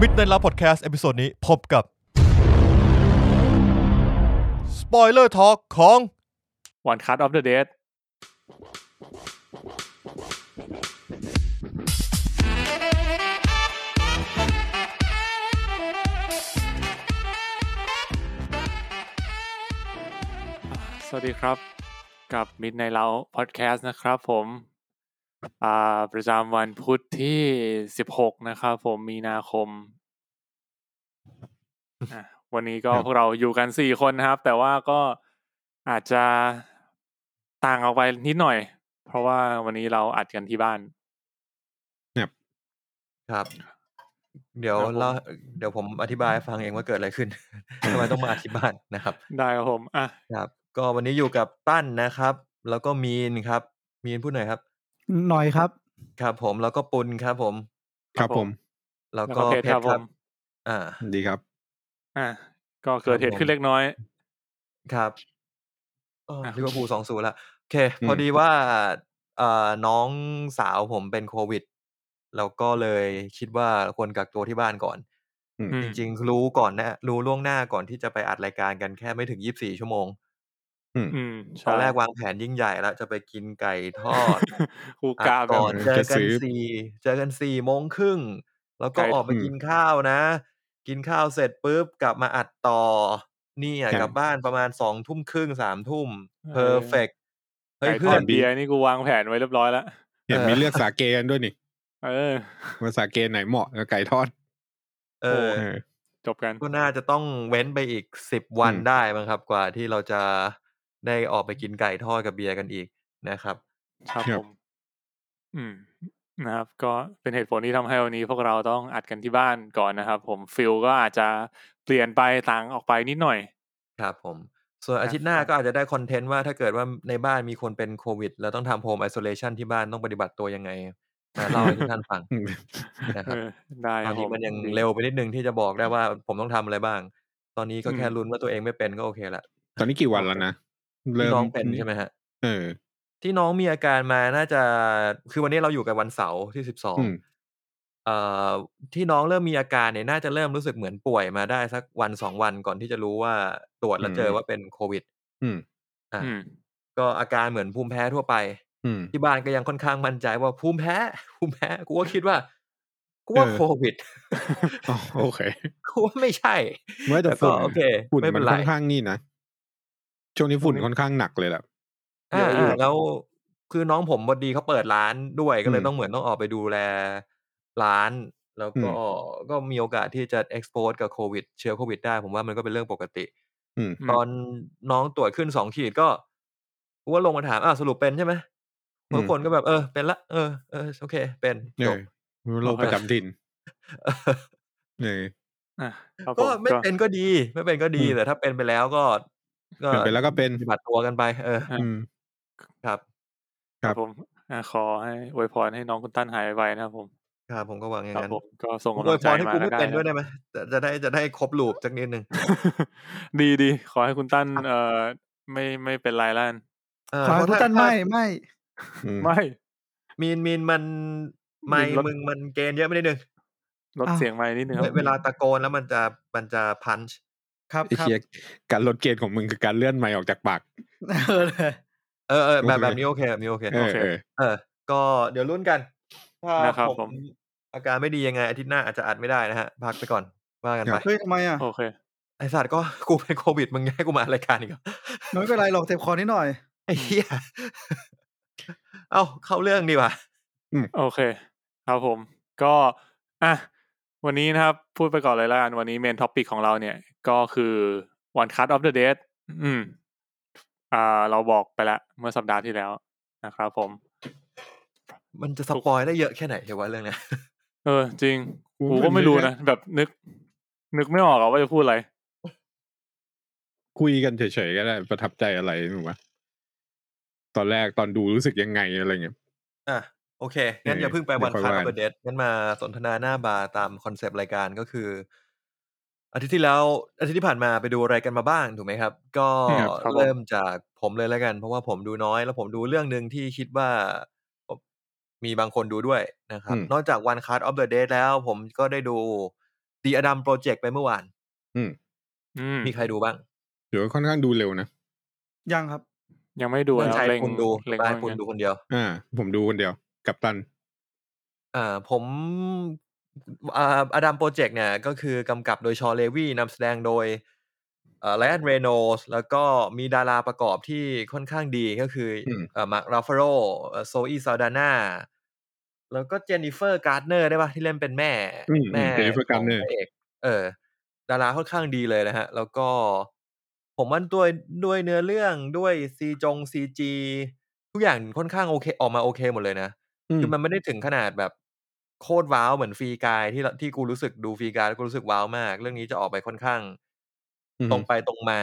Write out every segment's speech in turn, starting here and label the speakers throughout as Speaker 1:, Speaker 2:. Speaker 1: มิดในลาพอดแคสต์เอพิโซดนี้พบกับสปอยเลอร์ทอล์กของ
Speaker 2: วันคั t ออฟเดอะเดทสวัสดีครับ กับมิดในเราพอดแคสต์นะครับผมอ่าประจำวันพุธที่ 16 นะครับผมมีนาคมอ่ะวันนี้ก็
Speaker 1: ครับ
Speaker 2: พวกเราอยู่กัน 4 คนนะครับ แต่ว่าก็อาจจะต่างออกไปนิดหน่อย เพราะว่าวันนี้เราอัดกันที่บ้าน
Speaker 3: ครับ เดี๋ยว
Speaker 2: ครับผม
Speaker 3: เล่าเดี๋ยวผมอธิบายให้ฟังเองว่าเกิดอะไรขึ้น ทำไมต้องมาอธิบาย นะครับ
Speaker 2: ได้ครับผมอ่ะ
Speaker 3: ครับ ก็วันนี้อยู่กับตั้นนะครับ แล้วก็มีนครับ มีนพูดหน่อยครับ
Speaker 4: หน่อยครับ
Speaker 3: ครับ ผมแล้วก็ปุนครับ ผม
Speaker 5: ครับผม
Speaker 3: แล้ว
Speaker 2: แล้ว
Speaker 3: ก็
Speaker 2: ก็เพจ
Speaker 3: เพ
Speaker 2: ค
Speaker 3: ช
Speaker 2: รับ
Speaker 3: ร
Speaker 2: ผ
Speaker 3: ครับ
Speaker 2: ม
Speaker 3: อ่า
Speaker 5: ดีครับ
Speaker 2: อ่ะก็เกิดเหตุขึ้นเล็กน้อย
Speaker 3: ครับอ๋อ
Speaker 2: อ่ะ
Speaker 3: ลิเวอร์พูลสองศูนย์ละโอเค
Speaker 5: อืม
Speaker 3: พอดีว่าเอ่อน้องสาวผมเป็นโควิด แล้วก็เลยคิดว่าควรกักตัวที่บ้านก่อน
Speaker 2: อืม
Speaker 3: จริงๆรู้ก่อนนะรู้ล่วงหน้าก่อนที่จะไปอัดรายการกันแค่ไม่ถึงยี่สิบสี่ชั่วโมง
Speaker 2: อืมใช่
Speaker 3: ตอนแรกวางแผนยิ่งใหญ่แล้วจะไปกินไก่ทอ ด
Speaker 2: ครู
Speaker 3: อั
Speaker 2: กา
Speaker 3: ด
Speaker 2: แบบ
Speaker 3: ก่อน
Speaker 5: แบบ
Speaker 3: เจอ
Speaker 5: จะ
Speaker 3: กั
Speaker 5: ซื้
Speaker 3: น
Speaker 5: อ
Speaker 3: สี่เจอกันสี่โมงครึ่งแล้วก็
Speaker 2: ไก่
Speaker 3: ออกไป
Speaker 5: อืม
Speaker 3: กินข้าวนะ กินข้าวเสร็จปุ๊บกลับมาอัดต่อ นี่อ่ะ
Speaker 5: ค
Speaker 3: ก
Speaker 5: รับ
Speaker 3: ลับบ้านประมาณสองทุ่มครึ่งสามทุ่มเพอร์เฟกเฮ้
Speaker 2: ไก่
Speaker 3: ย
Speaker 2: ท
Speaker 3: เพื่
Speaker 2: อ
Speaker 3: อ
Speaker 2: ด
Speaker 3: น
Speaker 2: เบียร์นี่กูวางแผนไว้เรียบร้อยแล้ว
Speaker 5: เห็น
Speaker 3: เออ
Speaker 5: มีเลือกสาเกกันด้วยนี่
Speaker 2: เออ
Speaker 5: ว่าสาเกไหนเหมาะกับไก่ทอด
Speaker 3: เออ
Speaker 5: เออ
Speaker 2: จบกัน
Speaker 3: ก็น่าจะต้องเว้นไปอีกสิบวัน
Speaker 5: อืม
Speaker 3: ได้มั้งครับ กว่าที่เราจะได้ออกไปกินไก่ทอดกับเบียร์กันอีกนะครับ
Speaker 2: ครับ
Speaker 5: ครับ
Speaker 2: ผม อืม นะครับ ก็เป็นเหตุผลที่ทำให้วันนี้พวกเราต้องอัดกันที่บ้านก่อนนะครับ ผมฟิลก็อาจจะเปลี่ยนไปต่างออกไปนิดหน่อย
Speaker 3: ครับผม ส่วนอาทิตย์ห
Speaker 2: ค
Speaker 3: น้า
Speaker 2: รับ
Speaker 3: ก็อาจจะได้คอนเทนต์ว่าถ้าเกิดว่าในบ้านมีคนเป็นโควิด แล้วต้องทำโฮมไอโซเลชันที่บ้านต้องปฏิบัติตัวยังไงมาเล่าให้ทุกท่าน ฟัง
Speaker 5: อืม
Speaker 3: นะค
Speaker 2: เอ
Speaker 3: รับ
Speaker 2: อ ได้ค
Speaker 3: ตอ
Speaker 2: รับผ
Speaker 3: นนี้
Speaker 2: ม
Speaker 3: มันยัง
Speaker 2: ดี
Speaker 3: เร็วไปนิดนึงที่จะบอกได้ว่าผมต้องทำอะไรบ้าง ตอนนี้ก็แค่
Speaker 2: อืม
Speaker 3: ลุ้นว่าตัวเองไม่เป็นก็โอเคละ
Speaker 5: ตอนนี้กี่วันแล้วนะ
Speaker 3: ที่น้องเป็นใช่ไหมฮะ
Speaker 5: เออ
Speaker 3: ที่น้องมีอาการมาน่าจะคือวันนี้เราอยู่กันวันเสาร์ที่สิบสอง
Speaker 5: อืม
Speaker 3: เอ่อที่น้องเริ่มมีอาการเนี่ยน่าจะเริ่มรู้สึกเหมือนป่วยมาได้สักวันสองวันก่อนที่จะรู้ว่าตรวจแล้วเจอว่าเป็นโควิด
Speaker 5: อืม
Speaker 3: อ่ะ
Speaker 2: อืม
Speaker 3: ก็อาการเหมือนภูมิแพ้ทั่วไป
Speaker 5: อืม
Speaker 3: ที่บ้านก็ยังค่อนข้างมั่นใจว่าภูมิแพ้ ภูมิแพ้กูก็คิดว่ากูว่า
Speaker 5: เออ
Speaker 3: โควิด
Speaker 5: อ๋อโอเค
Speaker 3: กูว่าไม่ใช่
Speaker 5: เมื่ อแต่
Speaker 3: แต่
Speaker 5: ฝุ่
Speaker 3: ก็
Speaker 5: น
Speaker 3: โอเค
Speaker 5: ฝุ่น
Speaker 3: ไม่
Speaker 5: มั
Speaker 3: เป็น นไร
Speaker 5: ค่อนข้างนี่นะช่วงนี้ฝุ่นค่อนข้างหนักเลยแหละ
Speaker 2: เย
Speaker 3: อ่า
Speaker 2: อะอยู่
Speaker 3: อ่าแล้วคือน้องผมพอดีเขาเปิดร้านด้วยก็เลย
Speaker 5: อืม
Speaker 3: ต้องเหมือนต้องออกไปดูแลร้าน แล้วก็ก็มีโอกาสที่จะ expose กับโควิด เชื้อโควิดได้ ผมว่ามันก็เป็นเรื่องปกติ
Speaker 2: อืม
Speaker 3: ตอนน้องตรวจขึ้นสองขีดก็กูว่าลงมาถามอ้าวสรุปเป็นใช่ไหม
Speaker 5: อืม
Speaker 3: ทุกคนก็แบบเออเป็นละเออเออโอเค เป็น
Speaker 5: เอ
Speaker 3: จบ
Speaker 5: อโรคประจำถิ่นเออ
Speaker 2: อ่ะครับผ
Speaker 3: ก็
Speaker 2: ม
Speaker 3: ไม่เป็นก็ดี ไม่เป็นก็ดี
Speaker 5: อืม
Speaker 3: แต่ถ้าเป็นไปแล้วก็ก็
Speaker 5: เป็นไปแล้วก็เป็น
Speaker 3: ปฏิบัติตัวกันไป เออ
Speaker 5: อืม
Speaker 3: ครับ
Speaker 2: ค
Speaker 5: ครั
Speaker 2: รับบ ผมอ่ะขอให้อวยพรให้น้องคุณตั้นหายไวนะครับผม
Speaker 3: ครับผมก็หวังอย่า
Speaker 2: ครับ
Speaker 3: งนั้น
Speaker 2: ผมก็ส่ง
Speaker 3: ผม
Speaker 2: กำ
Speaker 3: อ
Speaker 2: ลั
Speaker 3: วย
Speaker 2: ง
Speaker 3: พ
Speaker 2: ใจ
Speaker 3: รให้
Speaker 2: มา
Speaker 3: กู
Speaker 2: กัน
Speaker 3: ไม่
Speaker 2: ได้
Speaker 3: เป็นด้วย
Speaker 2: นะ
Speaker 3: ได้ไหมจะจะได้จะได้ครบลูปสักนิดนึง
Speaker 2: ดีดีขอให้คุณตั้นเอ่อไม่ไม่เป็นไรแล้วกัน
Speaker 3: เออ
Speaker 4: ขอให้
Speaker 3: เพ
Speaker 4: คุณ
Speaker 3: ราะ
Speaker 4: ตั้นไม่ไม่
Speaker 5: อืม
Speaker 2: ไม่
Speaker 3: มีนมีนมัน
Speaker 2: มี
Speaker 3: ไม่
Speaker 2: นลด
Speaker 3: มึงมันเกณฑ์เยอะไปนิดนึง
Speaker 2: ลดเสียงไม้นิดนึงค
Speaker 3: เว
Speaker 2: รับ
Speaker 3: เวลาตะโกนแล้วมันจะมันจะพันช์
Speaker 4: ครับ
Speaker 5: ไอ้
Speaker 4: ครับ
Speaker 5: เชียการลดเกณฑ์ของมึงคือการเลื่อนไมค์ออกจากปาก
Speaker 4: เออเลย
Speaker 3: เออเออแบบ
Speaker 5: โอเค
Speaker 3: แบบนี้โอเคแบบนี้โอเค
Speaker 5: เออเออ
Speaker 3: เออ ก็เดี๋ยวรุ่นกันถ้า
Speaker 2: นะครับผม
Speaker 3: อาการไม่ดียังไงอาทิตย์หน้าอาจจะอัดไม่ได้นะฮะพักไปก่อนว่ากัน
Speaker 5: ค
Speaker 3: ไป
Speaker 5: รับ
Speaker 4: เฮ้ยทำไมอ่ะ
Speaker 2: โอเค
Speaker 3: ไอสัตว์ก็กูเป็นโควิดมึงให้กูมารายการอีกเหรอ
Speaker 4: ไม่เป็นไรหรอกเจ็บคอนิดหน่อย
Speaker 3: ไอ้เหี้ย เอ้า เข้าเรื่องดีกว่า
Speaker 2: โอเค ครับผม ก็อ่ะวันนี้นะครับ พูดไปก่อนเลยละกันวันนี้เมนท็อปิกของเราเนี่ย ก็คือ one cut of the dead อืม อ่า เราบอกไปแล้วเมื่อสัปดาห์ที่แล้วนะครับผม
Speaker 3: มันจะสปอยได้เยอะแค่ไหนเดี๋ยวว่าเรื่องเนี้ย
Speaker 2: เออ จริง
Speaker 5: โอ้
Speaker 2: กูก็
Speaker 5: มัน
Speaker 2: ไม่รู้
Speaker 5: เยอะ
Speaker 2: นะ แบบนึก นึกไม่ออกอะว่าจะพูดอะไร
Speaker 5: คุยกันเฉยๆก็ได้ประทับใจอะไรหนูวะตอนแรกตอนดูรู้สึกยังไงอะไรเงี้ย
Speaker 3: อ่ะ โอเค งั้นอย่าเพิ่งไป
Speaker 5: เดี๋
Speaker 3: วัน
Speaker 5: ยวค่อย
Speaker 3: คัท
Speaker 5: ว่ากั
Speaker 3: เบ
Speaker 5: น
Speaker 3: เดตงั้นมาสนทนาหน้าบาร์ตามคอนเซปต์รายการก็คือ อาทิตย์ที่แล้ว อาทิตย์ที่ผ่านมาไปดูอะไรกันมาบ้างถูกไหมครับ ก็
Speaker 2: ครับครับผม
Speaker 3: เริ่มจากผมเลยแล้วกัน เพราะว่าผมดูน้อย แล้วผมดูเรื่องหนึ่งที่คิดว่า มีบางคนดูด้วยนะครับ
Speaker 5: อืม
Speaker 3: นอกจากวันคัทออฟเดอะเดแล้ว ผมก็ได้ดู ดีอดัมโปรเจกต์ไปเมื่อวาน
Speaker 2: อืม
Speaker 3: มีใครดูบ้าง
Speaker 5: เดี๋ยวค่อนข้างดูเร็วนะ
Speaker 4: ยังครับ
Speaker 2: ยังไม่ดู
Speaker 3: เรื่อง
Speaker 2: แล้ว
Speaker 3: ชาย
Speaker 2: เล็ง
Speaker 3: คุณดู
Speaker 2: เล็ง
Speaker 3: บ้าน
Speaker 2: ไว้เห
Speaker 3: คุ
Speaker 2: มื
Speaker 3: ณ
Speaker 2: อน
Speaker 3: ดู
Speaker 2: กัน
Speaker 3: คนเดียว
Speaker 5: อ่า ผมดูคนเดียว กับตัน
Speaker 3: เอ่อผมอ่าอดัมโปรเจกต์เนี่ยก็คือกำกับโดยชอเลวีนำแสดงโดยเอ่อไลออนเรโนสแล้วก็มีดาราประกอบที่ค่อนข้างดีก็คืออ
Speaker 5: ม
Speaker 3: เอ่อมาร์คราฟาโรโซอีซาวดาน่าแล้วก็เจนนิเฟอร์การ์ดเนอร์ได้ปะที่เล่นเป็นแม่
Speaker 5: อืม
Speaker 3: แม่
Speaker 5: เจนนิเฟอร์การ์ดเนอร์
Speaker 3: ขงพะกเออ ดาราค่อนข้างดีเลยนะฮะ แล้วก็ผมว่าด้วยด้วยเนื้อเรื่องด้วยซีจงซีจีทุกอย่างค่อนข้างโอเคออกมาโอเคหมดเลยนะ
Speaker 5: อืม
Speaker 3: คือมันไม่ได้ถึงขนาดแบบโคตรว้าวเหมือนฟรีกายที่เราที่กูรู้สึกดูฟรีกายแล้วกูรู้สึกว้าวมาก เรื่องนี้จะออกไปค่อนข้าง
Speaker 5: อืม
Speaker 3: ตรงไปตรงมา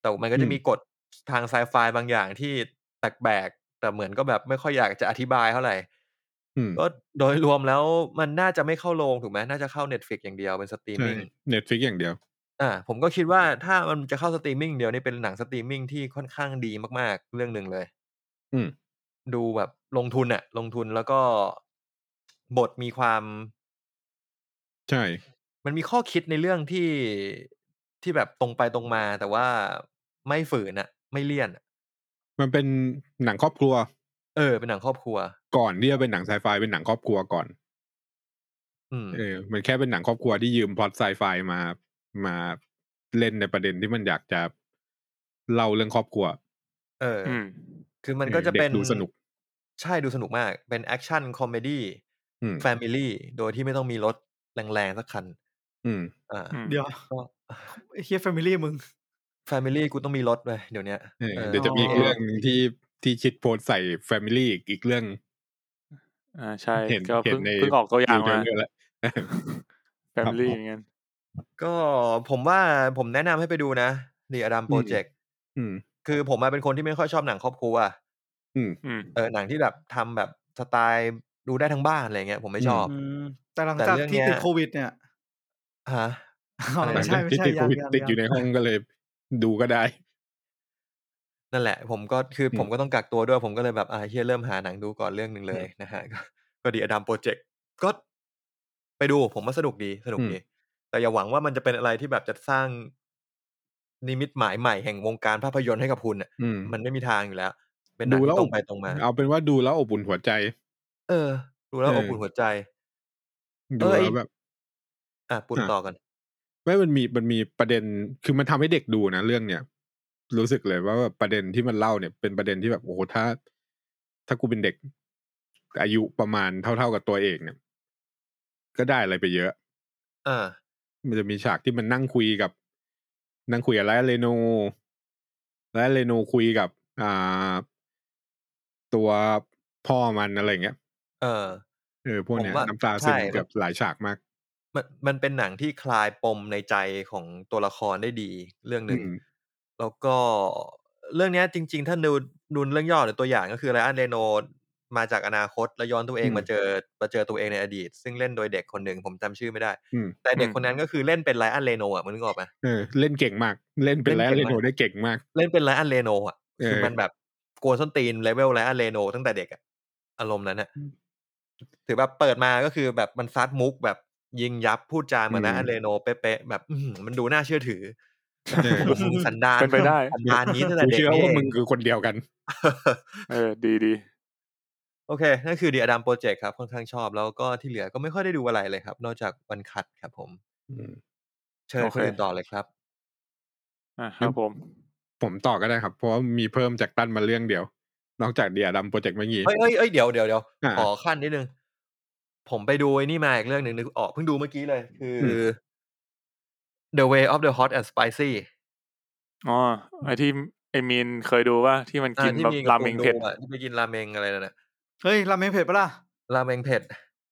Speaker 3: แต่มันก็จะ
Speaker 5: อืม
Speaker 3: มีกฎทางไซไฟบางอย่างที่แปลกๆแต่เหมือนก็แบบไม่ค่อยอยากจะอธิบายเท่าไหร่
Speaker 5: อืม
Speaker 3: ก็โดยรวมแล้วมันน่าจะไม่เข้าโรงถูกไหมน่าจะเข้า Netflix อย่างเดียวเป็นสตรีม
Speaker 5: ใช่
Speaker 3: มิ่ง
Speaker 5: เน็ตฟิกอย่างเดียว
Speaker 3: อ่าผมก็คิดว่าถ้ามันจะเข้าสตรีมมิ่งเดียวนี่เป็นหนังสตรีมมิ่งที่ค่อนข้างดีมากๆ เรื่องหนึ่งเลย
Speaker 5: อืม
Speaker 3: ดูแบบลงทุนอะลงทุนแล้วก็บทมีความ
Speaker 5: ใช่
Speaker 3: มันมีข้อคิดในเรื่องที่ที่แบบตรงไปตรงมา แต่ว่าไม่ฝืนอะไม่เลี่ยนอะ
Speaker 5: มันเป็นหนังครอบครัว
Speaker 3: เออ เป็นหนังครอบครัว
Speaker 5: ก่อนที่จะเป็นหนังไซไฟเป็นหนังครอบครัวก่อน
Speaker 3: อืม
Speaker 5: เออ มันแค่เป็นหนังครอบครัวที่ยืมพล็อตไซไฟมามาเล่นในประเด็นที่มันอยากจะเล่าเรื่องครอบครัว
Speaker 3: เอออ
Speaker 2: อืม
Speaker 3: คือมันก็จะเป็น
Speaker 5: เด็กดูสนุก
Speaker 3: ใช่ดูสนุกมาก เป็นแอคชั่นคอมเมดี้
Speaker 5: อืม
Speaker 3: แฟมิลี่โดยที่ไม่ต้องมีรถแรงๆสักคัน
Speaker 5: อืม
Speaker 3: อ่า
Speaker 2: อืม
Speaker 4: เดี๋ยว
Speaker 3: ก็
Speaker 4: ไอ้เฮียแฟมิลี่มึง
Speaker 3: แฟมิลี่กูต้องมีรถเลยเดี๋ยวเนี้ย
Speaker 5: เออ
Speaker 3: ออ
Speaker 5: เดี๋ยวจะมีอีกเรื่องหนึ่งที่ที่ชิดโพสต์ใส่ Family อีกอีกเรื่อง
Speaker 2: อ่าใช่
Speaker 5: เห็น
Speaker 2: ก็
Speaker 5: เห็
Speaker 2: เพิ่
Speaker 5: น
Speaker 2: ง
Speaker 5: ใน
Speaker 2: เพิ่งออกตัวอย่างมา
Speaker 5: ดูเรื่องแล้ว
Speaker 2: แฟมิลี่
Speaker 5: ครับ
Speaker 2: อย่างเงี้ย
Speaker 3: ก็ผมว่าผมแนะนำให้ไปดูนะดีอดัมโปรเจกต์
Speaker 5: อืม
Speaker 3: คือผมมาเป็นคนที่ไม่ค่อยชอบหนังครอบครัว
Speaker 5: อืม
Speaker 2: อืม
Speaker 3: เออหนังที่แบบทำแบบสไตล์ดูได้ทั้งบ้านอะไรเงี้ยผมไม่ชอบ
Speaker 5: อื
Speaker 4: แต่หลังจาก
Speaker 3: แต่เรื่อง
Speaker 4: ที่ติด
Speaker 3: เนี้ย
Speaker 4: โควิดเนี่ย
Speaker 3: ฮะ
Speaker 4: อ๋อ
Speaker 3: อะไรนะ
Speaker 4: ไม่ใช่ไม่
Speaker 5: ที่
Speaker 4: ใช่
Speaker 5: ติดโค
Speaker 4: ยัง
Speaker 5: วิด
Speaker 4: ยัง
Speaker 5: ติดอยู่ใน
Speaker 4: ยัง
Speaker 5: ห้องก็เลย ดูก็ได้
Speaker 3: นั่นแหละ ผมก็คืออ
Speaker 5: ม
Speaker 3: ผมก็ต้องกักตัวด้วยผมก็เลยแบบอ่าเฮียเริ่มหาหนังดูก่อนเรื่องหนึ่งเลยนะฮะ ก็ก็ดีอดัมโปรเจกต์ก็ไปดูผมว่าสนุกดีสนุกดี แต่อย่าหวังว่ามันจะเป็นอะไรที่แบบจะสร้าง นิมิตหมายใหม่แห่งวงการภาพยนตร์ให้กับคุณน่ะ
Speaker 5: อืม
Speaker 3: มันไม่มีทางอยู่แล้ว เป็นหนัง
Speaker 5: ดูแล้ว
Speaker 3: ที่ตรงไปตรงมา
Speaker 5: เอาเป็นว่าดูแล้วอบอุ่นหัวใจ
Speaker 3: เออ ดูแล้ว
Speaker 5: เอ
Speaker 3: อ
Speaker 5: อ
Speaker 3: บอุ่นหัวใจ
Speaker 5: ดู
Speaker 3: เอ้ย
Speaker 5: แล้วแบบ
Speaker 3: อ่ะปุ่น
Speaker 5: อ่ะ
Speaker 3: ต่อกัน
Speaker 5: ไม่มันมีมันมีประเด็นคือมันทำให้เด็กดูนะเรื่องเนี่ย รู้สึกเลยว่าแบบประเด็นที่มันเล่าเนี่ย เป็นประเด็นที่แบบโอ้โหถ้า ถ้ากูเป็นเด็ก อายุประมาณเท่าๆกับตัวเองเนี่ย ก็ได้อะไรไปเยอะ
Speaker 3: อ่า
Speaker 5: มันจะมีฉากที่มันนั่งคุยกับ นั่งคุยกับไลเรโนไลเรโนคุยกับอ่าตัวพ่อมันอะไรอย่างเงี้ย
Speaker 3: เออ
Speaker 5: เออพวกเนี้
Speaker 3: ผ
Speaker 5: ย
Speaker 3: มว่า
Speaker 5: น้ำตาซึม
Speaker 3: ใช่
Speaker 5: เกือบหลายฉากมาก
Speaker 3: มันมันเป็นหนังที่คลายปมในใจของตัวละครได้ดีเรื่องหนึ่ง
Speaker 5: อืม
Speaker 3: แล้วก็เรื่องเนี้ยจริง ๆ ถ้าดูดูเรื่องย่อหรือตัวอย่างก็คือไรอันเรโนมาจากอนาคต แล้วย้อนตัวเอง
Speaker 5: อืม
Speaker 3: มาเจอมาเจอตัวเองในอดีต ซึ่งเล่นโดยเด็กคนหนึ่งผมจำชื่อไม่ได้
Speaker 5: อืม
Speaker 3: แต่เด็ก
Speaker 2: อืม
Speaker 3: คนนั้นก็คือเล่นเป็นไรอันเรโนอ่ะมึงนึกออกไหม
Speaker 5: เออเล่นเก่งมาก เล่นเป็น
Speaker 3: เล่
Speaker 5: ไล
Speaker 3: นเก่มา
Speaker 5: เรง
Speaker 3: ก
Speaker 5: โนได้เก่งมาก
Speaker 3: เล่นเป็นไรอันเรโนอ่ะ
Speaker 5: เออ
Speaker 3: คือมันแบบกวนส้นตีนเลเวลไรอันเรโนตั้งแต่เด็กอะอารมณ์นั้นอะถือแบบเปิดมาก็คือแบบมันซัดมุกแบบยิงยับพูดจาเหมือนไรอันเรโนเป๊ะๆแบบอื้อหือมันดูน่าเชื่อถือ
Speaker 5: เออ
Speaker 3: โอ้โหสันดาน
Speaker 2: เป็นไปได้
Speaker 3: สันดานนี้ตั้งแต่
Speaker 5: กู
Speaker 3: เด็ก
Speaker 5: เชื่อ
Speaker 3: นี่
Speaker 5: ว่า
Speaker 3: เอ
Speaker 5: มึ
Speaker 3: ง
Speaker 5: งคือคนเดียวกัน
Speaker 2: เออ ดีดี
Speaker 3: โอเค นั่นคือดีอดัมโปรเจกต์ครับ ค่อนข้างชอบ แล้วก็ที่เหลือก็ไม่ค่อยได้ดูอะไรเลยครับ นอกจากวันคัดครับผม
Speaker 5: อืม
Speaker 3: เชิญคนอื่นต่อเลยครับ
Speaker 2: อ่ะครับผม
Speaker 5: ผมต่อก็ได้ครับ เพราะว่ามีเพิ่มจากตั้นมาเรื่องเดียว นอกจากเดียดัมโปรเจกต์เมื่อกี้
Speaker 3: เฮ้ยเอ้ยเอ้ยเดี๋ยวเดี๋ยวเดี๋ยว
Speaker 5: อ่า
Speaker 3: ขอขั้นนิดนึง ผมไปดูไอ้นี่มาอีกเรื่องหนึ่งนึกออกเพิ่งดูเมื่อกี้เลย คือ
Speaker 5: อืม
Speaker 3: The Way of the Hot and Spicy
Speaker 2: อ๋อไอที่ไอมีนเคยดูว่าที่มัน
Speaker 3: อ่า
Speaker 2: กิน
Speaker 3: ที่
Speaker 2: แบบ
Speaker 3: มี
Speaker 2: ราเมงเผ็ด
Speaker 3: กับคุณดูอะที่ไปกินราเมงอะไรนั่นน่ะ
Speaker 4: เฮ้ยราเมงเผ็ดปะล่ะ
Speaker 3: ราเมงเผ็ด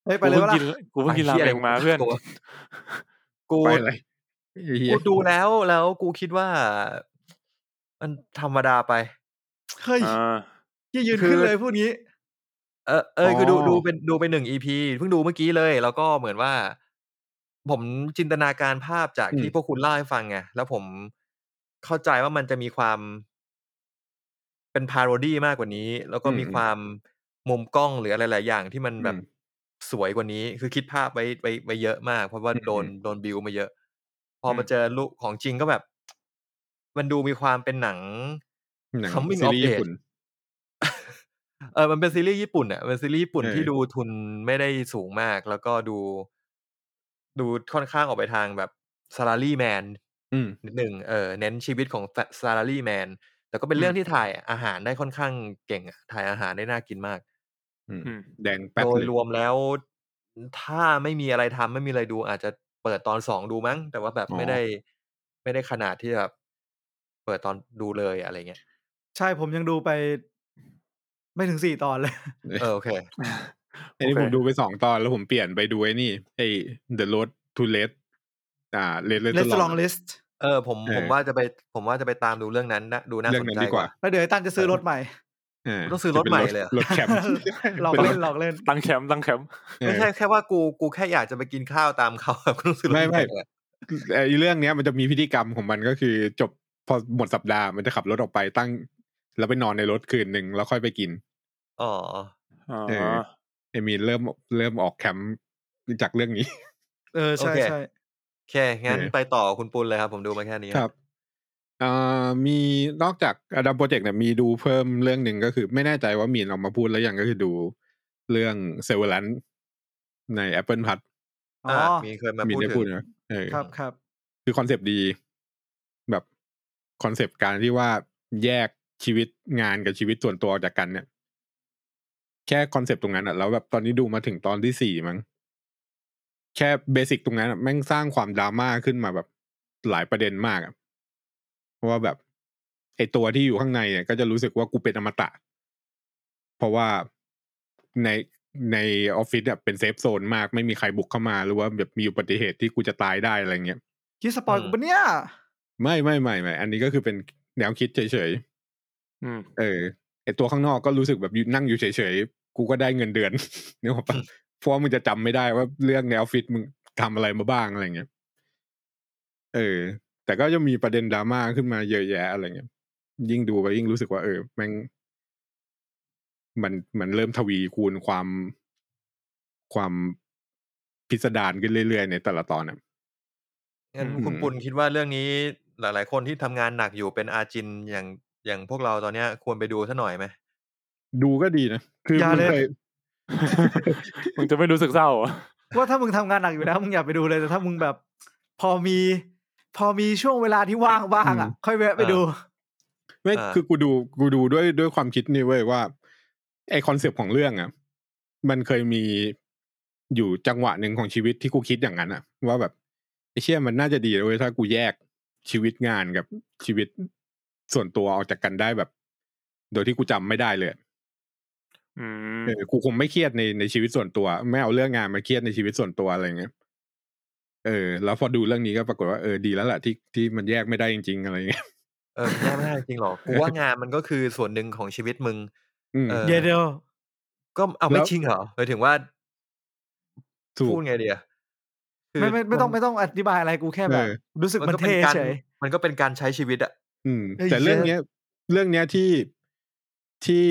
Speaker 4: เฮ้ยไป
Speaker 2: กู
Speaker 4: เลย
Speaker 2: เพิ่ง
Speaker 4: ปะล่ะ
Speaker 2: กินกูเพิ่งกินรา
Speaker 3: ไหี้ย
Speaker 2: เมงมาเพื่อน
Speaker 3: กู กู
Speaker 5: ไปอะไรไอ้เหี้ย
Speaker 3: กูดูแล้วแล้วกูคิดว่า มันธรรมดาไป
Speaker 4: เฮ้ย
Speaker 2: อ่า
Speaker 4: เหี้ยยืน
Speaker 3: คือ
Speaker 4: ขึ้นเลยพูดงี้
Speaker 3: เออเอยคืออ
Speaker 2: อ
Speaker 3: ดูดูเป็นดูเป็นหนึ่งอีพีเพิ่งดูเมื่อกี้เลย แล้วก็เหมือนว่า ผมจินตนาการภาพจากที่พวกคุณเล่าให้ฟังไงแล้วผมเข้าใจว่ามันจะมีความ เป็นพาโรดี้มากกว่านี้ แล้วก็มีความมุมกล้องหรืออะไรหลายอย่างที่มันแบบส สวยกว่านี้ คือคิดภาพไว้ไว้ไว้เยอะมาก เพราะว่า
Speaker 5: อืม
Speaker 3: โดนโดนบิวมาเยอะ พอมา
Speaker 2: อืม
Speaker 3: เจอลูกของจริงก็แบบ มันดูมีความเป็นหนัง
Speaker 5: หนัง
Speaker 3: Coming
Speaker 5: ซี
Speaker 3: of
Speaker 5: รีส์
Speaker 3: Age
Speaker 5: ญี่ปุ่น
Speaker 3: เออมันเป็นซีรีส์ญี่ปุ่นอ่ะเป็นซีรีส์ญี่ปุ่น
Speaker 5: เออ
Speaker 3: ที่ดูทุนไม่ได้สูงมาก แล้วก็ดู ดูค่อนข้างออกไปทางแบบซา l ารีแมน
Speaker 5: อืม
Speaker 3: นิดหนึ่งเออเน้นชีวิตของซา l ารีแมน แต่ก็เป็นเรื่องที่ถ่ายอาหารได้ค่อนข้างเก่งอะถ่ายอาหารได้น่ากินมาก
Speaker 5: อืม
Speaker 2: อืม
Speaker 5: แดงแป๊ด
Speaker 3: โดย
Speaker 5: เลย
Speaker 3: รวมแล้ว ถ้าไม่มีอะไรทำไม่มีอะไรดู อาจจะเปิดตอนสองดูมั้ง แต่ว่าแบบไม่ได้ ไม่ได้ขนาดที่แบบเปิดตอนดูเลยอะไรเงี้ย
Speaker 4: ใช่ผมยังดูไป ไม่ถึงสี่ตอนเลย
Speaker 3: เออโอเค
Speaker 5: ไอ้นี่
Speaker 2: โอเค
Speaker 5: ผมดูไปสองตอนแล้วผมเปลี่ยนไปดูไอ้นี่ไอ้ The Road to Red อ่า Red
Speaker 4: เลส
Speaker 5: Restaurant
Speaker 4: ลองลิสต์
Speaker 3: เออ ผม
Speaker 5: เออ
Speaker 3: ผมว่าจะไป ผมว่าจะไปตามดูเรื่องนั้นนะดูน่า
Speaker 5: เรื่อ
Speaker 3: ส
Speaker 5: ง
Speaker 3: น
Speaker 5: นั้น
Speaker 3: ใจ
Speaker 5: ดี
Speaker 3: ก
Speaker 5: ก
Speaker 3: ว่า
Speaker 5: ว่า
Speaker 4: แล้วเดี๋ยวไอ้ตั้นจะซื้อรถใหม่
Speaker 5: เ
Speaker 3: ต้องซื้อรถใหม่เลยเหรอ
Speaker 5: รถแคมป์
Speaker 4: หลอกเล่นหลอกเล่น
Speaker 2: ตั้งแคมป์ตั้งแคมป์
Speaker 3: ไม่ใช่แค่ว่ากูกูแค่อยากจะไป กินข้าวตามเขาแบบรู้สึก
Speaker 5: ไม่ไม่
Speaker 3: แปลก
Speaker 5: ไอ้เรื่องเนี้ยมันจะมีพิธีกรรมของมันก็คือจบพอหมดสัปดาห์มันจะขับรถออกไปตั้ง แล้วไปนอนในรถคืนหนึ่งแล้วค่อยไปกิน
Speaker 3: ๆอ๋อ
Speaker 2: อ๋อ
Speaker 5: เออ ไอมีนเริ่มเริ่มออกแคมป์จากเรื่องนี้
Speaker 4: เออ ใช่
Speaker 3: โอเค
Speaker 4: ใช่
Speaker 3: โอเค งั้น
Speaker 5: เออ
Speaker 3: ไปต่อคุณปุณเลยครับ ผมดูมาแค่นี้
Speaker 5: ครับเอ่อมีนอกจากอดัมโปรเจกต์เนี่ยมีดูเพิ่มเรื่องหนึ่งก็คือ ไม่แน่ใจว่ามีนออกมาพูดแล้วยังก็คือดูเรื่องเซเวอร์ลันใน Apple p a t
Speaker 4: อ๋อ
Speaker 3: อ่ะ
Speaker 4: อ
Speaker 3: มีเคยมา
Speaker 5: มี
Speaker 3: พูด
Speaker 5: ได้
Speaker 3: ถึ
Speaker 5: พูด
Speaker 3: ง
Speaker 5: นะเออ
Speaker 4: ครับครับ
Speaker 5: คือคอนเซปต์ดีแบบคอนเซปต์การที่ว่าแยกชีวิตงานกับชีวิตส่วนตัวออกจากกันเนี่ย แค่คอนเซปต์ตรงนั้นอะแล้วแบบตอนนี้ดูมาถึงตอนที่สี่มั้งแค่เบสิกตรงนั้นอะแม่งสร้างความดราม่าขึ้นมาแบบหลายประเด็นมากอะเพราะว่าแบบ ไอตัวที่อยู่ข้างในเนี่ย ก็จะรู้สึกว่ากูเป็นอมตะ เพราะว่าในในออฟฟิศอะเป็นเซฟโซนมากไม่มีใครบุกเข้ามา หรือว่าแบบมีอุบัติเหตุที่กูจะตายได้อะไรเงี้ย
Speaker 4: คิดสปอย
Speaker 3: อืม
Speaker 4: กูปะเนี่ย
Speaker 5: ไม่ไม่ไม่ไม่อันนี้ก็คือเป็นแนวคิดเฉย
Speaker 2: อืม
Speaker 5: ๆ เออไอตัวข้างนอกก็รู้สึกแบบอยู่นั่งอยู่เฉยๆ กูก็ได้เงินเดื อน นึกออกปะเพราะว่ามึงจะจำไม่ได้ว่าเรื่องในออฟฟิศมึงทำอะไรมาบ้างอะไรเงี้ย เออ แต่ก็ยังมีประเด็นดราม่าขึ้นมาเยอะแยะอะไรเงี้ย ยิ่งดูไปยิ่งรู้สึกว่าเออแม่ง มันมันเริ่มทวีคูณความความพิสดารขึ้นเรื่อยๆ ในแต่ละตอนอ่ะ
Speaker 3: งั้น
Speaker 2: อืม
Speaker 3: คุณปุณคิดว่าเรื่องนี้หลาย ๆ คนที่ทำงานหนักอยู่เป็นอาจินอย่างอย่างพวกเราตอนเนี้ยควรไปดูซะหน่อยไหม
Speaker 5: ดูก็ดีนะ คือ
Speaker 4: อย่า
Speaker 5: มึง
Speaker 4: เลย
Speaker 5: เคย
Speaker 2: มึงจะไม่รู้สึกเศร้าเหรอ
Speaker 4: ว่าถ้ามึงทำงานหนักอยู่แล้วมึงอย่าไปดูเลยแต่ถ้ามึงแบบ พอมี พอมีช่วงเวลาที่ว่างบ้างอ่ะ ค่อยแวะไปดู
Speaker 5: ไม่
Speaker 3: อ่า
Speaker 5: คือกูดูกูดูด้วยด้วยความคิดนี่เว้ยว่า ไอคอนเซปต์ของเรื่องอะมันเคยมีอยู่จังหวะหนึ่งของชีวิตที่กูคิดอย่างนั้นอะว่าแบบไอเชี่ยมันน่าจะดีเลยเว้ยถ้ากูแยกชีวิตงานกับชีวิตส่วนตัวออกจากกันได้แบบ โดยที่กูจำไม่ได้เลย
Speaker 2: อืม
Speaker 5: เออกูคงไม่เครียดในในชีวิตส่วนตัว ไม่เอาเรื่องงานมาเครียดในชีวิตส่วนตัวอะไรเงี้ยเออ แล้วพอดูเรื่องนี้ก็ปรากฏว่าเออดีแล้วแหละที่ที่มันแยกไม่ได้จริง ๆ อะไรเงี้ย
Speaker 3: เออแย่ไม่ได้จริงหรอกกูว่างานมันก็คือส่วนหนึ่งของชีวิตมึง
Speaker 5: อืม
Speaker 3: เออ
Speaker 4: เดี๋ยวเดี๋ยว
Speaker 3: ก็เอาไม่
Speaker 5: แล้ว
Speaker 3: จริงเหรอหมายถึงว่า
Speaker 5: ถูก
Speaker 3: พูดไงเดียคื
Speaker 4: ไม่ไม่ไม่ต้อง
Speaker 3: น
Speaker 4: ไม่ต้องอธิบายอะไรกูแค่แบบ
Speaker 5: เออ
Speaker 4: รู้สึกมัน
Speaker 3: ก็
Speaker 4: เท่
Speaker 3: ป็การ
Speaker 4: เฉย
Speaker 3: มันก็เป็นการใช้ชีวิตอะ
Speaker 5: อืม
Speaker 4: เอ้ย
Speaker 5: แต่เรื่อง
Speaker 4: เยอะ
Speaker 5: เนี้ย เรื่องเนี้ยที่ที่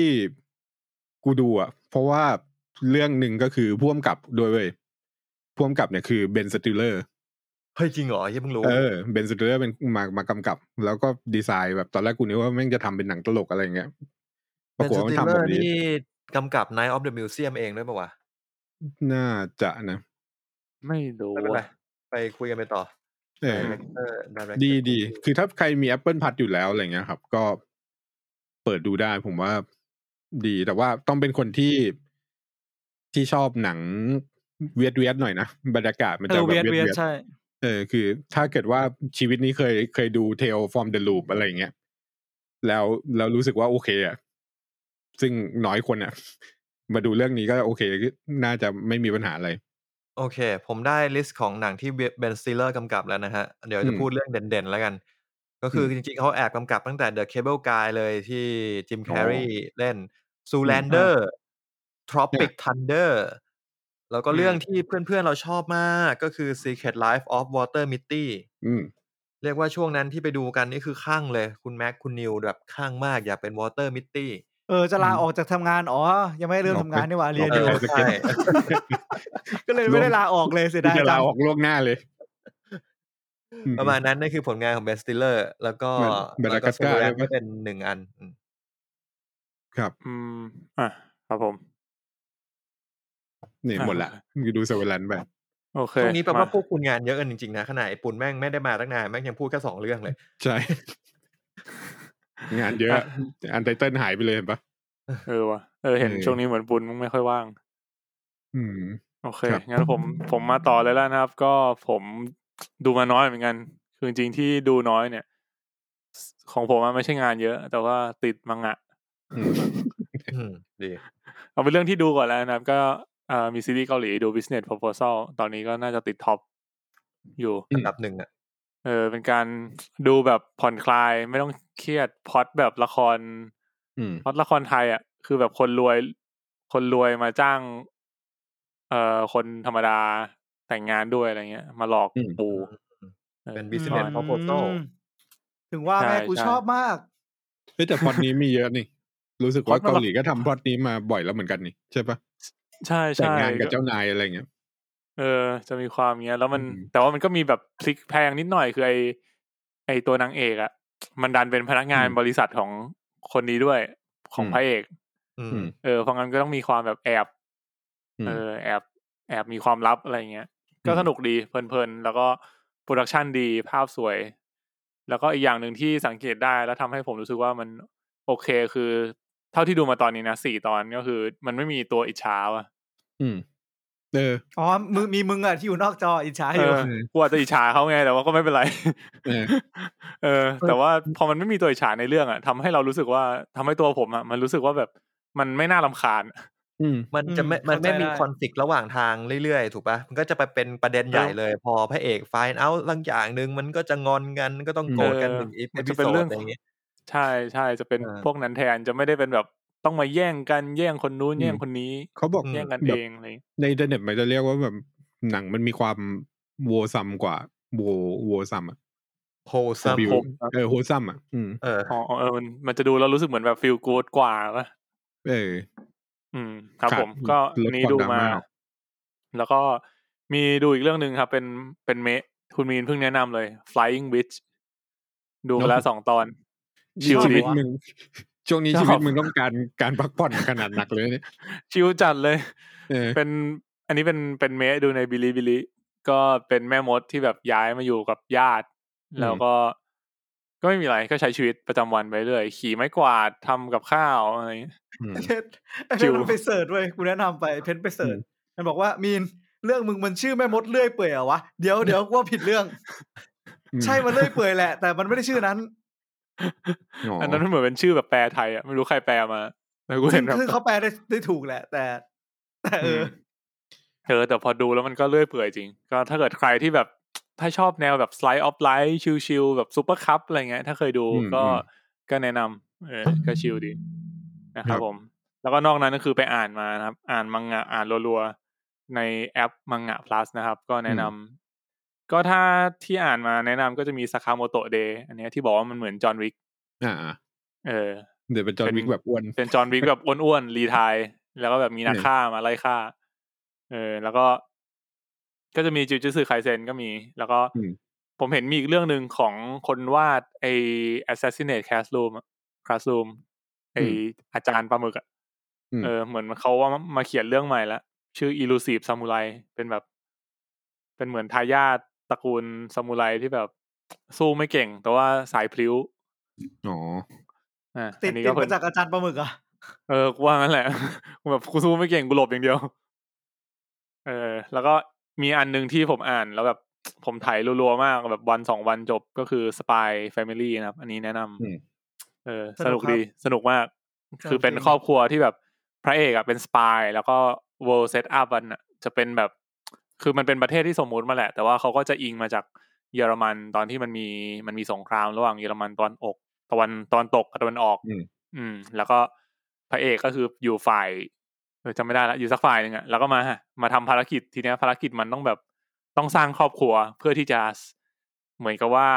Speaker 5: กูดูอ่ะ เพราะว่าเรื่องหนึ่งก็คือพ่วมกับด้วยเว้ยพ่วมกับเนี่ยคือเบนสติลเลอร์
Speaker 3: เฮ้ยจริงเหรอเฮ้ยเพิ่งรู้
Speaker 5: เออเบนสติลเลอร์เป็นมามากำกับ แล้วก็ดีไซน์แบบตอนแรกกูนึกว่าแม่งจะทำเป็นหนังตลกอะไรเงี้ยปรา
Speaker 3: เป็น
Speaker 5: กฏ
Speaker 3: ส
Speaker 5: ว่ามัน
Speaker 3: ติลเลอ
Speaker 5: ทำแบบ
Speaker 3: ร์
Speaker 5: นี้
Speaker 3: นี่กำกับ Night of the Museum เองด้วยปะวะ
Speaker 5: น่าจะนะ
Speaker 2: ไม่รู้
Speaker 3: ไม่เป็นไร
Speaker 2: อะ
Speaker 3: ไปคุยกันไปต่อ
Speaker 5: เออ
Speaker 2: ม
Speaker 3: Director Director
Speaker 5: ดีดี คือถ้าใครมี Apple p a t อยู่แล้วอะไรเงี้ยครับ ก็เปิดดูได้ผมว่าดี แต่ว่าต้องเป็นคนที่ที่ชอบหนังเวียดเวียดๆหน่อยนะ บรรยากาศมัน
Speaker 4: เอ
Speaker 5: จะ
Speaker 4: อ
Speaker 5: แบบ
Speaker 4: เวียด
Speaker 5: เวี
Speaker 4: เวี
Speaker 5: ยด
Speaker 4: ยด
Speaker 5: เวียด
Speaker 4: ใช่
Speaker 5: เออคือ ถ้าเกิดว่าชีวิตนี้เคยเคยดู Tale from the Loop อะไรเงี้ย แล้วแล้วรู้สึกว่าโอเคอ่ะ ซึ่งน้อยคนอ่ะ มาดูเรื่องนี้ก็โอเค น่าจะไม่มีปัญหาอะไร
Speaker 3: โอเค ผมได้ลิสต์ของหนังที่เบนสติลเลอร์กำกับแล้วนะฮะ เดี๋ยวจะ
Speaker 5: อืม
Speaker 3: พูดเรื่องเด่นๆแล้วกัน ก็คืออจริงๆเขาแอบกำกับตั้งแต่ The Cable Guy เลยที่จิมแคร์รีเล่น Zoolander Tropic Thunder แล้วก็เรื่อง
Speaker 2: อืม
Speaker 3: ที่เพื่อนๆเราชอบมากก็คือ Secret Life of Walter Mitty
Speaker 5: อืม
Speaker 3: เรียกว่าช่วงนั้นที่ไปดูกันนี่คือข้างเลย คุณแม็กคุณนิวแบบข้างมากอยากเป็น Walter Mitty
Speaker 4: เออจะลาออกจากทำงานอ๋อ ยังไม่ได้เริ่มทำงานนี่หว่าเรียนอยู่
Speaker 5: เออ
Speaker 3: ใช่
Speaker 4: ก็เลยไม่ได้ลาออกเลยเสียดาย
Speaker 5: จะลา
Speaker 4: จัง
Speaker 5: ออกล่วงหน้าเลย
Speaker 3: ประมาณนั้นนั่นคือผลงานของเบนสติลเลอร์ แล้วก็
Speaker 5: เหมือน Madagascar
Speaker 3: แล
Speaker 5: ใช่
Speaker 3: ว
Speaker 5: ไหม
Speaker 3: ก็เป็นหนึ่งอันอืม
Speaker 5: ครับ
Speaker 2: อืมอ่ะครับผม
Speaker 5: นี่
Speaker 2: อ่ะ
Speaker 5: หมดละมึงดูเซเวลันไป
Speaker 2: โอเค
Speaker 3: ช่วงนี้แปล
Speaker 2: ม
Speaker 3: ว่าพวกคุณงานเยอะกันจริงๆนะขนาดไอ้ปุ่นแม่งไม่ได้มาตั้งนานแม่งยังพูดแค่สองเรื่องเลย
Speaker 5: ใช่ งานเยอะ อันไตเติ้ลหายไปเลยเห็นปะ
Speaker 2: เออว่ะเออเห็น
Speaker 5: เออ
Speaker 2: ช่วงนี้เหมือนบุญมึงไม่ค่อยว่าง
Speaker 5: อืม
Speaker 2: โอเค
Speaker 5: ครับ
Speaker 2: งั้นผมผมมาต่อเลยแล้วนะครับ ก็ผมดูมาน้อยเหมือนกัน คือจริงๆที่ดูน้อยเนี่ย ของผมมันไม่ใช่งานเยอะ แต่ว่าติดมังงะ
Speaker 5: อืม
Speaker 3: อืมดี
Speaker 2: เอาเป็นเรื่องที่ดูก่อนแล้วนะครับ ก็เอ่อมีซีรีส์เกาหลีดู Business Proposal ตอนนี้ก็น่าจะติดท็อปอยู่
Speaker 3: อันดับหนึ่งอ่ะ
Speaker 2: เออเป็นการดูแบบผ่อนคลายไม่ต้องเครียดพล็อดแบบละคร
Speaker 5: อืม
Speaker 2: เพราะละครไทยอ่ะคือแบบคนรวย คนรวยมาจ้าง เอ่อคนธรรมดาแต่งงานด้วยอะไรเงี้ย มาหลอกปู่ออ
Speaker 3: เป็น
Speaker 4: อืม
Speaker 3: business
Speaker 2: ประมาณ
Speaker 3: proposal
Speaker 4: ถึงว่าแม่กู
Speaker 2: ใช่
Speaker 4: ชอบมาก
Speaker 5: เฮ้ยแต่พล็อดนี้มีเยอะนี่ รู้สึกว่า
Speaker 2: พล็อตมัน
Speaker 5: เกาหลีก็ทำพล็อดนี้มาบ่อยแล้วเหมือนกันนี่ใช่ปะ
Speaker 2: ใช่
Speaker 5: แต่ง
Speaker 2: ใช่
Speaker 5: งานกับเจ้านายอะไรเงี้ย
Speaker 2: เออ จะมีความเงี้ย แล้วมัน
Speaker 5: อืม
Speaker 2: แต่ว่ามันก็มีแบบพลิกแพลงนิดหน่อยคือไอไอตัวนางเอกอ่ะ มันดันเป็นพนักงานบริษัทของคนนี้ด้วยของพระเอก
Speaker 3: อืม
Speaker 5: อืม
Speaker 2: เออเพราะงั้นก็ต้องมีความแบบแอบ
Speaker 5: อืม
Speaker 2: เออแอบแอบมีความลับอะไรเงี้ย ก็
Speaker 5: อืม
Speaker 2: สนุกดีเพลินๆ แล้วก็โปรดักชันดีภาพสวย แล้วก็อีกอย่างหนึ่งที่สังเกตได้แล้วทำให้ผมรู้สึกว่ามันโอเคคือ เท่าที่ดูมาตอนนี้นะสี่ตอนก็คือ มันไม่มีตัวอิจฉาว่ะ
Speaker 5: อืมเออ
Speaker 4: อ๋อมึงมีมึงอ่ะที่อยู่นอกจออิจฉาอยู่
Speaker 2: เออ กูอาจจะอิจฉาเขาไงแต่ว่าก็ไม่เป็นไร
Speaker 5: เออ
Speaker 2: เออ แต่ว่าพอมันไม่มีตัวอิจฉาในเรื่องอะทำให้เรารู้สึกว่าทำให้ตัวผมอะมันรู้สึกว่าแบบมันไม่น่าลำคาญ
Speaker 5: อืม
Speaker 3: มันจะไม่
Speaker 4: อืม
Speaker 3: มันไม่
Speaker 4: เข้าใจ
Speaker 3: มี
Speaker 4: ได้
Speaker 3: คอนฟ lict ระหว่างทางเรื่อยๆ ถูกปะมันก็จะไปเป็นประเด็นใหญ่
Speaker 2: เออ
Speaker 3: เลย พอพระเอก find out บางอย่างหนึ่งมันก็จะงอนกันก็ต้องโกรธกัน
Speaker 2: เออ
Speaker 3: ถึงอี
Speaker 2: มัน
Speaker 3: พิ
Speaker 2: จะ
Speaker 3: โซ
Speaker 2: เป็น
Speaker 3: ด
Speaker 2: เรื่อง
Speaker 3: อะไรอย่างเงี้ย
Speaker 2: ใช่ใช่จะเป็น
Speaker 3: อ่า
Speaker 2: พวกนั้นแทนจะไม่ได้เป็นแบบต้องมาแย่งกันแย่งคนนู้น
Speaker 5: อืม
Speaker 2: แย่งคนนี้
Speaker 5: เขาบอก
Speaker 3: อืม
Speaker 2: แย่งกัน
Speaker 5: แบ
Speaker 2: เอบ งอะไรอย่างเลย
Speaker 5: ในอินเทอร์เน็ตมันจะเรียกว่าแบบหนังมันมีความโวซัมกว่าโวโวซัมอ่ะ
Speaker 3: โฮซัม
Speaker 5: บิว เออโฮซัมอ่ะ อืม
Speaker 3: เออ
Speaker 2: อ๋อเออมันมันจะดูแล้วรู้สึกเหมือนแบบฟิลกูดกว่าปะ
Speaker 5: เออ
Speaker 2: อืม ครับ
Speaker 5: ครับ
Speaker 2: ผมก็
Speaker 5: ลด
Speaker 2: อันนี้
Speaker 5: ความ
Speaker 2: ดู
Speaker 5: ดราม่า
Speaker 2: มา แล้วก็มีดูอีกเรื่องหนึ่งครับ เป็นเป็นเมะคุณมีนเพิ่งแนะนำเลย Flying Witch ดูไปแล้วสองตอน ชิล
Speaker 5: ชี
Speaker 2: ดิ
Speaker 5: วิตมึง ช่วงนี้
Speaker 2: ชอบ
Speaker 5: ชีวิตมึงต้องการการพักผ่อนขนาดหนักเลยเนี่ย
Speaker 2: ชิลจัดเลย
Speaker 5: เออ
Speaker 2: เป็นอันนี้เป็นเป็นเมะดูในบิลิบิลิก็เป็นแม่มดที่แบบย้ายมาอยู่กับญาติ
Speaker 5: อืม
Speaker 2: แล้วก็ ก็ไม่มีอะไรก็ใช้ชีวิตประจำวันไปเรื่อยขี่ไม้กวาดทำกับข้าวอะไรอย่างเงี้ย
Speaker 5: อื ม
Speaker 4: เพชรไอ้
Speaker 2: จิ๋
Speaker 4: เพชร
Speaker 2: ว
Speaker 4: มันไปเสิร์ชเว้ยกูแนะนำ ไปเพชรไปเสิร์ช
Speaker 5: อืม
Speaker 4: มันบอกว่ามีนเรื่องมึงมันชื่อแม่มดเลื่อยเปื่อยเหรอวะเดี๋ ยวเดี๋ยวกูว่าผิดเรื่อง ใช่มันเลื่อยเปื่อยแหละแต่มันไม่ได้ชื่อนั้น
Speaker 5: อ๋อ
Speaker 2: อั
Speaker 5: อั
Speaker 2: นนั้นมันเหมือนเป็นชื่อแบบแปลไทยอ่ะไม่รู้ใครแปลมาแต่กู
Speaker 4: ซึ่
Speaker 2: เห็
Speaker 4: ง
Speaker 2: นแบบ
Speaker 4: คือเขาแปลได้ได้ถูกแหละ แต่ แต่เอออ
Speaker 2: เออแต่พอดูแล้วมันก็เลื่อยเปื่อยจริง ก็ถ้าเกิดใครที่แบบถ้าชอบแนวแบบ slide of life ชิลๆแบบซูเปอร์คัพอะไรเงี้ย ถ้าเคยดูก็ก็แนะนำเออก็ชิลดีนะครับผม แล้วก็นอกนั้นก็คือไปอ่านมานะครับ อ่านมังงะอ่านรัวๆในแอปมังงะ plus นะครับ ก็แนะนำก็ถ้าที่อ่านมาแนะนำก็จะมีซาคาโมโตะเดย์อันเนี้ยที่บอกว่ามันเหมือนจอห์นวิก
Speaker 5: อ่า
Speaker 2: เออ
Speaker 5: ๆเดี๋ยวเป็นจอห์น
Speaker 2: เป็น
Speaker 5: วิกแบบอ้วน
Speaker 2: เป็นจอห์นวิกแบบอ้วนๆรีไทายแล้วก็แบบมีนัก
Speaker 5: เนี่ย
Speaker 2: ฆ่ามาไล่ฆ่า เออ แล้วก็ ก็จะมีจิวจิสึไคเซนก็มี แล้วก็ผมเห็นมีอีกเรื่องหนึ่งของคนวาดไอ assassinate classroom อะ classroom ไออาจารย์ปลาหมึกอะ
Speaker 5: อืม
Speaker 2: เออ เหมือนเขาว่ามาเขียนเรื่องใหม่ละชื่อ elusive samurai เป็นแบบ เป็นเหมือนทายาทตระกูลซามูไรที่แบบสู้ไม่เก่ง แต่ว่าสายพลิ้ว
Speaker 5: อ๋อ
Speaker 2: อ่ะ
Speaker 4: ติ
Speaker 2: อั
Speaker 4: ด
Speaker 2: นนี้
Speaker 4: ติ
Speaker 2: ก็
Speaker 4: ด
Speaker 2: เพิ่
Speaker 4: มาง จากอาจารย์ปลาหมึกอ่ะ
Speaker 2: เออกูว่างั้นแหละ กูแบบกูสู้ไม่เก่งกูหลบอย่างเดียว เออ แล้วก็มีอันหนึ่งที่ผมอ่านแล้วแบบ ผมถ่ายรัวๆมากแบบวันสองวันจบก็คือ Spy Family นะครับ อันนี้แนะนำ
Speaker 5: อืม
Speaker 2: เออ สนุกดีสนุกมาก คือเป็นค
Speaker 4: อ
Speaker 2: รอบครัวที่แบบพระเอกอะเป็นสปายแล้วก็เวิลด์เซตอัพมันอะจะเป็นแบบ คือมันเป็นประเทศที่สมมุติมาแหละ แต่ว่าเขาก็จะอิงมาจากเยอรมันตอนที่มันมีมันมีสงครามระหว่างเยอรมันตอนอก ตะวันตอนตกกับตะวันออก
Speaker 5: อืม
Speaker 2: อืม แล้วก็พระเอกก็คืออยู่ฝ่ายเออจำไม่ได้ละอยู่สักฝ่ายหนึ่งอะแล้วก็มามาทำภารกิจทีเนี้ยภารกิจมันต้องแบบต้องสร้างครอบครัวเพื่อที่จะเหมือนกับว่า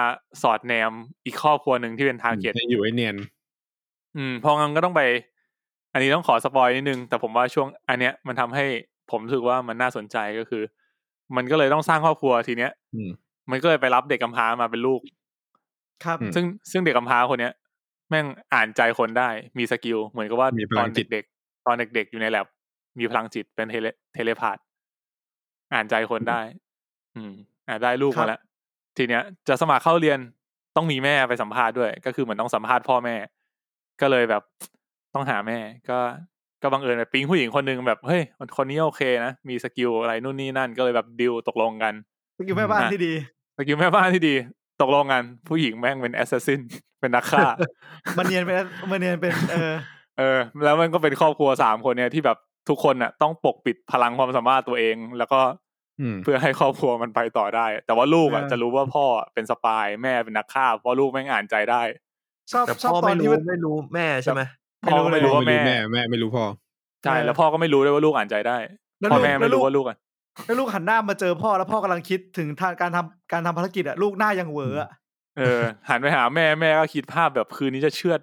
Speaker 2: สอดแนมอีกครอบครัวหนึ่งที่เป็นทาร์เก็ต
Speaker 5: จะอยู่ไอเนียน
Speaker 2: อืมเพองั้นก็ต้องไป อันนี้ต้องขอสปอยนิดนึง แต่ผมว่าช่วงอันเนี้ยมันทำให้ผมรู้สึกว่ามันน่าสนใจก็คือ มันก็เลยต้องสร้างครอบครัวทีเนี้ย
Speaker 5: อืม
Speaker 2: มันก็เลยไปรับเด็กกำพร้ามาเป็นลูก
Speaker 4: ครับ
Speaker 5: อืม
Speaker 2: ซึ่งซึ่งเด็กกำพร้าคนเนี้ย แม่งอ่านใจคนได้มีสกิล เหมือนกับว่า
Speaker 5: มีพ
Speaker 2: ต
Speaker 5: ลั
Speaker 2: อน
Speaker 5: งจิต
Speaker 2: เด็กๆตอนเด็กๆอยู่ในแลบมีพลังจิตเป็นเทเลเทเลพาธอ่านใจคนได้ อืม อ่าได้ลูก
Speaker 4: ครั
Speaker 2: มา
Speaker 4: บ
Speaker 2: แล้วทีเนี้ย จะสมัครเข้าเรียนต้องมีแม่ไปสัมภาษณ์ด้วย ก็คือเหมือนต้องสัมภาษณ์พ่อแม่ ก็เลยแบบต้องหาแม่ ก็ก็บังเอิญไปปิ๊งผู้หญิงคนหนึงแบบเฮ้ยคนนี้โอเคนะมีสกิลอะไรนู่นนี่นั่น ก็เลยแบบดิวตกลงกัน
Speaker 4: สกิลแม่บ้านที่ดี
Speaker 2: สกิลแม่บ้านที่ดี ตกลงกัน ผู้หญิงแม่งเป็นแอสซัสซิน เป็นนัก ฆ่า
Speaker 4: มันเนียนเป็นมันเนียนเป็นเออ
Speaker 2: เออ แล้วมันก็เป็นครอบครัวสามคนเนี่ยที่แบบทุกคนน่ะ ต้องปกปิดพลังความสามารถตัวเอง แล้วก็
Speaker 5: อืม
Speaker 2: เพื่อให้ครอบครัวมันไปต่อได้ แต่ว่าลูกอ่ะ
Speaker 4: เออ
Speaker 2: จะรู้ว่าพ่อเป็นสปายแม่เป็นนักฆ่า เพราะลูกแม่งอ่านใจได้
Speaker 4: ชอบ
Speaker 3: แต่
Speaker 4: ชอบ
Speaker 3: พ่อ
Speaker 4: ตอ
Speaker 3: ไม่
Speaker 4: นที่
Speaker 3: รู้
Speaker 4: มัน
Speaker 3: ไม่รู้แม่ใช่ไหม
Speaker 2: พ่อก็ไม่รู้ว่า
Speaker 5: ไม่
Speaker 2: แม่
Speaker 5: รู้แม่แม่ไม่รู้พ่อ
Speaker 2: ใช่
Speaker 4: เออ
Speaker 2: แล้วพ่อก็ไม่รู้ด้วยว่าลูกอ่านใจได้
Speaker 4: แล้ว
Speaker 2: พ่อ
Speaker 4: ลูก
Speaker 2: แม่
Speaker 4: แล้
Speaker 2: ไม่
Speaker 4: วลู
Speaker 2: รู้
Speaker 4: ก
Speaker 2: ว่าลูกอ่ะ
Speaker 4: แล้วลูกหันหน้ามาเจอพ่อแล้วพ่อกำลังคิดถึงทางการทำการทำภารกิจอะลูกหน้ายังเหวออะ
Speaker 2: เออ หันไปหาแม่แม่ก็คิดภาพแบบคืนนี้จะเชือด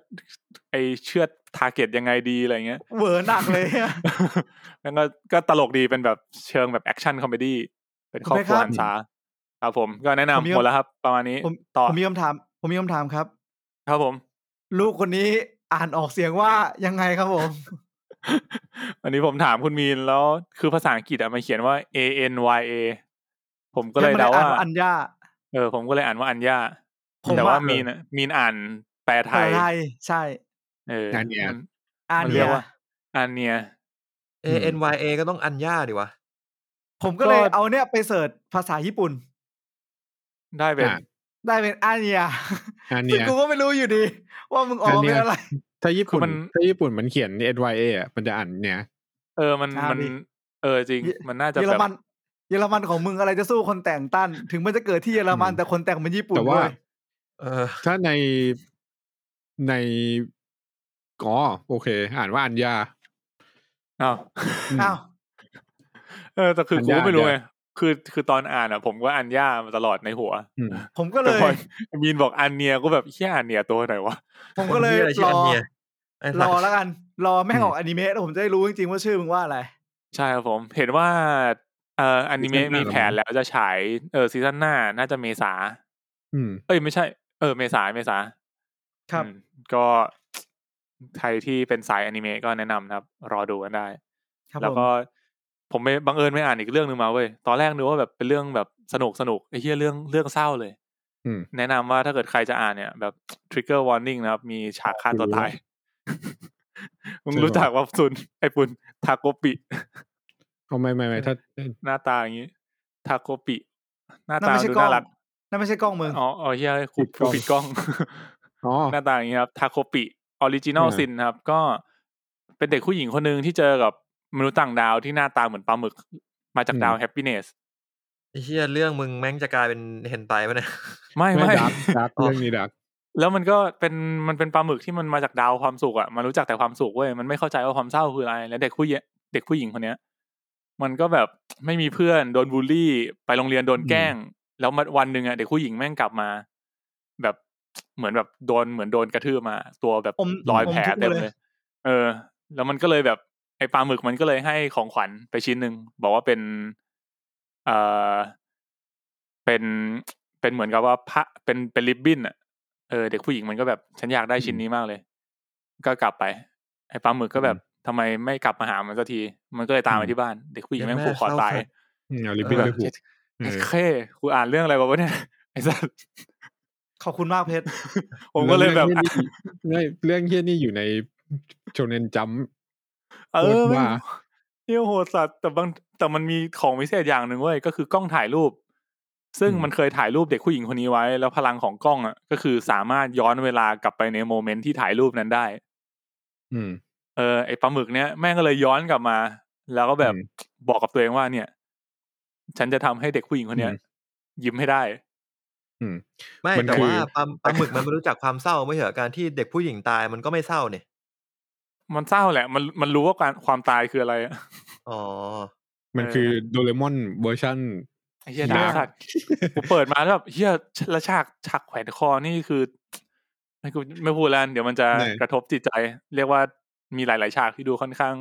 Speaker 2: ไอเชือดทาร์เก็ตยังไงดีอะไรเงี้ย
Speaker 4: เหวอหนักเลยอะ
Speaker 2: นั่นก็ก็ตลกดีเป็นแบบเชิงแบบแอคชั่นคอมเมดี้เป็นครอบครัวหันษาครับผมก็แนะ
Speaker 4: ผมมี
Speaker 2: นำหมดแล้วครับ ประมาณนี้
Speaker 4: ผม
Speaker 2: ต่อ
Speaker 4: ผมมีคำถาม ผมมีคำถามครับ
Speaker 2: ครับผม
Speaker 4: ลูกคนนี้อ่านออกเสียงว่ายังไงครับผม
Speaker 2: อันนี้ผมถามคุณมีนแล้วคือภาษาอังกฤษอะมันเขียนว่า A N Y A ผมก็เลย
Speaker 4: งไม่
Speaker 2: เดา
Speaker 4: ได้อ่
Speaker 2: ว่า
Speaker 4: นอัญญา
Speaker 2: เออ ผมก็เลยอ่านว่าอัญญา
Speaker 4: ผม
Speaker 2: แต่ว่า
Speaker 4: อ่าน
Speaker 2: มีนอะมีนอ่านแปลไท
Speaker 4: ไทย
Speaker 2: ย
Speaker 4: ใช่
Speaker 2: เออ
Speaker 5: อันเนี้ย
Speaker 2: มั
Speaker 4: อ่าน
Speaker 2: มัน
Speaker 4: เนี่
Speaker 2: เรีย
Speaker 4: ย
Speaker 2: กว่าอันเนีย
Speaker 3: เอ N Y A ก็ต้องอัญญาดิวะ
Speaker 4: ผมก็เลย
Speaker 2: ก็
Speaker 4: เอาเนี่ยไปเสิร์ชภาษาญี่ปุ่น
Speaker 2: ได้เป็น
Speaker 5: อ่ะ
Speaker 4: ได้เป็นอันเนีย
Speaker 5: อัน
Speaker 4: ซึ่ง
Speaker 5: เนี้ย
Speaker 4: กูก็ไม่รู้อยู่ดี ว่ามึงออกมาเป็นอะไร
Speaker 5: ถ้าญี่ปุ่
Speaker 2: คื
Speaker 5: น
Speaker 2: อมัน
Speaker 5: ถ้าญี่ปุ่นมันเขียน S Y A อ่ะมันจะอ่านเนี่ย
Speaker 2: เออมัน
Speaker 4: อ่า
Speaker 2: มัน
Speaker 4: ดิ
Speaker 2: เออจริง มันน่าจะ
Speaker 4: เยอ
Speaker 2: แบ
Speaker 4: ร
Speaker 2: บ
Speaker 4: มัน เยอรมันของมึงอะไรจะสู้คนแต่งตั้น ถึงมันจะเกิดที่เยอรมัน
Speaker 5: อืม
Speaker 4: แต่คนแต่งเป็นญี่ปุ่น
Speaker 5: แต่ว่า
Speaker 4: เย
Speaker 3: เออ
Speaker 5: ถ้าในในอ๋อโอเค อ่านว่าอัญญา
Speaker 2: อ้าว
Speaker 5: ม
Speaker 4: อ้าว
Speaker 2: เออแต่คือกู
Speaker 5: อัญญา
Speaker 2: ไม่รู้
Speaker 5: อัญ
Speaker 2: ไง
Speaker 5: ญา
Speaker 2: คือคือตอนอ่านอ่ะ ผมก็อันย่ามาตลอดในหัว
Speaker 5: อืม
Speaker 4: ผมก็เล
Speaker 2: แต่
Speaker 4: ย
Speaker 2: พอ มีนบอกอันเนียก็แบบแค่อันเนียตัวไหนวะ
Speaker 4: ผมก็เลย
Speaker 3: คนที่อะไรชื่
Speaker 4: ร
Speaker 3: อ
Speaker 4: อ
Speaker 3: อันเนียไอ้
Speaker 4: ร
Speaker 3: สัต
Speaker 4: อ
Speaker 3: ว์
Speaker 4: แล้วกัน รอแม่ง
Speaker 5: อืม
Speaker 4: ออกอนิเมะแล้วผมจะได้รู้จริงๆว่าชื่อมึงว่าอะไร
Speaker 2: ใช่ครับผม เห็นว่าเอ่ออนิเมะ
Speaker 5: ซีซั่นหน้า
Speaker 2: มีแผนแล้วจะฉายเออซีซั่นหน้าน่าจะเมษา
Speaker 5: อืม
Speaker 2: เอ้ยไม่ใช่เออเมษาเมษา
Speaker 4: ครับ
Speaker 2: อืมก็ใครที่เป็นสายอนิเมะก็แนะนำนะครับ รอดูกันได้
Speaker 4: ครับ
Speaker 2: แล้ว
Speaker 4: ผม
Speaker 2: ก็ผมไปบังเอิญไม่อ่านอีกเรื่องหนึ่งมาเว้ยตอนแรกนึกว่าแบบเป็นเรื่องแบบสนุกสนุกไอ้เหี้ยเรื่องเรื่องเศร้าเลย
Speaker 5: อืม
Speaker 2: แนะนำว่าถ้าเกิดใครจะอ่านเนี่ยแบบ trigger warning นะครับ มีฉากฆ่าตัวตาย มึง
Speaker 5: จริงเหรอ
Speaker 2: รู้จักว่าซุน ไอ้ปุนทาโกปิ
Speaker 5: เอาไม่ไม่ไม่ถ้า
Speaker 2: หน้าตาอย่างนี้ทาโกปิ หน้า
Speaker 4: นั่น
Speaker 2: ตา
Speaker 4: ไม่ใช่
Speaker 2: ดู
Speaker 4: กล้อ
Speaker 2: น่าง รัก
Speaker 4: นั่นไม่ใช่กล้องมึง
Speaker 2: อ๋ออ๋อเฮียกู
Speaker 5: ผิดก
Speaker 2: กู
Speaker 5: ล้อง
Speaker 2: ผิดกล้อง
Speaker 5: อ๋อ
Speaker 2: หน้าตาอย่างนี้ครับทาโกปิออริจินอล
Speaker 5: อ่า
Speaker 2: ซินครับ ก็เป็นเด็กผู้หญิงคนหนึ่งที่เจอกับมนุษย์ต่างดาวที่หน้าตาเหมือนปลาหมึก มาจากดาวแฮปปี้เนส
Speaker 3: ไอ้เชี่ยเรื่องมึงแม่งจะกลายเป็นเห็นไตปะเนี่ย
Speaker 2: ไม่ไม่
Speaker 5: ดักดักเรื่องนี้ดัก
Speaker 2: แล้วมันก็เป็นมันเป็นปลาหมึกที่มันมาจากดาวความสุขอ่ะมันรู้จักแต่ความสุขเว้ยมันไม่เข้าใจว่าความเศร้าคืออะไร แล้วเด็กผู้หญิงเด็กผู้หญิงคนเนี้ย มันก็แบบไม่มีเพื่อนโดนบูลลี่ ไปโรงเรียนโดนแกล้ง แล้วมันวันหนึ่งอ่ะเด็กผู้หญิงแม่งกลับมา แบบเหมือนแบบโดนเหมือนโดนกระทืบมา ตัวแบบ
Speaker 4: อม
Speaker 2: รอยแผล
Speaker 4: อมทุกข์
Speaker 2: เต็ม
Speaker 4: มาเลย
Speaker 2: เลย เออ แล้วมันก็เลยแบบไอ้ปลาหมึกมันก็เลยให้ของขวัญไปชิ้นหนึ่งบอกว่าเป็น เอ่อเป็นเป็นเหมือนกับว่าพระเป็นเป็นริบบิ้นอ่ะ เออเด็กผู้หญิงมันก็แบบฉันอยากได้ชิ้นนี้มากเลย ก็กลับไป ไอ้ปลาหมึกก็แบบทำไมไม่กลับมาหามันสักที มันก็เลยตามไป
Speaker 5: อืม
Speaker 2: ที่บ้าน เด็กผู้หญิง
Speaker 3: เย็
Speaker 2: แม่ง
Speaker 3: นแม่
Speaker 2: ผูกคอ
Speaker 3: เศร้า
Speaker 2: ตาย
Speaker 3: จัด
Speaker 5: อืมเอาลิบบิ้น
Speaker 3: เออ
Speaker 5: ไปผูกเอ
Speaker 2: ไอ้
Speaker 5: อ
Speaker 2: เคกูอ่านเรื่องอะไรมาวะเนี่ย ไอ้สัส
Speaker 4: ขอบคุณมากเพชร
Speaker 2: ผมก็เลยแบบ
Speaker 5: เรื่องเหี้ยนี่ไม่เรื่องเฮี้ยนี่อยู่ในโชเนนจัม
Speaker 2: เออ
Speaker 5: โหดว่ะ
Speaker 2: เที่ยวโหดสัตว์แต่บางแต่มันมีของพิเศษอย่างหนึ่งเว้ยก็คือกล้องถ่ายรูป ซึ่งมันเคยถ่ายรูปเด็กผู้หญิงคนนี้ไว้ แล้วพลังของกล้องอ่ะก็คือสามารถย้อนเวลากลับไปในโมเมนต์ที่ถ่ายรูปนั้นได้
Speaker 5: อืม
Speaker 2: เออไอปลาหมึกเนี้ยแม่งก็เลยย้อนกลับมา แล้วก็แบบ
Speaker 5: อืม
Speaker 2: บอกกับตัวเองว่าเนี่ย ฉันจะทำให้เด็กผู้หญิงคนเนี้ย
Speaker 5: อืม
Speaker 2: ยิ้มให้ได้
Speaker 5: อืม
Speaker 3: ไม่
Speaker 5: มัน
Speaker 3: แต่
Speaker 5: คือ
Speaker 3: ว่าปลาปลาหมึกมันไม่รู้จักความเศร้าไม่เหรอการที่เด็กผู้หญิงตายมันก็ไม่เศร้าเนี่ย
Speaker 2: มันเศร้าแหละ มันมันรู้ว่าการความตายคืออะไรอะ
Speaker 3: อ๋อ
Speaker 5: มัน
Speaker 2: เออ
Speaker 5: คือโดเรมอนเวอร์ชั่น
Speaker 2: ไอ้เฮีย
Speaker 5: ยา
Speaker 2: ดาก สัตว์กูเปิดมาแล้วแบบเฮียและฉากฉากแขวนคอนี่คือ ไม่กูไม่พูดแล้วเดี๋ยวมันจะ
Speaker 5: ไหน
Speaker 2: กระทบจิตใจ เรียกว่า มีหลาย ๆ ฉากที่ดูค่อนข้าง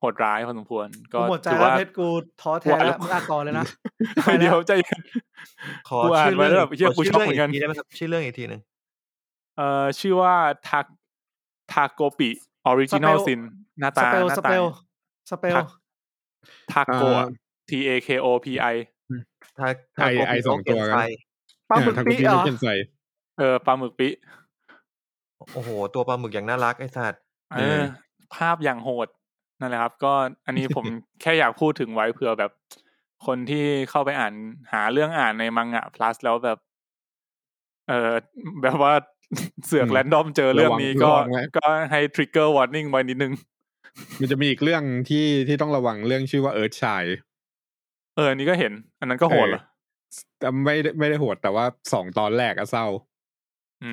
Speaker 2: โหดร้ายพอสมควร ก็
Speaker 4: กูหมดใจ
Speaker 2: ถือ
Speaker 4: แล้ว
Speaker 2: ว่า
Speaker 4: เพชรกูท้อแท้
Speaker 2: ว่าแล้
Speaker 4: แล้ว
Speaker 2: ว
Speaker 4: มึงอ่านต่อเลยนะ ไปแล้ว
Speaker 2: เดี๋ยวใจเย็น
Speaker 3: ขอ
Speaker 2: กูอ่าน
Speaker 3: ชื่อเรื่อง
Speaker 2: ไว้แล้วแบบเหี้ย
Speaker 3: ข
Speaker 2: กู
Speaker 3: ชื่
Speaker 2: ช็อกเหมือนกัน
Speaker 3: ทีได้ไหมครับชื่อเรื่องอีกทีหนึ่ง
Speaker 2: เอ่อชื่อว่าทาทาโกปิออริจินอล
Speaker 4: Spell
Speaker 2: ซินหน้า
Speaker 4: ส
Speaker 2: ตา
Speaker 4: เปล
Speaker 2: หน้า
Speaker 4: สเป
Speaker 2: ตา
Speaker 4: ลสเปล
Speaker 2: ทาทาโกะ T A K O P I
Speaker 3: ถ้า
Speaker 5: ไอ้ไอ้สองตัวกัน
Speaker 3: ไ
Speaker 4: ปลาหมึก
Speaker 5: ทาโก
Speaker 4: ปี
Speaker 5: ปิ
Speaker 4: เหรอ
Speaker 5: เคนไซ
Speaker 2: เออปลาหมึกปิ
Speaker 3: โอ้โห ตัวปลาหมึกอย่างน่ารักไอ้สัตว์
Speaker 2: เอ
Speaker 5: เอ
Speaker 2: อ
Speaker 5: อ
Speaker 2: ภาพอย่างโหดนั่นแหละครับ ก็อันนี้ ผม แค่อยากพูดถึงไว้เผื่อแบบ คนที่เข้าไปอ่านหาเรื่องอ่านในมังงะ plus แล้วแบบ เออแบบว่า เสือก
Speaker 5: อืม
Speaker 2: แรนดอมเจอเรื่องนี้
Speaker 5: ระ
Speaker 2: ก็
Speaker 5: วังระวังไว้
Speaker 2: ก็ให้ trigger warning ไว้นิดนึง
Speaker 5: มันจะมีอีกเรื่องที่ที่ต้องระวังเรื่องชื่อว่าเอิร์ธชาย
Speaker 2: เอออันนี้ก็เห็น อันนั้นก็โหดเหรอ
Speaker 5: แต่ไม่ได้ไม่ได้โหดแต่ว่าสองตอนแรกอะเศร้า
Speaker 2: อื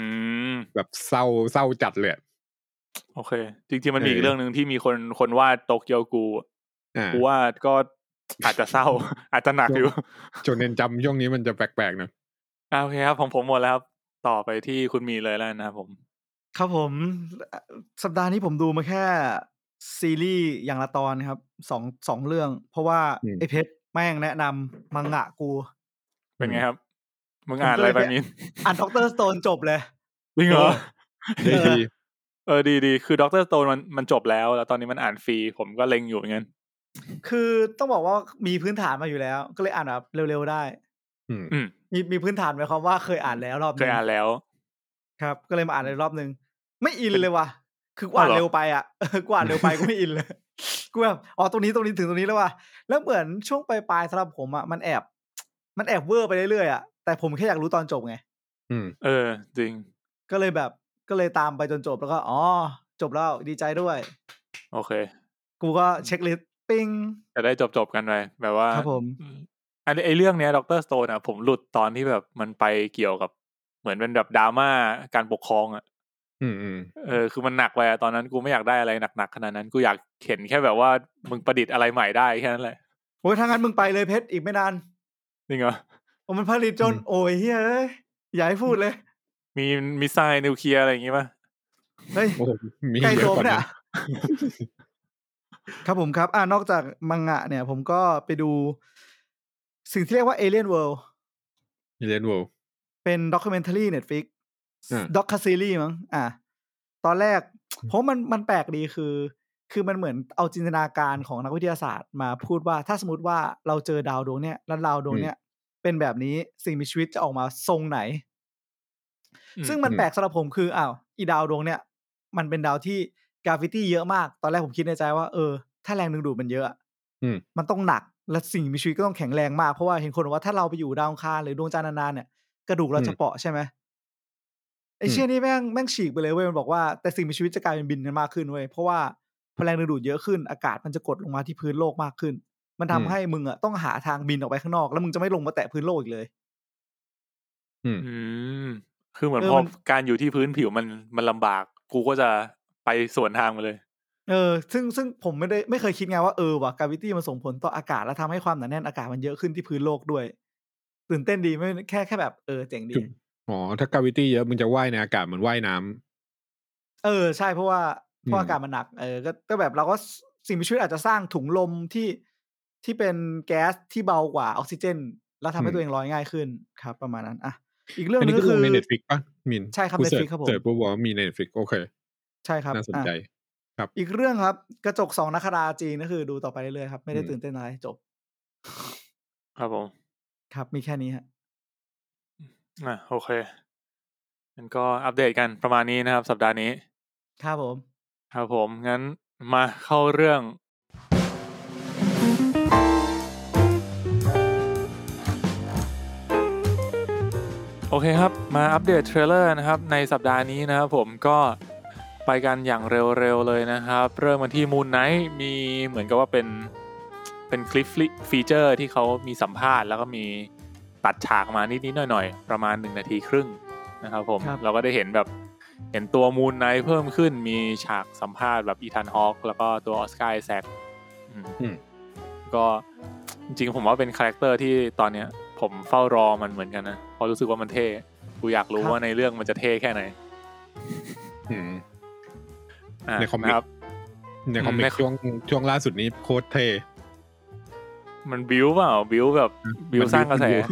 Speaker 2: ม
Speaker 5: แบบเศร้าเศร้าจัดเลยอะ
Speaker 2: โอเค จริงๆมันมีอีก
Speaker 5: เออ
Speaker 2: เรื่องหนึ่งที่มีคนคนวาดโตเกียวกู
Speaker 5: อ่า
Speaker 2: กูว่าก็อาจจะเศร้า อาจจะหนักอยู่
Speaker 5: จนเนนจำช่วงนี้มันจะแปลกๆเนอะ
Speaker 2: อ่ะโอเคครับของผมหมดแล้วครับต่อไปที่คุณมีเลยแล้วกันนะครับผม
Speaker 4: ครับผม สัปดาห์นี้ผมดูมาแค่ ซีรีส์อย่างละตอนครับสองสองเรื่อง เพราะว่าไอ้เพชรแม่งแนะนำมังงะกู
Speaker 2: เป็นไงครับมึงอ่านอะไรไปมิน
Speaker 4: อ่านด็อกเตอร์สโตนจบเลย
Speaker 2: จริงเหรอ
Speaker 5: ดีดี
Speaker 2: เออดีดีคือด็อกเตอร์สโตนมันมันจบแล้ว แล้วตอนนี้มันอ่านฟรีผมก็เล็งอยู่เหมือนกัน
Speaker 4: คือต้องบอกว่ามีพื้นฐานมาอยู่แล้ว ก็เลยอ่านแบบเร็วๆได้
Speaker 5: อืม
Speaker 2: อืม
Speaker 4: มีมีพื้นฐานหมายความว่าเคยอ่านแล้วรอบห
Speaker 2: เค
Speaker 4: นึ
Speaker 2: ย
Speaker 4: ง
Speaker 2: อ่านแล้ว
Speaker 4: ครับ ก็เลยมาอ่านในรอบหนึง ไม่อินเลยว่ะ คือกว่า
Speaker 2: อ้าว
Speaker 4: ด
Speaker 2: เหรอ
Speaker 4: เร็วไปอ่ะ กว่าดเร็วไปกูไม่อินเลย กูแบบอ๋อตรงนี้ตรงนี้ถึงตรงนี้แล้วว่ะ แล้วเหมือนช่วงปลายๆสำหรับผมอ่ะมันแอบ มันแอบเวอร์ไปเรื่อยๆอ่ะ แต่ผมแค่อยากรู้ตอนจบไง
Speaker 5: อืม
Speaker 2: เออ จริง
Speaker 4: ก็เลยแบบก็เลยตามไปจนจบแล้วก็อ๋อจบแล้วดีใจด้วย
Speaker 2: โอเค
Speaker 4: กูก็เช็คลิสต์ปิ้ง
Speaker 2: จะได้จบจบๆกันไปแบบว่า
Speaker 4: ครับผม
Speaker 2: อือันนี้ไอเรื่องเนี้ยด็อกเตอร์สโตนอ่ะผมหลุดตอนที่แบบมันไปเกี่ยวกับ เหมือนเป็นแบบดราม่าการปกครองอ่ะ
Speaker 5: อืมอืม
Speaker 2: เออคือมันหนักไปอะตอนนั้นกูไม่อยากได้อะไรหนักๆขนาดนั้นกูอยากเห็นแค่แบบว่ามึงประดิษฐ์อะไรใหม่ได้แค่นั้นแหละ
Speaker 4: โอ้ยถ้างั้นมึงไปเลยเพชรอีกไม่นาน
Speaker 2: จริงเหรอ
Speaker 4: โอ้มันผลิตจน โอ้ยเฮ้ยเอ้ยอย่าให้พูดเลย
Speaker 2: มีมิสไซล์นิวเคลียร์อะไรอย่างงี้ป่ะ
Speaker 4: เฮ้ย
Speaker 5: โอ้โหมี
Speaker 4: ใกล้
Speaker 5: เย
Speaker 4: โด
Speaker 5: อะ
Speaker 4: ม
Speaker 5: กว่า
Speaker 4: เนี่ย
Speaker 5: นั้น
Speaker 4: ครับผมครับ อ่านอกจากมังงะเนี่ย ผมก็ไปดู สิ่งที่เรียกว่า Alien World
Speaker 5: มิเลนโว
Speaker 4: เป็นด็อกิเมนทารีเน็ตฟิก
Speaker 5: อ่า
Speaker 4: ด็อกคาซีรีมั้งอ่ะตอนแรกเพราะมันมันแปลกดีคือ คือมันเหมือนเอาจินตนาการของนักวิทยาศาสตร์มาพูดว่าถ้าสมมติว่าเราเจอดาวดวงเนี้ยแล้วดาวดวงเนี้ยเป็นแบบนี้สิ่งมีชีวิตจะออกมาทรงไหน ซึ่งมัน
Speaker 5: อืม
Speaker 4: แปลกสำหรับผมคืออ้าวอีดาวดวงเนี่ย มันเป็นดาวที่กราฟิตี้เยอะมาก ตอนแรกผมคิดในใจว่าเออ ถ้าแรงดึงดูดมันเยอะอะ
Speaker 5: อืม
Speaker 4: มันต้องหนักและสิ่งมีชีวิตก็ต้องแข็งแรงมาก เพราะว่าเห็นคนบอกว่าถ้าเราไปอยู่ดาวอังคารหรือดวงจันทร์นานๆเนี่ยกระดูกเราจะเปราะใช่ไหมไอเชี่ยนี่แม่งแม่งฉีกไปเลยเว้ยมันบอกว่าแต่สิ่งมีชีวิตจะกลายเป็นบินกันมากขึ้นเว้ยเพราะว่าพอแรงดึงดูดเยอะขึ้นอากาศมันจะกดลงมาที่พื้นโลกมากขึ้น มันทำให้มึงอะต้องหาทางบินออกไปข้างนอก แล้วมึงจะไม่ลงมาแตะพื้นโลกอีกเลย
Speaker 2: อืมคือเหมือน
Speaker 4: เออ
Speaker 2: พอ
Speaker 4: มัน
Speaker 2: การอยู่ที่พื้นผิวมันมันลำบาก กูก็จะไปสวนทางมาเลย
Speaker 4: เออซึ่งซึ่งผมไม่ได้ไม่เคยคิดไงว่าเออว่ะกาวิตี้มันส่งผลต่ออากาศและทำให้ความหนาแน่นอากาศมันเยอะขึ้นที่พื้นโลกด้วย ตื่นเต้นดีไม่แค่แค่แบบเออเจ๋งดี
Speaker 5: จุด อ๋อถ้ากาวิตี้เยอะมึงจะว่ายในอากาศเหมือนว่ายน้ำ
Speaker 4: เออใช่เพราะว่าเพราะ
Speaker 5: อืม
Speaker 4: อากาศมันหนักเออก็ก็แบบเราก็สสิ่งมีชีวิตอาจจะสร้างถุงลมที่ที่เป็นแก๊สที่เบากว่าออกซิเจน แล้วทำให้ตัวเองลอยง่ายขึ้นครับ ประมาณนั้นอ่ะอีกเรื่องห
Speaker 5: อัน
Speaker 4: นึ
Speaker 5: นี้
Speaker 4: ง
Speaker 5: คื
Speaker 4: ก็
Speaker 5: อล
Speaker 4: คื
Speaker 5: ง
Speaker 4: อ
Speaker 5: ในเน็ตฟิกป่ะมิน
Speaker 4: ใช่ครับ
Speaker 5: กู
Speaker 4: Netflix
Speaker 5: เสิช
Speaker 4: ครับผม
Speaker 5: เสิร์ชปุ๊บบอกว่ามีในเน็ตฟิกโอเค
Speaker 4: ใช่ครับ
Speaker 5: น่าสน
Speaker 4: อ่ะ
Speaker 5: ใจ
Speaker 4: อีกเรื่องครับ กระจกสองนักคราจีนก็คือดูต่อไปเรื่อยๆครับไม่ได้
Speaker 5: อืม
Speaker 4: ตื่นเต้นอะไรจบ
Speaker 2: ครับผม
Speaker 4: ครับ มีแค่นี้ฮะ
Speaker 2: อ่ะโอเคงั้นก็อัปเดตกันประมาณนี้นะครับ สัปดาห์นี้
Speaker 4: ครับผม
Speaker 2: ครับผม งั้นมาเข้าเรื่อง โอเคครับ มาอัปเดตเทรลเลอร์นะครับ ในสัปดาห์นี้นะครับผมก็ไปกันอย่างเร็วๆเลยนะครับ เริ่มมาที่มู n ไนท์มีเหมือนกับว่าเป็นเป็นคลิปฟีเจอร์ที่เขามีสัมภาษณ์ แล้วก็มีตัดฉากมานิดๆหน่อยๆ ประมาณ 1 นาทีครึ่งนะครับผม
Speaker 4: ครับ
Speaker 2: เราก็ได้เห็นแบบเห็นตัวมูนไนท์เพิ่มขึ้นมีฉากสัมภาษณ์แบบอีธานฮอคแล้วก็ตัวออสการ์ไอแซคอืม
Speaker 5: อืม
Speaker 2: ก็จริงๆผมว่าเป็นคาแรคเตอร์ที่ตอนเนี้ย ผมเฝ้ารอมันเหมือนกันนะเพราะรู้สึกว่ามันเท่ กูอยากรู้
Speaker 4: ครับ
Speaker 2: ว่าในเรื่องมันจะเท่แค่ไหน
Speaker 5: อืม
Speaker 2: อ่ะ
Speaker 5: ในคอมิก
Speaker 2: ะครับ
Speaker 5: ในคอมิ
Speaker 2: ใน
Speaker 5: กช่วงช่วงล่าสุดนี้โคตรเท
Speaker 2: มันบิวเปล่าบิวแบบบิว
Speaker 5: มันบิ้ว
Speaker 2: สร้างกระแส
Speaker 5: มันบิ้ว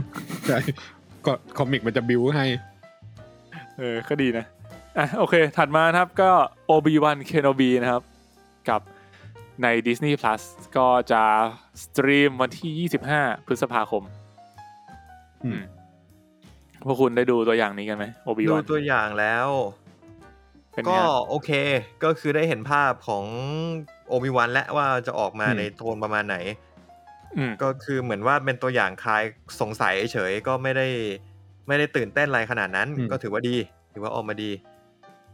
Speaker 5: ใช่ ก็คอมิกมันจะบิวให้
Speaker 2: เออก็ดีนะอ่ะโอเค ถัดมานะครับก็ Obi-Wan Kenobi นะครับ กับใน Disney Plus ก็จะสตรีมวันที่ 25 พฤษภาคม
Speaker 5: อืม
Speaker 2: พวกคุณได้ดูตัวอย่างนี้กันไหม
Speaker 3: ดู
Speaker 2: Obi-Wan
Speaker 3: ตัวอย่างแล้ว
Speaker 2: เป็น
Speaker 3: ก็
Speaker 2: ไงฮะ
Speaker 3: โอเค ก็คือได้เห็นภาพของโอมิวันและว่าจะออกมา
Speaker 5: อืม
Speaker 3: ในโทนประมาณไหน
Speaker 2: อืม
Speaker 3: ก็คือเหมือนว่าเป็นตัวอย่างคลายสงสัยเฉยๆก็ไม่ได้ไม่ได้ตื่นเต้นอะไรขนาดนั้น
Speaker 5: อืม
Speaker 3: ก็ถือว่าดี ถือว่าออกมาดี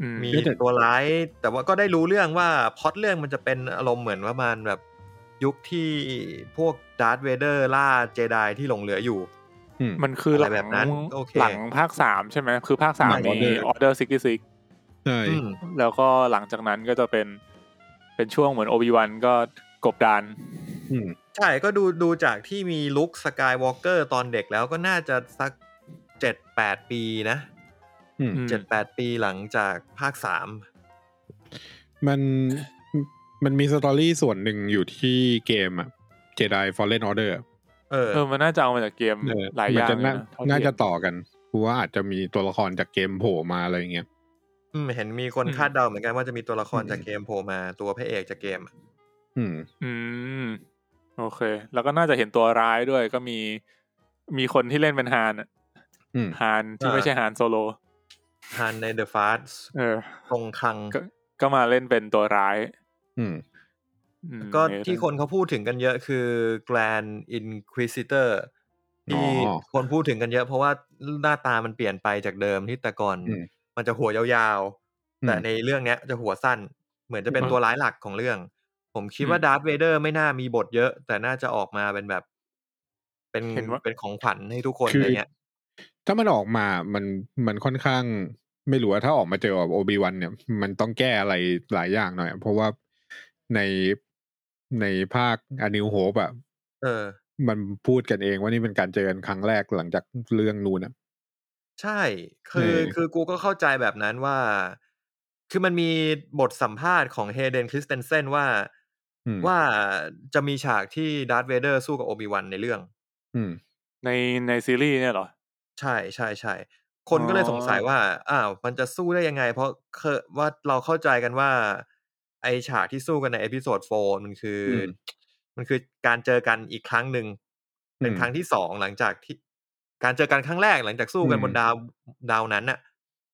Speaker 2: อืม
Speaker 3: มีตัวร้าย แต่ว่าก็ได้รู้เรื่องว่าพล็อตเรื่องมันจะเป็นอารมณ์เหมือนว่ามันแบบยุคที่พวกดาร์ธเวเดอร์ล่าเจไดที่หลงเหลืออยู่
Speaker 5: อืม
Speaker 2: มันคือหลัง
Speaker 3: อะไรแบบนั้นโอเค
Speaker 2: หลังภาคสามใช่ไหม คือภาคสาม
Speaker 5: หลัง
Speaker 2: มี
Speaker 5: Order
Speaker 2: Order 66
Speaker 5: ใช่
Speaker 3: อืม
Speaker 2: แล้วก็หลังจากนั้นก็จะเป็นเป็นช่วงเหมือน Obi-Wan ก็กบดาน
Speaker 5: อืม
Speaker 3: ใช่ก็ดูดูจากที่มีลุคสกายวอล์กเกอร์ตอนเด็กแล้วก็น่าจะสักเจ็ดแปดปีนะ
Speaker 5: อืม
Speaker 2: อืม
Speaker 3: เจ็ดแปดปีหลังจากภาคสาม
Speaker 5: มันมันมีสตอรี่ส่วนหนึ่งอยู่ที่เกมอะ Jedi Fallen Order อะ
Speaker 3: เออ
Speaker 2: เออ มันน่าจะเอามาจากเกม
Speaker 5: เออ
Speaker 2: หลาย
Speaker 5: มั
Speaker 2: อย่าง
Speaker 5: จะ
Speaker 2: เลย
Speaker 5: น่า
Speaker 2: นะเท่ที่
Speaker 5: น่าจะ
Speaker 2: เห็
Speaker 5: ต่อกันกูว่าอาจจะมีตัวละครจากเกมโผล่มาอะไรอย่างเงี้ย
Speaker 3: อืมเห็นมีคน
Speaker 2: อืม
Speaker 3: คาดเดาเหมือนกันว่าจะมีตัวละคร
Speaker 5: อืม
Speaker 3: จากเกมโผล่มาตัวพระเอกจากเกมอะ
Speaker 5: อืม
Speaker 2: อืม โอเค แล้วก็น่าจะเห็นตัวร้ายด้วย ก็มีมีคนที่เล่นเป็นฮานอะ
Speaker 5: อืม
Speaker 2: ฮานที่ไม่ใช่ฮานโซโล
Speaker 3: ฮันในเดอะฟาส
Speaker 2: เออ
Speaker 3: ตรงคัง
Speaker 2: ก็ก็มาเล่นเป็นตัวร้าย
Speaker 5: อืม
Speaker 2: อืม
Speaker 3: ก็
Speaker 2: เย
Speaker 3: ที่คนเขาพูดถึงกันเยอะคือ Grand Inquisitor
Speaker 5: อ๋อ
Speaker 3: ที่คนพูดถึงกันเยอะ เพราะว่าหน้าตามันเปลี่ยนไปจากเดิมที่แต่ก่อน
Speaker 5: อืม
Speaker 3: มันจะหัวยาวๆ แต่ในเรื่องเนี้ยจะหัวสั้น เหมือนจะเป็น
Speaker 2: อืม
Speaker 3: ตัวร้ายหลักของเรื่อง ผมคิดว่า
Speaker 2: อืม
Speaker 3: ดาร์ h เวเดอร์ไม่น่ามีบทเยอะ แต่น่าจะออกมาเป็นแบบ เป็น
Speaker 2: เห็นว่า
Speaker 3: เป็นของขวัญให้ทุกคน
Speaker 5: คื
Speaker 3: อะไร
Speaker 5: อ
Speaker 3: เงี้ย
Speaker 5: ถ้ามันออกมา มัน มันค่อนข้าง ไม่รู้ว่าถ้าออกมาเจอกับโอบิวันเนี่ย มันต้องแก้อะไรหลายอย่างหน่อย เพราะว่าใน ในภาคอนิวโฮปอะ
Speaker 3: เออ
Speaker 5: มันพูดกันเองว่านี่เป็นการเจอกันครั้งแรกหลังจากเรื่องนู้นอะ
Speaker 3: ใช่ คือ
Speaker 5: เออ
Speaker 3: คือกูก็เข้าใจแบบนั้นว่า คือมันมีบทสัมภาษณ์ของเฮเดนคริสเตนเซนว่า
Speaker 5: อืม
Speaker 3: ว่าจะมีฉากที่ดาร์ธเวเดอร์สู้กับโอบิวันในเรื่อง
Speaker 5: อืม
Speaker 2: ในในซีรีส์เนี่ยเหรอ
Speaker 3: ใช่ใช่ใช่คนก็เลยสงสัยว่า อ้าว มันจะสู้ได้ยังไง เพราะเคยว่าเราเข้าใจกันว่า ไอฉากที่สู้กันในเอพิโซดโฟมันคืออ
Speaker 5: ม
Speaker 3: มันคือการเจอกันอีกครั้งหนึ่ง เป็น
Speaker 5: อืม
Speaker 3: ครั้งที่สองหลังจากที่ การเจอกันครั้งแรกหลังจากสู้กัน
Speaker 5: อืม
Speaker 3: บนดาวดาวนั้นน่ะ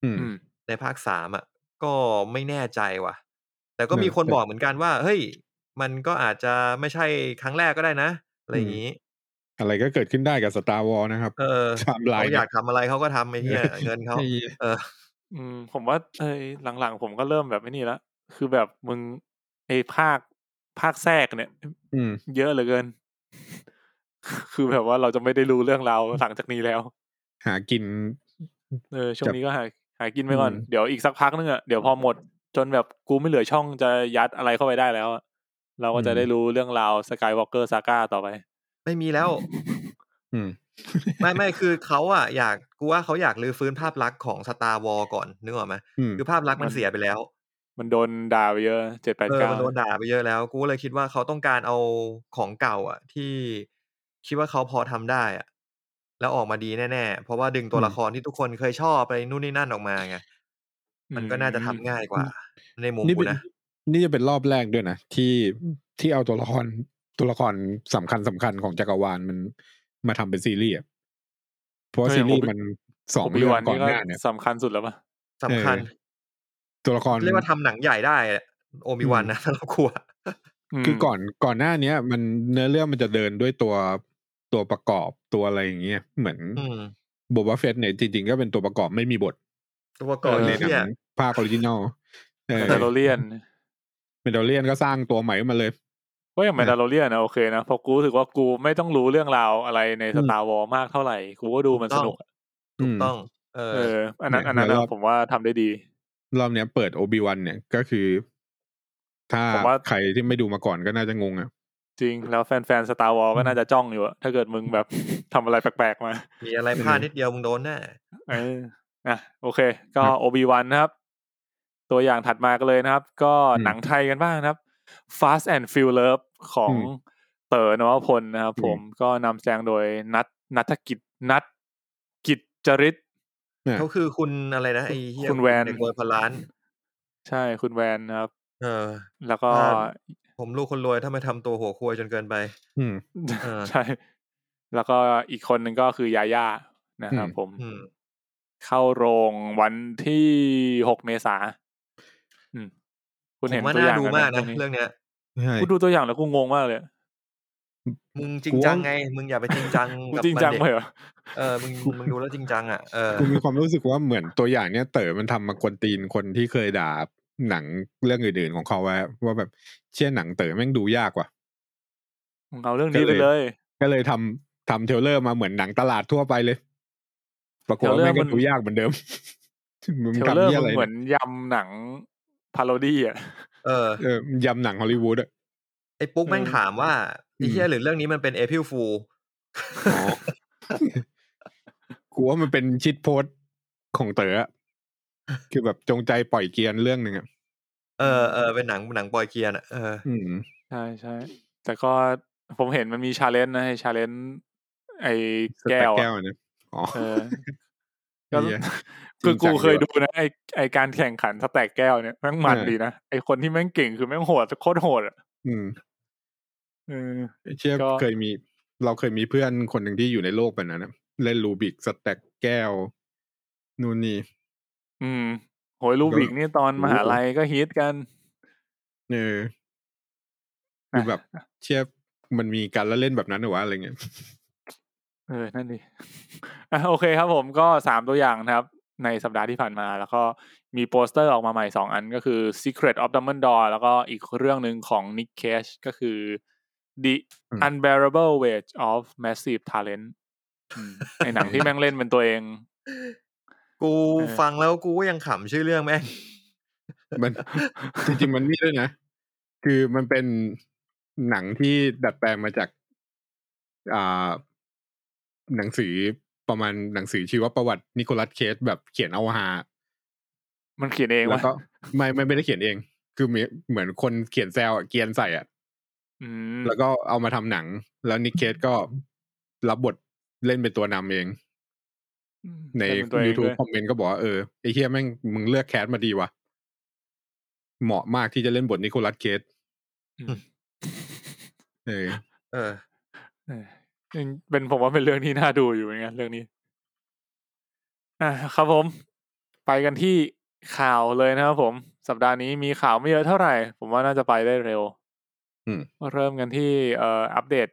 Speaker 5: อืม
Speaker 2: อืม
Speaker 3: ในภาคสามอ่ะ ก็ไม่แน่ใจว่ะ แต่ก็มี
Speaker 5: เออ
Speaker 3: คน
Speaker 5: แต่
Speaker 3: บอกเหมือนกันว่า เฮ้ย มันก็อาจจะไม่ใช่ครั้งแรกก็ได้นะ อะไรอย่างนี้
Speaker 5: อะไรก็เกิดขึ้นได้กับสตาร์วอลนะครับ
Speaker 3: เออ
Speaker 5: ไทม์ไลน์
Speaker 3: เขาอยากทำอะไรเขาก็ทำไอ้เหี้ย เงินเขา
Speaker 5: ไอ้
Speaker 3: เออ
Speaker 2: อืมผมว่าเอ้ยหลังๆ ผมก็เริ่มแบบไม่นี่ละคือแบบมึงไอ้ภาคภาคแทรกเนี่ย
Speaker 5: อืม
Speaker 2: เยอะเหลือเกิน คือแบบว่าเราจะไม่ได้รู้เรื่องราวหลังจากนี้แล้ว
Speaker 5: หากิน
Speaker 2: เออช่วงนี้ก็หาหากินไปก่อน
Speaker 5: อืม
Speaker 2: เดี๋ยวอีกสักพักนึงอ่ะเดี๋ยวพอหมด จนแบบกูไม่เหลือช่องจะยัดอะไรเข้าไปได้แล้วอะเราก็จะได้รู้เรื่องราวสกายวอล์กเกอร์ซาก้าต่อไป
Speaker 3: ไม่มีแล้ว
Speaker 5: อืม
Speaker 3: ไม่ไม่คือเขาอ่ะอยากกูว่าเขาอยากรื้อฟื้นภาพลักษณ์ของสตาร์วอลก่อนนึกออกไหม
Speaker 5: อืม
Speaker 3: คือภาพลักษณ์มัน
Speaker 2: มัน
Speaker 3: เสียไปแล้ว
Speaker 2: มันโดนด่าไปเยอะเจ็ดแปด
Speaker 3: เออ
Speaker 2: เก้า
Speaker 3: มันโดนด่าไปเยอะแล้ว กูก็เลยคิดว่าเขาต้องการเอาของเก่า อ่ะ ที่คิดว่าเขาพอทำได้อ่ะ แล้วออกมาดีแน่ๆ เพราะว่าดึงตัว
Speaker 5: อืม
Speaker 3: ละครที่ทุกคนเคยชอบไปนู่นนี่นั่นออกมาไง
Speaker 2: อื
Speaker 3: มันก็น่าจะทำง่ายกว่า ในมุม
Speaker 5: นี่
Speaker 3: กู
Speaker 5: เป็น
Speaker 3: นะ
Speaker 5: นี่จะเป็นรอบแรกด้วยนะ ที่ที่เอาตัวละครตัวละครสำคัญสำคัญของจักรวาลมันมาทำเป็นซีรีส์อะเพราะว่าซีรีส์มันสอง
Speaker 2: โอบิ
Speaker 5: เรื่อง
Speaker 2: วัน
Speaker 5: ก่อ
Speaker 2: นี่
Speaker 5: น
Speaker 2: ก็
Speaker 5: หน้าเนี่ย
Speaker 2: สำคัญสุดแล้วป่ะ
Speaker 3: สำคัญ
Speaker 5: เออ ตัวละคร
Speaker 3: เรียกว่าทำหนังใหญ่ได้อะโอมิวันนะ เรากลัว
Speaker 5: คือก่อนก่อนหน้าเนี้ย มันเนื้อเรื่องมันจะเดินด้วยตัวตัวประกอบตัวอะไรอย่างเงี้ยเหมือน
Speaker 3: อืม
Speaker 5: บอบาเฟสเนี่ยจริงๆก็เป็นตัวประกอบไม่มีบท
Speaker 3: ตัวประก่อน
Speaker 2: เออ
Speaker 5: ใน
Speaker 3: นี่
Speaker 5: ห
Speaker 3: เนี่
Speaker 5: นั
Speaker 3: ย
Speaker 5: งภาคออริจินอลเออ
Speaker 2: แมนดาโลเรียน
Speaker 5: เมนดาเลียนก็สร้างตัวใหม่ขึ้นมาเลย
Speaker 2: ก็อย่างแมนดาโลเรียนนะโอเคนะเพอกูรู้สึกว่ากูไม่ต้องรู้เรื่องราวอะไรในสตาร์วอลมากเท่าไหร่ กูก็ดูมันสนุกอะ
Speaker 3: ถูกต้อง เอ
Speaker 2: เอ
Speaker 3: อ
Speaker 2: อ อันนั้น
Speaker 5: เนี่ย
Speaker 2: อันนั้น
Speaker 5: แล้ว
Speaker 2: อะ
Speaker 5: รอบ
Speaker 2: ผมว่าทำได้ดี
Speaker 5: รอบเนี้ยเปิดโอบิวันเนี่ยก็คือ ถ้า
Speaker 2: ผมว่า
Speaker 5: ใครที่ไม่ดูมาก่อนก็น่าจะงงอ่ะ
Speaker 2: จริง แล้วแฟนๆสตาร์วอลก็น่าจะจ้องอยู่อะถ้าเกิดมึงแบบ ทำอะไรแปลกๆมา
Speaker 3: มีอะไรพลาดนิดเดียวมึงโดนแน่
Speaker 2: เอออ่ะโอเค ก็
Speaker 5: ครับ
Speaker 2: โอบีวันนะครับ ตัวอย่างถัดมากันเลยนะครับ ก็
Speaker 5: อืม
Speaker 2: หนังไทยกันบ้างนะครับ Fast and f u l o v e ของ
Speaker 5: อืม
Speaker 2: เต๋อนวพลนะครับ
Speaker 5: อืม
Speaker 2: ผมก็นำแสดงโดยนัทนัทกิจนัทกิจจริต
Speaker 5: เนี่ย
Speaker 3: เขาคือคุณอะไรนะไอ้เหี้ย
Speaker 2: คุณแวน
Speaker 3: เด็กรวยพันล้าน
Speaker 2: ใช่คุณแวนนะครับ
Speaker 3: เออ
Speaker 2: แล้วก็
Speaker 3: อ่า ผมลูกคนรวยถ้าไม่ทำตัวหัวควยจนเกินไป
Speaker 5: อืม
Speaker 3: เออ
Speaker 2: ใช่ แล้วก็อีกคนหนึ่งก็คือยาย่านะครับ
Speaker 5: อืม
Speaker 2: ผม
Speaker 3: อืม
Speaker 2: เข้าโรงวันที่หกเมษาอืม คุณ
Speaker 3: ผ
Speaker 2: เห็น
Speaker 3: มว่า
Speaker 2: ตัวอ
Speaker 3: น่า
Speaker 2: ย่าง
Speaker 3: ดู
Speaker 2: แล้ว
Speaker 3: มากนะ
Speaker 2: ต
Speaker 3: เรื่องเนี้ย
Speaker 5: ใช่
Speaker 2: กูดูตัวอย่างแล้วกูงงมากเลย
Speaker 3: มึงจริงจังไง มึงอย่าไปจริงจั ง
Speaker 2: กู
Speaker 3: กับ
Speaker 2: จริงจัง
Speaker 3: มัน
Speaker 2: ไป
Speaker 3: ดิ
Speaker 2: เหรอ
Speaker 3: เออมึงมึงดูแล้วจริงจังอ่ะเออ
Speaker 5: กูมีความรู้สึกว่าเหมือนตัวอย่างเนี้ยเต๋อมันทำมากวนตีนคนที่เคยด่าหนังเรื่องอื่นๆของเขาไว้ว่าแบบเชี่ยหนังเต๋อแม่งดูยากว่ะ
Speaker 2: มึงเอาเรื่องนี้
Speaker 5: ก็
Speaker 2: ไป
Speaker 5: เลย
Speaker 2: เลย
Speaker 5: ก็เลยทำทำเทรลเลอร์มาเหมือนหนังตลาดทั่วไปเลย ปรากฏว่าแม่งก็ดูยากเหมือนเดิม มึง
Speaker 2: เทรลเลอ
Speaker 5: ทำ
Speaker 2: ร์
Speaker 5: ยี่
Speaker 2: มั
Speaker 5: อะไร
Speaker 2: นเหมือนยำหนังพาโรดี้อ่ะ
Speaker 3: เออ
Speaker 5: เออยำหนังฮอลลีวูดอะ
Speaker 3: ไอ้ปุ๊กแม่ง
Speaker 2: เออ
Speaker 3: ถามว่าไอ้เหี้ยหรือเรื่องนี้มันเป็นเอพิลฟู
Speaker 5: อ๋อ กูว่ามันเป็นชิดโพสต์ของเต๋ออะคือแบบจงใจปล่อยเกียร์เรื่องหนึ่งอะ
Speaker 3: เออเออเป็นหนังหนังบอยเกียร์นอ่ะเออ
Speaker 5: อืม
Speaker 2: ใช่ใช่แต่ก็ผมเห็นมันมีชาเลนจ์นะไอ้ชาเลนจ์ไอ้แก้ว
Speaker 5: แก้
Speaker 2: อะ
Speaker 5: วอะเนี่ยอ๋อ
Speaker 2: เออก็
Speaker 5: เหี้ย
Speaker 2: คือ
Speaker 5: จริ
Speaker 2: กู
Speaker 5: งจัง
Speaker 2: เคย
Speaker 5: ดี
Speaker 2: ดู
Speaker 5: ว่ะ
Speaker 2: นะไอ้ไอ้การแข่งขันสแต็กแก้วเนี่ยแม่งมัน
Speaker 5: เออ
Speaker 2: ดีนะไอ้คนที่แม่งเก่งคือแม่งโหดโคตรโหดอ่ะ
Speaker 5: อืม
Speaker 2: เออ
Speaker 5: เชื่อ
Speaker 2: ก็
Speaker 5: เคยมีเราเคยมีเพื่อนคนหนึ่งที่อยู่ในโลกแบบนั้นนะเล่นรูบิกสแต็กแก้ว นู่นนี่
Speaker 2: อืมโหยลูบิกนี่ตอน
Speaker 5: โอ้โห
Speaker 2: มหาลัยก็ฮิตกัน
Speaker 5: เออคือแบบ เชื่อมันมีการละเล่นแบบนั้นเหรอวะอะไรเงี้ย
Speaker 2: เออ นั่นดิ อ่ะโอเคครับผมก็สามตัวอย่างนะครับ ในสัปดาห์ที่ผ่านมา แล้วก็มีโปสเตอร์ออกมาใหม่สองอันก็คือ Secret of Dumbledore แล้วก็อีกเรื่องหนึ่งของ Nick Cage ก็คือ The
Speaker 5: อืม
Speaker 2: Unbearable Weight of Massive Talent อืมไอหนังที่แม่งเล่นเป็นตัวเอง
Speaker 3: กู
Speaker 2: เออ
Speaker 3: ฟังแล้วกูก็ยังขำชื่อเรื่องแม่ง
Speaker 5: มัน จริงๆมันนี่ด้วยนะ คือมันเป็นหนังที่ดัดแปลงมาจาก อ่า หนังสือประมาณหนังสือชีวประวัตินิโคลัสเคสแบบเขียนเอาฮา
Speaker 2: มันเขียนเอง
Speaker 5: แล้ว
Speaker 2: วะ
Speaker 5: ก็ไม่ไม่ไม่ได้เขียนเอง คือมีเหมือนคนเขียนแซวอะเกรียนใส่อ่ะ
Speaker 2: อืม
Speaker 5: แล้วก็เอามาทำหนัง แล้วนิกเคสก็รับบทเล่นเป็นตัวนำเอง ใน
Speaker 2: เล่เป็ตัวเอง
Speaker 5: YouTube
Speaker 2: ด้วย
Speaker 5: คอมเมนต์ก็บอกว่าเออไอ้เฮียแม่งมึงเลือกแคสมาดีวะเหมาะมากที่จะเล่นบทนิโคลัสเคส
Speaker 2: อืม
Speaker 5: เออ
Speaker 3: เออ
Speaker 2: เออเป็นผมว่าเป็นเรื่องที่น่าดูอยู่เหมือนกันเรื่องนี้ อ่ะครับผม ไปกันที่ข่าวเลยนะครับผม สัปดาห์นี้มีข่าวไม่เยอะเท่าไหร่ ผมว่าน่าจะไปได้เร็ว
Speaker 5: อืม
Speaker 2: เริ่มกันที่เอ่ออัปเดต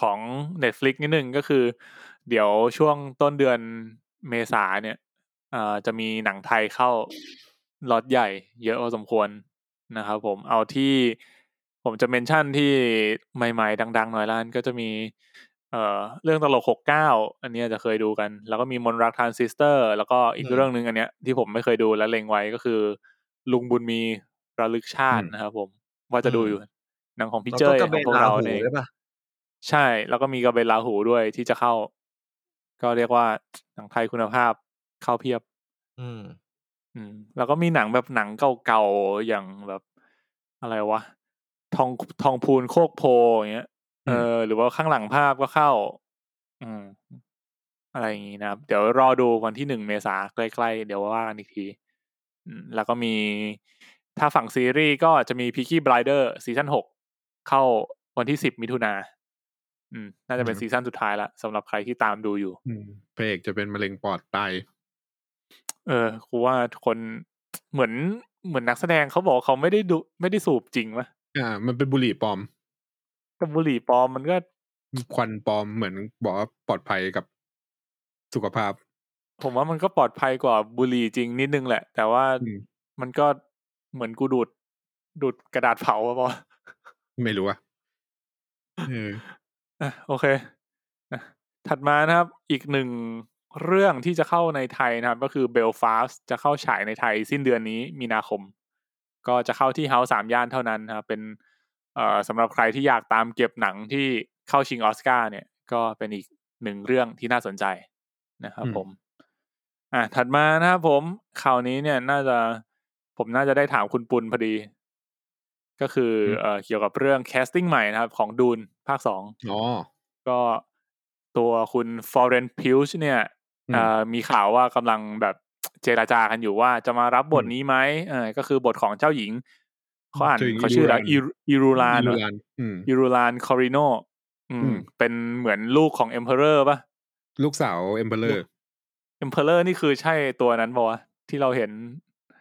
Speaker 2: ของ Netflix นิดนึงก็คือ เดี๋ยวช่วงต้นเดือนเมษาเนี่ยเอ่อจะมีหนังไทยเข้าล็อตใหญ่ เยอะพอสมควรนะครับผมเอาที่ผมจะเมนชั่นที่ใหม่ๆ ดัง ๆ หน่อยล้านก็จะมี เอ่อเรื่องตลกหกเก้าอันเนี้ยจะเคยดูกัน แล้วก็มีมนต์รักทรานซิสเตอร์ แล้วก็อีก
Speaker 3: อืม
Speaker 2: เรื่องหนึ่งอันเนี้ยที่ผมไม่เคยดูและเล็งไว้ก็คือ ลุงบุญมีระลึกชาติ
Speaker 5: อืม
Speaker 2: นะครับผมว่าจะดูอยู่หนังของพี่
Speaker 3: แล้ว
Speaker 2: เจ
Speaker 3: ก็
Speaker 2: ย
Speaker 3: กระ
Speaker 2: ข
Speaker 3: เบ
Speaker 2: อง
Speaker 3: น
Speaker 2: พวก
Speaker 3: ลา
Speaker 2: เรา
Speaker 3: หู
Speaker 2: เนี่ย
Speaker 3: ได้วยป่ะ
Speaker 2: ใช่ แล้วก็มีกระเบนลาหูด้วยที่จะเข้า ก็เรียกว่าหนังไทยคุณภาพเข้าเพียบ
Speaker 3: อืม
Speaker 2: อืม แล้วก็มีหนังแบบหนังเก่าๆอย่างแบบอะไรวะ ทองทองพูนโคกโพอย่างเงี้ย เออ หรือว่าข้างหลังภาพก็เข้า อืม อะไรอย่างงี้นะครับ เดี๋ยวรอดูวันที่หนึ่งเมษาใกล้ๆ เดี๋ยวว่ากันอีกทีอืมแล้วก็มี ถ้าฝั่งซีรีส์ก็จะมีพิกกี้บล i เดอร์ซีซั่นหกเข้าวันที่สิบมิถุนาอืม น่าจะเป็น
Speaker 5: อืม
Speaker 2: ซีซั่นสุดท้ายละสำหรับใครที่ตามดูอยู่
Speaker 5: อืมพระเอกจะเป็นมะเร็งปอดตาย
Speaker 2: เออกูว่าคนเหมือนเหมือนนักแสดงเขาบอกว่าเขาไม่ได้ดูไม่ได้สูบจริงวะ
Speaker 5: อ่า มันเป็นบุหรี่ปลอม
Speaker 2: แต่บุหรี่ปลอมมันก็
Speaker 5: ควันปลอมเหมือนบอกว่าปลอดภัยกับสุขภาพ
Speaker 2: ผมว่ามันก็ปลอดภัยกว่าบุหรี่จริงนิดนึงแหละ แต่ว่า
Speaker 5: อืม
Speaker 2: มันก็เหมือนกูดูดดูดกระดาษเผาอะบอ
Speaker 5: ไม่รู้อะเออ
Speaker 2: อ่ะโอเคอ่ะถัดมานะครับ อีกหนึ่งเรื่องที่จะเข้าในไทยนะครับ ก็คือเบลฟาสจะเข้าฉายในไทยสิ้นเดือนนี้มีนาคม ก็จะเข้าที่เฮาสามย่านเท่านั้นนะครับเป็นเอ่อสำหรับใครที่อยากตามเก็บหนังที่เข้าชิงออสการ์เนี่ย ก็เป็นอีกหนึ่งเรื่องที่น่าสนใจนะครับ
Speaker 5: อืม
Speaker 2: ผม อ่ะถัดมานะครับผมข่าวนี้เนี่ยน่าจะผมน่าจะได้ถามคุณปุณพอดี ก็คือเอ่อเกี่ยวกับเรื่องแคสติ้งใหม่นะครับ ของดูนภาคสอง
Speaker 5: อ๋อ
Speaker 2: ก็ตัวคุณฟอร์เรนพิวช์เนี่ย
Speaker 5: อืม
Speaker 2: เอ่อมีข่าวว่ากำลังแบบเจราจากันอยู่ว่าจะมารับบทนี้ไหมเออก็คือบทของเจ้าหญิงเขาอ่าน
Speaker 5: เจ้าหญิง
Speaker 2: เขาชื่ออะไร
Speaker 5: อิ
Speaker 2: อิ
Speaker 5: รู
Speaker 2: รูอิรูลานเหรอ
Speaker 5: อิรันอืม
Speaker 2: ยูรูลานคอริโนอื
Speaker 5: อื
Speaker 2: ม
Speaker 5: ม
Speaker 2: เป็นเหมือนลูกของเอ็มเพอเรอร์ป่ะ
Speaker 5: ลูกสาวเอมเ r อร์
Speaker 2: เอ็มเพอเรอร์นี่คือใช่ตัวนั้นปะวะที่เราเห็น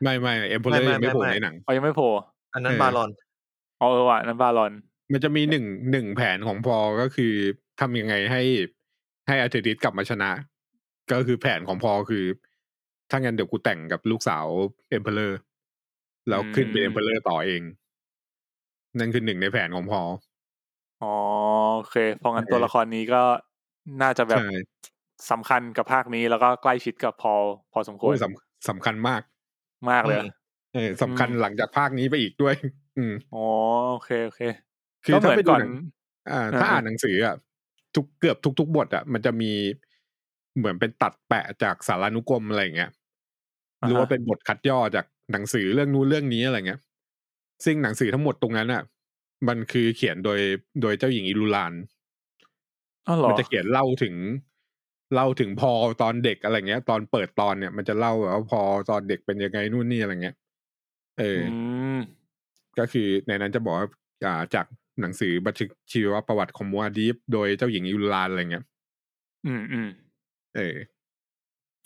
Speaker 5: ไม่ไม่เอมเ r อ
Speaker 3: ไม่
Speaker 5: ร์
Speaker 3: ไม่
Speaker 5: ยังไม่
Speaker 3: ไม่
Speaker 5: โผล่
Speaker 3: ไม่
Speaker 5: ในหนัง
Speaker 2: เอายังไม่โผล่
Speaker 3: อันนั้น
Speaker 5: เออ
Speaker 3: บารอน
Speaker 2: อ๋อเออว่ะนั้นบารอน
Speaker 5: มันจะมีหนึ่งหนึ่งแผนของพอก็คือทำยังไงให้ให้อาเทติสกลับมาชนะ ก็คือแผนของพอคือ ถ้างั้นเดี๋ยวกูแต่งกับลูกสาวเอมเ r อร์แล้วขึ้นเป็น
Speaker 2: อื
Speaker 5: เอ
Speaker 2: ม
Speaker 5: มเ r อร์ต่อเอง นั่นคือหนึ่งในแผนของพอ
Speaker 2: อ๋อโอเคเพราะงั้นตัว
Speaker 5: เออ
Speaker 2: ละครนี้ก็น่าจะแบบ
Speaker 5: ใช่
Speaker 2: สำคัญกับภาคนี้แล้วก็ใกล้ชิดกับพอลพอสมคว
Speaker 5: โอ้
Speaker 2: ร
Speaker 5: ยสำสำคัญมาก
Speaker 2: มากเลยอะ
Speaker 5: เออสำคัญ
Speaker 2: อืม
Speaker 5: หลังจากภาคนี้ไปอีกด้วย อืม
Speaker 2: อ๋อโอเคโอเค
Speaker 5: คือ
Speaker 2: ก็เห
Speaker 5: ถ้า
Speaker 2: มือน
Speaker 5: ไปดู
Speaker 2: ก่อน
Speaker 5: หนัง อ่า
Speaker 2: อ่า
Speaker 5: ถ้าอ่านหนังสืออ่ะทุกเกือบทุก ๆ บทอ่ะมันจะมีเหมือนเป็นตัดแปะจากสารานุกรมอะไรอย่างเงี้ยหรือว่าเป็นบทคัดย่อจากหนังสือเรื่องนู้นเรื่องนี้อะไรเงี้ย ซึ่งหนังสือทั้งหมดตรงนั้นอ่ะ มันคือเขียนโดยโดยเจ้าหญิงอิรูลาน
Speaker 2: อ๋อเหรอ
Speaker 5: มันจะเขียนเล่าถึงเล่าถึงพอตอนเด็กอะไรเงี้ย ตอนเปิดตอนเนี่ยมันจะเล่าแบบว่าพอตอนเด็กเป็นยังไงนู่นนี่อะไรเงี้ยเอออ
Speaker 2: อืม
Speaker 5: ก็คือในนั้นจะบอกว่าอ่าจากหนังสือบันทึกชีวประวัติของมัวดีฟโดยเจ้าหญิงอิลลานอะไรเงี้ย
Speaker 2: อืมอืม
Speaker 5: เออ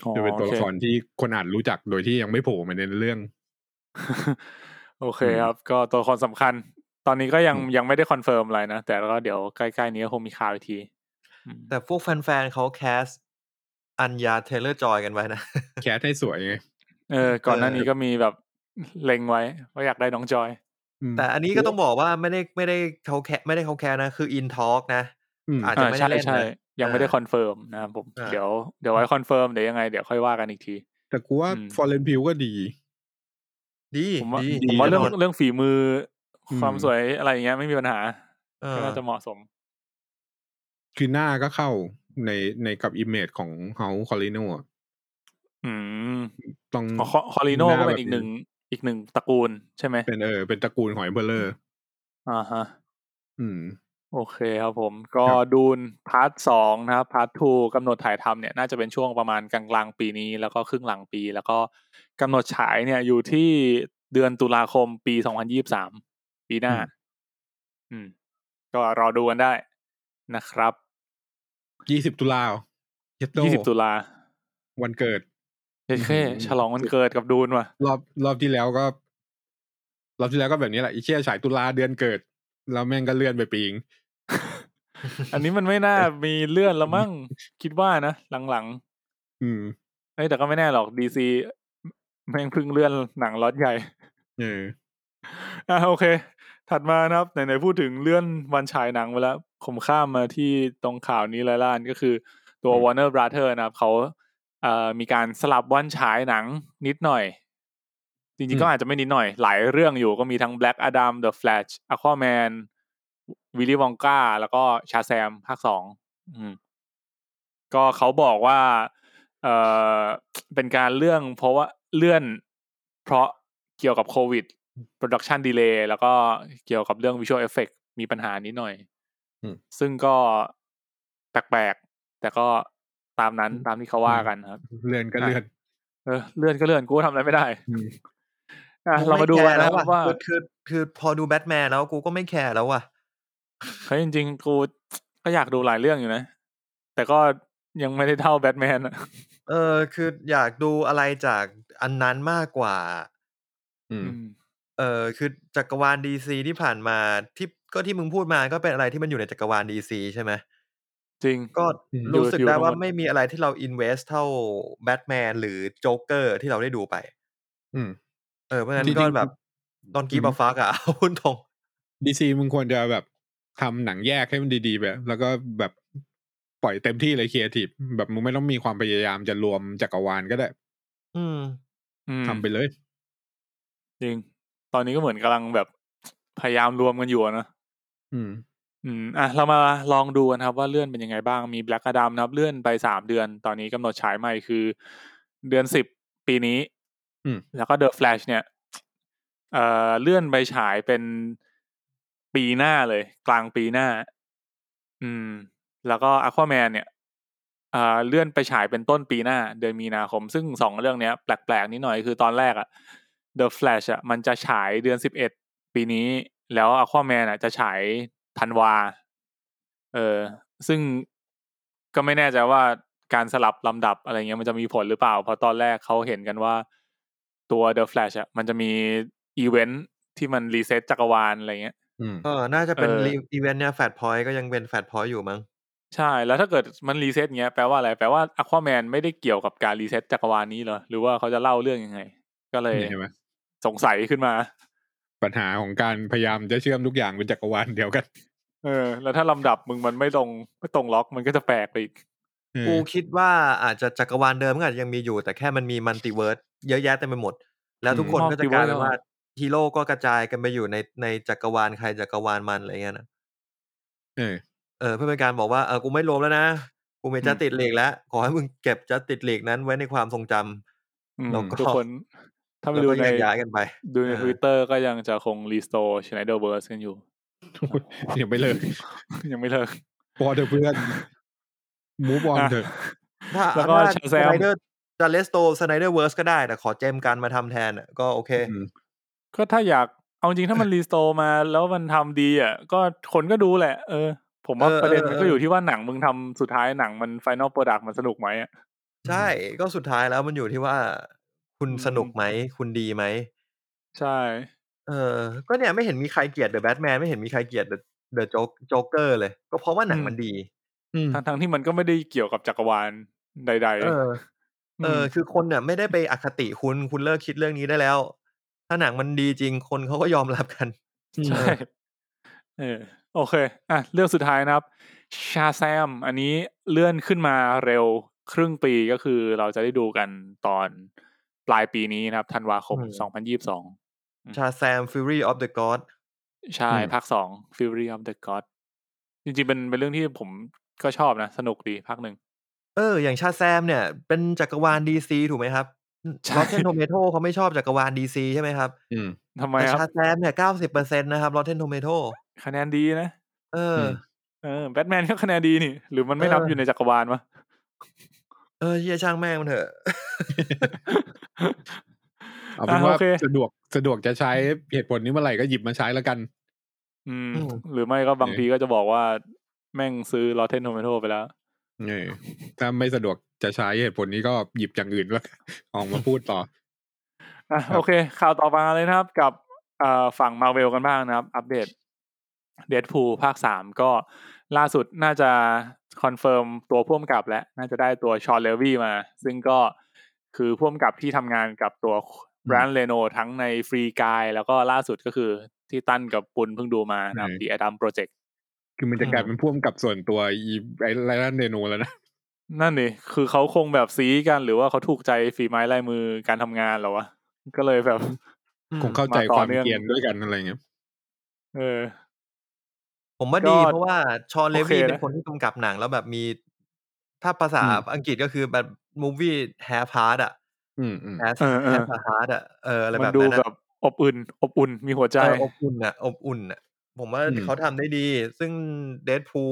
Speaker 2: อ๋อ
Speaker 5: จะเป็นตัวละคร
Speaker 2: โอเค
Speaker 5: ที่คนอ่านรู้จักโดยที่ยังไม่โผล่มาในเรื่อง
Speaker 2: โอเค
Speaker 5: อืม
Speaker 2: ครับ ก็ตัวละครสำคัญ ตอนนี้ก็ยัง
Speaker 5: อืม
Speaker 2: ยังไม่ได้คอนเฟิร์มอะไรนะ แต่ก็เดี๋ยวใกล้ๆนี้ก็คงมีข่าวอีกทีอืม
Speaker 3: แต่พวกแฟนๆเขาแคสอัญญาเทเลอร์จอยกันไว้นะ
Speaker 5: แคสให้สวยไง
Speaker 2: เออ ก่อนหน้านี้ก็มีแบบเล็งไว้ว่าอยากได้น้องจอย
Speaker 5: อืม
Speaker 3: แต่อันนี้ก็ต้องบอกว่าไม่ได้ไม่ได้เขาแคไม่ได้เขาแคสนะ คืออินทอล์กนะ
Speaker 5: อืม
Speaker 3: อาจจะ
Speaker 2: อ่า
Speaker 3: ไม่ได้
Speaker 2: ใช่
Speaker 3: เล่น
Speaker 2: ใช่
Speaker 3: นะ
Speaker 2: ยังไม่ได้
Speaker 3: อ่า
Speaker 2: คอนเฟิร์มนะครับผม
Speaker 3: อ่า
Speaker 2: เดี๋ยวเดี๋ยวไว้คอนเฟิร์มเดี๋ยวยังไงเดี๋ยวค่อยว่ากันอีกที
Speaker 5: แต่กูว่า
Speaker 2: อืม
Speaker 5: ฟอร์เรนพิวก็ดี
Speaker 3: ดี
Speaker 2: ผมว่า
Speaker 3: ดี
Speaker 2: ผมว่า
Speaker 3: แน่
Speaker 2: เรื่อง
Speaker 3: นน
Speaker 2: เรื่องฝีมืออ
Speaker 5: ม
Speaker 2: ความสวยอะไรอย่างเงี้ยไม่มีปัญหา
Speaker 3: เออ
Speaker 2: ก็น่าจะเหมาะสม
Speaker 5: คือหน้าก็เข้าในในกับอิมเมจของเฮาคอลิโน
Speaker 2: อืม
Speaker 5: ต้อง
Speaker 2: อ๋อคอคอริโน
Speaker 5: หน้า
Speaker 2: ก็เป็น
Speaker 5: แบบ
Speaker 2: อีก
Speaker 5: นี้
Speaker 2: หนึ่งอีกหนึ่งตระกูลใช่ไหม
Speaker 5: เป็นเออเป็นตระกูลหอยเบลเลอร์
Speaker 2: อ่าฮะ
Speaker 5: อืม
Speaker 2: โอเคครับผมก็
Speaker 5: ครับ
Speaker 2: ดูนพาร์ทสองนะครับพาร์ททูกำหนดถ่ายทำเนี่ยน่าจะเป็นช่วงประมาณกลางกลางๆปีนี้ แล้วก็ครึ่งหลังปี แล้วก็กำหนดฉายเนี่ยอยู่ที่เดือนตุลาคมปีสองพันยี่บสามปีหน้า อืม ก็รอดูกันได้นะครับ
Speaker 5: ยี่สิบตุลาเหรอเยดโต
Speaker 2: ยี่สิบตุลา
Speaker 5: วันเกิด
Speaker 2: เฮ้ยเค่
Speaker 5: อืม
Speaker 2: ฉลองวันเกิดกับดูนว่ะ
Speaker 5: รอบรอบที่แล้วก็ รอบที่แล้วก็แบบนี้แหละอีเชี่ยฉายตุลาเดือนเกิด แล้วแม่งก็เลื่อนไปปีง
Speaker 2: อันนี้มันไม่น่ามีเลื่อนละมั้งคิดว่านะหลัง
Speaker 5: อืม
Speaker 2: ๆเอ้ยแต่ก็ไม่แน่หรอกดีซีแม่งเพึ่งเลื่อนหนังล็อตใหญ่
Speaker 5: เออ
Speaker 2: อ่ะโอเค ถัดมานะครับไหนๆพูดถึงเลื่อนวันฉายหนังไปแล้ว ผมข้ามมาที่ตรงข่าวนี้เลยล่านก็คือตัว Warner Brother นะครับเขาเอ่อมีการสลับวันฉายหนังนิดหน่อย จริงๆก็อาจจะไม่นิดหน่อย หลายเรื่องอยู่ก็มีทั้ง Black Adam The Flash Aquaman วิลลี่วองกาแล้วก็ชาแซมภาคสองอืม ก็เขาบอกว่า เออเป็นการเลื่อนเพราะว่าเลื่อน เพราะเกี่ยวกับโควิด production delay แล้วก็เกี่ยวกับเรื่อง visual effect มีปัญหานิดหน่อย
Speaker 5: อืม
Speaker 2: ซึ่งก็แปลกๆ แต่ก็ตามนั้นตามที่เขาว่ากันครับ
Speaker 5: เลื่อนก็เลื่อน
Speaker 2: เออเลื่อนก็เลื่อนกูก็ทำอะไรไม่ได้
Speaker 5: อืม
Speaker 2: อ่ะเรามาดูกันนะครับว่า
Speaker 3: คือคือคือพอดูแบทแมนแล้วกูก็ไม่แคร์แล้วว่ะ
Speaker 2: เฮ้ยจริงๆ กูก็อยากดูหลายเรื่องอยู่นะ แต่ก็ยังไม่ได้เท่าแบทแมนอะ
Speaker 3: เออคืออยากดูอะไรจากอันนั้นมากกว่า
Speaker 5: อืม
Speaker 3: เออคือจักรวาลดีซีที่ผ่านมาที่ก็ที่มึงพูดมาก็เป็นอะไรที่มันอยู่ในจักรวาลดีซีใช่ไหม
Speaker 2: จริง
Speaker 3: ก็
Speaker 5: อืม
Speaker 3: รู้สึก
Speaker 2: อยู่
Speaker 3: ได้
Speaker 2: ทั้ง
Speaker 3: ว่า
Speaker 2: หมด
Speaker 3: ไม่มีอะไรที่เราอินเวสเท่าแบทแมนหรือโจ๊กเกอร์ที่เราได้ดูไป
Speaker 5: อืม
Speaker 3: เออเพราะฉะนั้
Speaker 5: จริ
Speaker 3: น
Speaker 5: งๆ
Speaker 3: ก็แบบดอนกี
Speaker 5: อืม
Speaker 3: บาฟักอะ เอาหุ้นตรง
Speaker 5: ดีซีมึงควรจะแบบทำหนังแยกให้มันดีๆไปแล้วก็แบบปล่อยเต็มที่เลยครีเอทีฟแบบมึงไม่ต้องมีความพยายามจะรวมจักรวาลก็ได้
Speaker 3: อืม
Speaker 2: อืม
Speaker 5: ทำไปเลย
Speaker 2: จริง ตอนนี้ก็เหมือนกำลังแบบพยายามรวมกันอยู่อะนะ
Speaker 5: อืม
Speaker 2: อืมอ่ะเรามาลองดูกันครับว่าเลื่อนเป็นยังไงบ้าง มีแบล็กอดัมนะครับ เลื่อนไปสามเดือน ตอนนี้กำหนดฉายใหม่คือ เดือนสิบปีนี้
Speaker 5: อืม
Speaker 2: แล้วก็เดอะแฟลชเนี่ย เอ่อเลื่อนไปฉายเป็นปีหน้าเลย กลางปีหน้า อืม แล้วก็อควาแมนเนี่ยเอ่อเลื่อนไปฉายเป็นต้นปีหน้า เดือนมีนาคม ซึ่งสองเรื่องเนี้ยแปลกๆนิดหน่อยคือตอนแรกอะ The Flash อะมันจะฉายเดือนสิบเอ็ดปีนี้ แล้วอควาแมนอะจะฉายธันวา เออ ซึ่งก็ไม่แน่ใจว่าการสลับลำดับอะไรเงี้ยมันจะมีผลหรือเปล่า เพราะตอนแรกเขาเห็นกันว่าตัว The Flash อะมันจะมีอีเวนท์ที่มันรีเซ็ตจักรวาลอะไรเงี้ย
Speaker 5: อืม
Speaker 3: ก็น่าจะเป็น
Speaker 2: เออ
Speaker 3: อีเวนต์เนี่ยแฟดพอยต์ก็ยังเป็นแฟดพอยต์อยู่มั้ง
Speaker 2: ใช่ แล้วถ้าเกิดมันรีเซ็ตเงี้ยแปลว่าอะไร แปลว่าอควาแมนไม่ได้เกี่ยวกับการรีเซ็ตจักรวาลนี้เหรอ หรือว่าเขาจะเล่าเรื่องยังไง ก็เลย
Speaker 5: นี่เห็นไหม
Speaker 2: สงสัยขึ้นมา
Speaker 5: ปัญหาของการพยายามจะเชื่อมทุกอย่างเป็นจักรวาลเดียวกัน
Speaker 2: เออ แล้วถ้าลำดับมึงมันไม่ตรงไม่ตรงล็อกมันก็จะแปลกไปอีก
Speaker 5: เออ
Speaker 3: กูคิดว่าอาจจะจักรวาลเดิมก็อาจจะยังมีอยู่ แต่แค่มันมีมัลติเวิร์สเยอะแยะเต็มไปหมด แล้วทุกคน
Speaker 2: อืม
Speaker 3: ก็จะกลาย
Speaker 2: มัลติเวิร์ส
Speaker 3: เป็นว่าฮีโร่ก็กระจายกันไปอยู่ในในจักรวาลใครจักรวาลมันอะไรเงี้ยนะ
Speaker 5: เออ
Speaker 3: เออเพื่อเป็นการบอกว่าเออกูไม่รวมแล้วนะ กูมีจัสติดเลกแล้ว ขอให้มึงเก็บจัสติดเลกนั้นไว้ในความทรงจำ
Speaker 2: อืม
Speaker 3: แล้วก็
Speaker 2: ทุกคน ถ้าไป
Speaker 3: แล้ว
Speaker 2: ดู
Speaker 3: ก็
Speaker 2: ใน
Speaker 3: แยกย้ายกันไป
Speaker 2: ดูใน
Speaker 3: เออ
Speaker 2: ทวิตเตอร์ก็ยังจะคงรีสโตชไนเดอร์เวิร์สกันอยู่
Speaker 5: อย่าไปเลย
Speaker 2: ยังไม่เลิก
Speaker 5: พอเถอะเพื่อนมูฟออนเถอะ
Speaker 3: ถ้า
Speaker 2: แล้วก็
Speaker 3: อำนาจ
Speaker 2: Shazam
Speaker 3: ไนเดอร์จาเลสโตสไนเดอร์เวิร์สก็ได้ แต่ขอเจมส์กันมาทำแทนอะก็โอเค
Speaker 5: อืม
Speaker 2: ก็ถ้าอยากเอาจริงถ้ามันรีสโตมาแล้วมันทำดีอ่ะก็คนก็ดูแหละ เออ ผมว่า
Speaker 3: เออ
Speaker 2: ประเด็น
Speaker 3: เออ
Speaker 2: มัน
Speaker 3: เออ
Speaker 2: ก็อยู่ที่ว่าหนังมึงทำสุดท้ายหนังมันไฟนอลโปรดักต์มันสนุกไหมอ่ะ
Speaker 3: ใช่ก็สุดท้ายแล้วมันอยู่ที่ว่า คุณ
Speaker 2: อืม
Speaker 3: สนุกไหม คุณดีไหม
Speaker 2: ใช่
Speaker 3: เออ ก็เนี่ยไม่เห็นมีใครเกลียดเดอะแบทแมนไม่เห็นมีใครเกลียดเดอะโจ๊กเกอร์เลย ก็เพราะว่าหนัง
Speaker 2: อืม
Speaker 3: มันดี
Speaker 5: อืม
Speaker 2: ทั้งทั้งที่มันก็ไม่ได้เกี่ยวกับจักรวาลใด ๆ
Speaker 3: เออ เออ คือคนเนี่ยไม่ได้ไปอคติคุณคุณเลิกคิดเรื่องนี้ได้แล้ว ถ้าหนังมันดีจริงคนเขาก็ยอมรับกัน
Speaker 2: ใช่ เออ โอเค อ่ะ เรื่องสุดท้ายนะครับ ชาแซม อันนี้เลื่อนขึ้นมาเร็วครึ่งปีก็คือเราจะได้ดูกันตอนปลายปีนี้นะครับ ธันวาคม
Speaker 3: อืม
Speaker 2: 2022
Speaker 3: ชาแซมฟิวรี่ออฟเดอะก็อด
Speaker 2: ใช่ ภาคสอง Fury of the God จริงๆ เป็นเป็นเรื่องที่ผมก็ชอบนะ สนุกดีภาคหนึ่ง
Speaker 3: เออ อย่างชาแซมเนี่ย เป็นจักรวาลดีซีถูกไหมครับ
Speaker 2: ใช่
Speaker 3: ลอตเทนโทเมโตเขาไม่ชอบจักรวาลดีซีใช่ไหมครับ
Speaker 5: อืม
Speaker 2: ทำไม
Speaker 3: แต่
Speaker 2: ครับ
Speaker 3: ชาแซมเนี่ยเก้าสิบเปอร์เซ็นต์นะครับรอเทนโทเมโต
Speaker 2: คะแนนดีนะ
Speaker 3: เออ
Speaker 5: ม
Speaker 3: อ
Speaker 2: เออ แบทแมนก็คะแนนดีนี่ หรือมันไม่นับ
Speaker 3: เออ
Speaker 2: อ
Speaker 3: อ
Speaker 2: ยู่ในจักรวาลวะ
Speaker 3: เออเชี่ยช่างแม่งมันเถอะ
Speaker 5: เอาเป็น
Speaker 2: อ่ะ
Speaker 5: ว่า
Speaker 2: โอเค
Speaker 5: สะดวกสะดวกจะใช้เหตุผลนี้เมื่อไหร่ก็หยิบมาใช้แล้วกัน
Speaker 2: อืม
Speaker 3: อืม
Speaker 2: หรือไม่ก็บาง
Speaker 5: เออ
Speaker 2: ทีก็จะบอกว่าแม่งซื้อ Rotten Tomato ไปแล้ว
Speaker 5: เออถ้าไม่สะดวกจะใช้เหตุผลนี้ก็หยิบอย่างอื่นแล้วกันออกมาพูดต่อ
Speaker 2: อ่ะ
Speaker 5: ครับ
Speaker 2: โอเค ข่าวต่อมาเลยนะครับกับเอ่อฝั่งมาเวลกันบ้างนะครับ อัปเดตเด p พูภาคสามก็ล่าสุดน่าจะคอนเฟิร์มตัวพ่วมกับแล้วน่าจะได้ตัวชอนเลวี่มา ซึ่งก็คือพ่วมกับที่ทำงานกับตัวแบรนด์เลโนทั้งในฟรีกายแล้วก็ล่าสุดก็คือที่ตั้นกับปุนเพิ่งดูมานะครับดีอดัมโปรเจกต์
Speaker 5: คือมันจะกลายเป็นพ่วงกับส่วนตัวอีไอ้ไรลันเดโนแล้วนะ
Speaker 2: นั่นนี่คือเขาคงแบบซีกันหรือว่าเขาถูกใจฝีไม้ลายมือการทำงานเหรอวะก็เลยแบบ
Speaker 5: คงเข้าใจ
Speaker 2: มาต่อ
Speaker 5: ความ
Speaker 2: เนื่อง
Speaker 5: เกรียนด้วยกันอะไรเงี้ย
Speaker 2: เออ
Speaker 3: ผมว่า
Speaker 2: ก็
Speaker 3: ดีเพราะว่าชอนเล
Speaker 2: โอเค
Speaker 3: วี
Speaker 2: นะ
Speaker 3: เป็นคนที่กำกับหนังแล้วแบบมี ถ้าภาษาอังกฤษก็คือแบบมูฟวี่แฮร์พาร์ตอะ
Speaker 5: อืมอืม
Speaker 3: แฮร์
Speaker 2: เอ อเอ
Speaker 3: แฮ
Speaker 2: อ
Speaker 3: ร์พาร์ตอะเอออะไร
Speaker 2: มั
Speaker 3: แบ
Speaker 2: น
Speaker 3: บ
Speaker 2: ดู
Speaker 3: นั้น
Speaker 2: แบ
Speaker 3: อะ
Speaker 2: บอบอุ่น อบอุ่นมีหัวใจ
Speaker 3: เอออบอุ่นอะอบอุ่นอะผมว่าเขาทำได้ดี ซึ่งเด p พู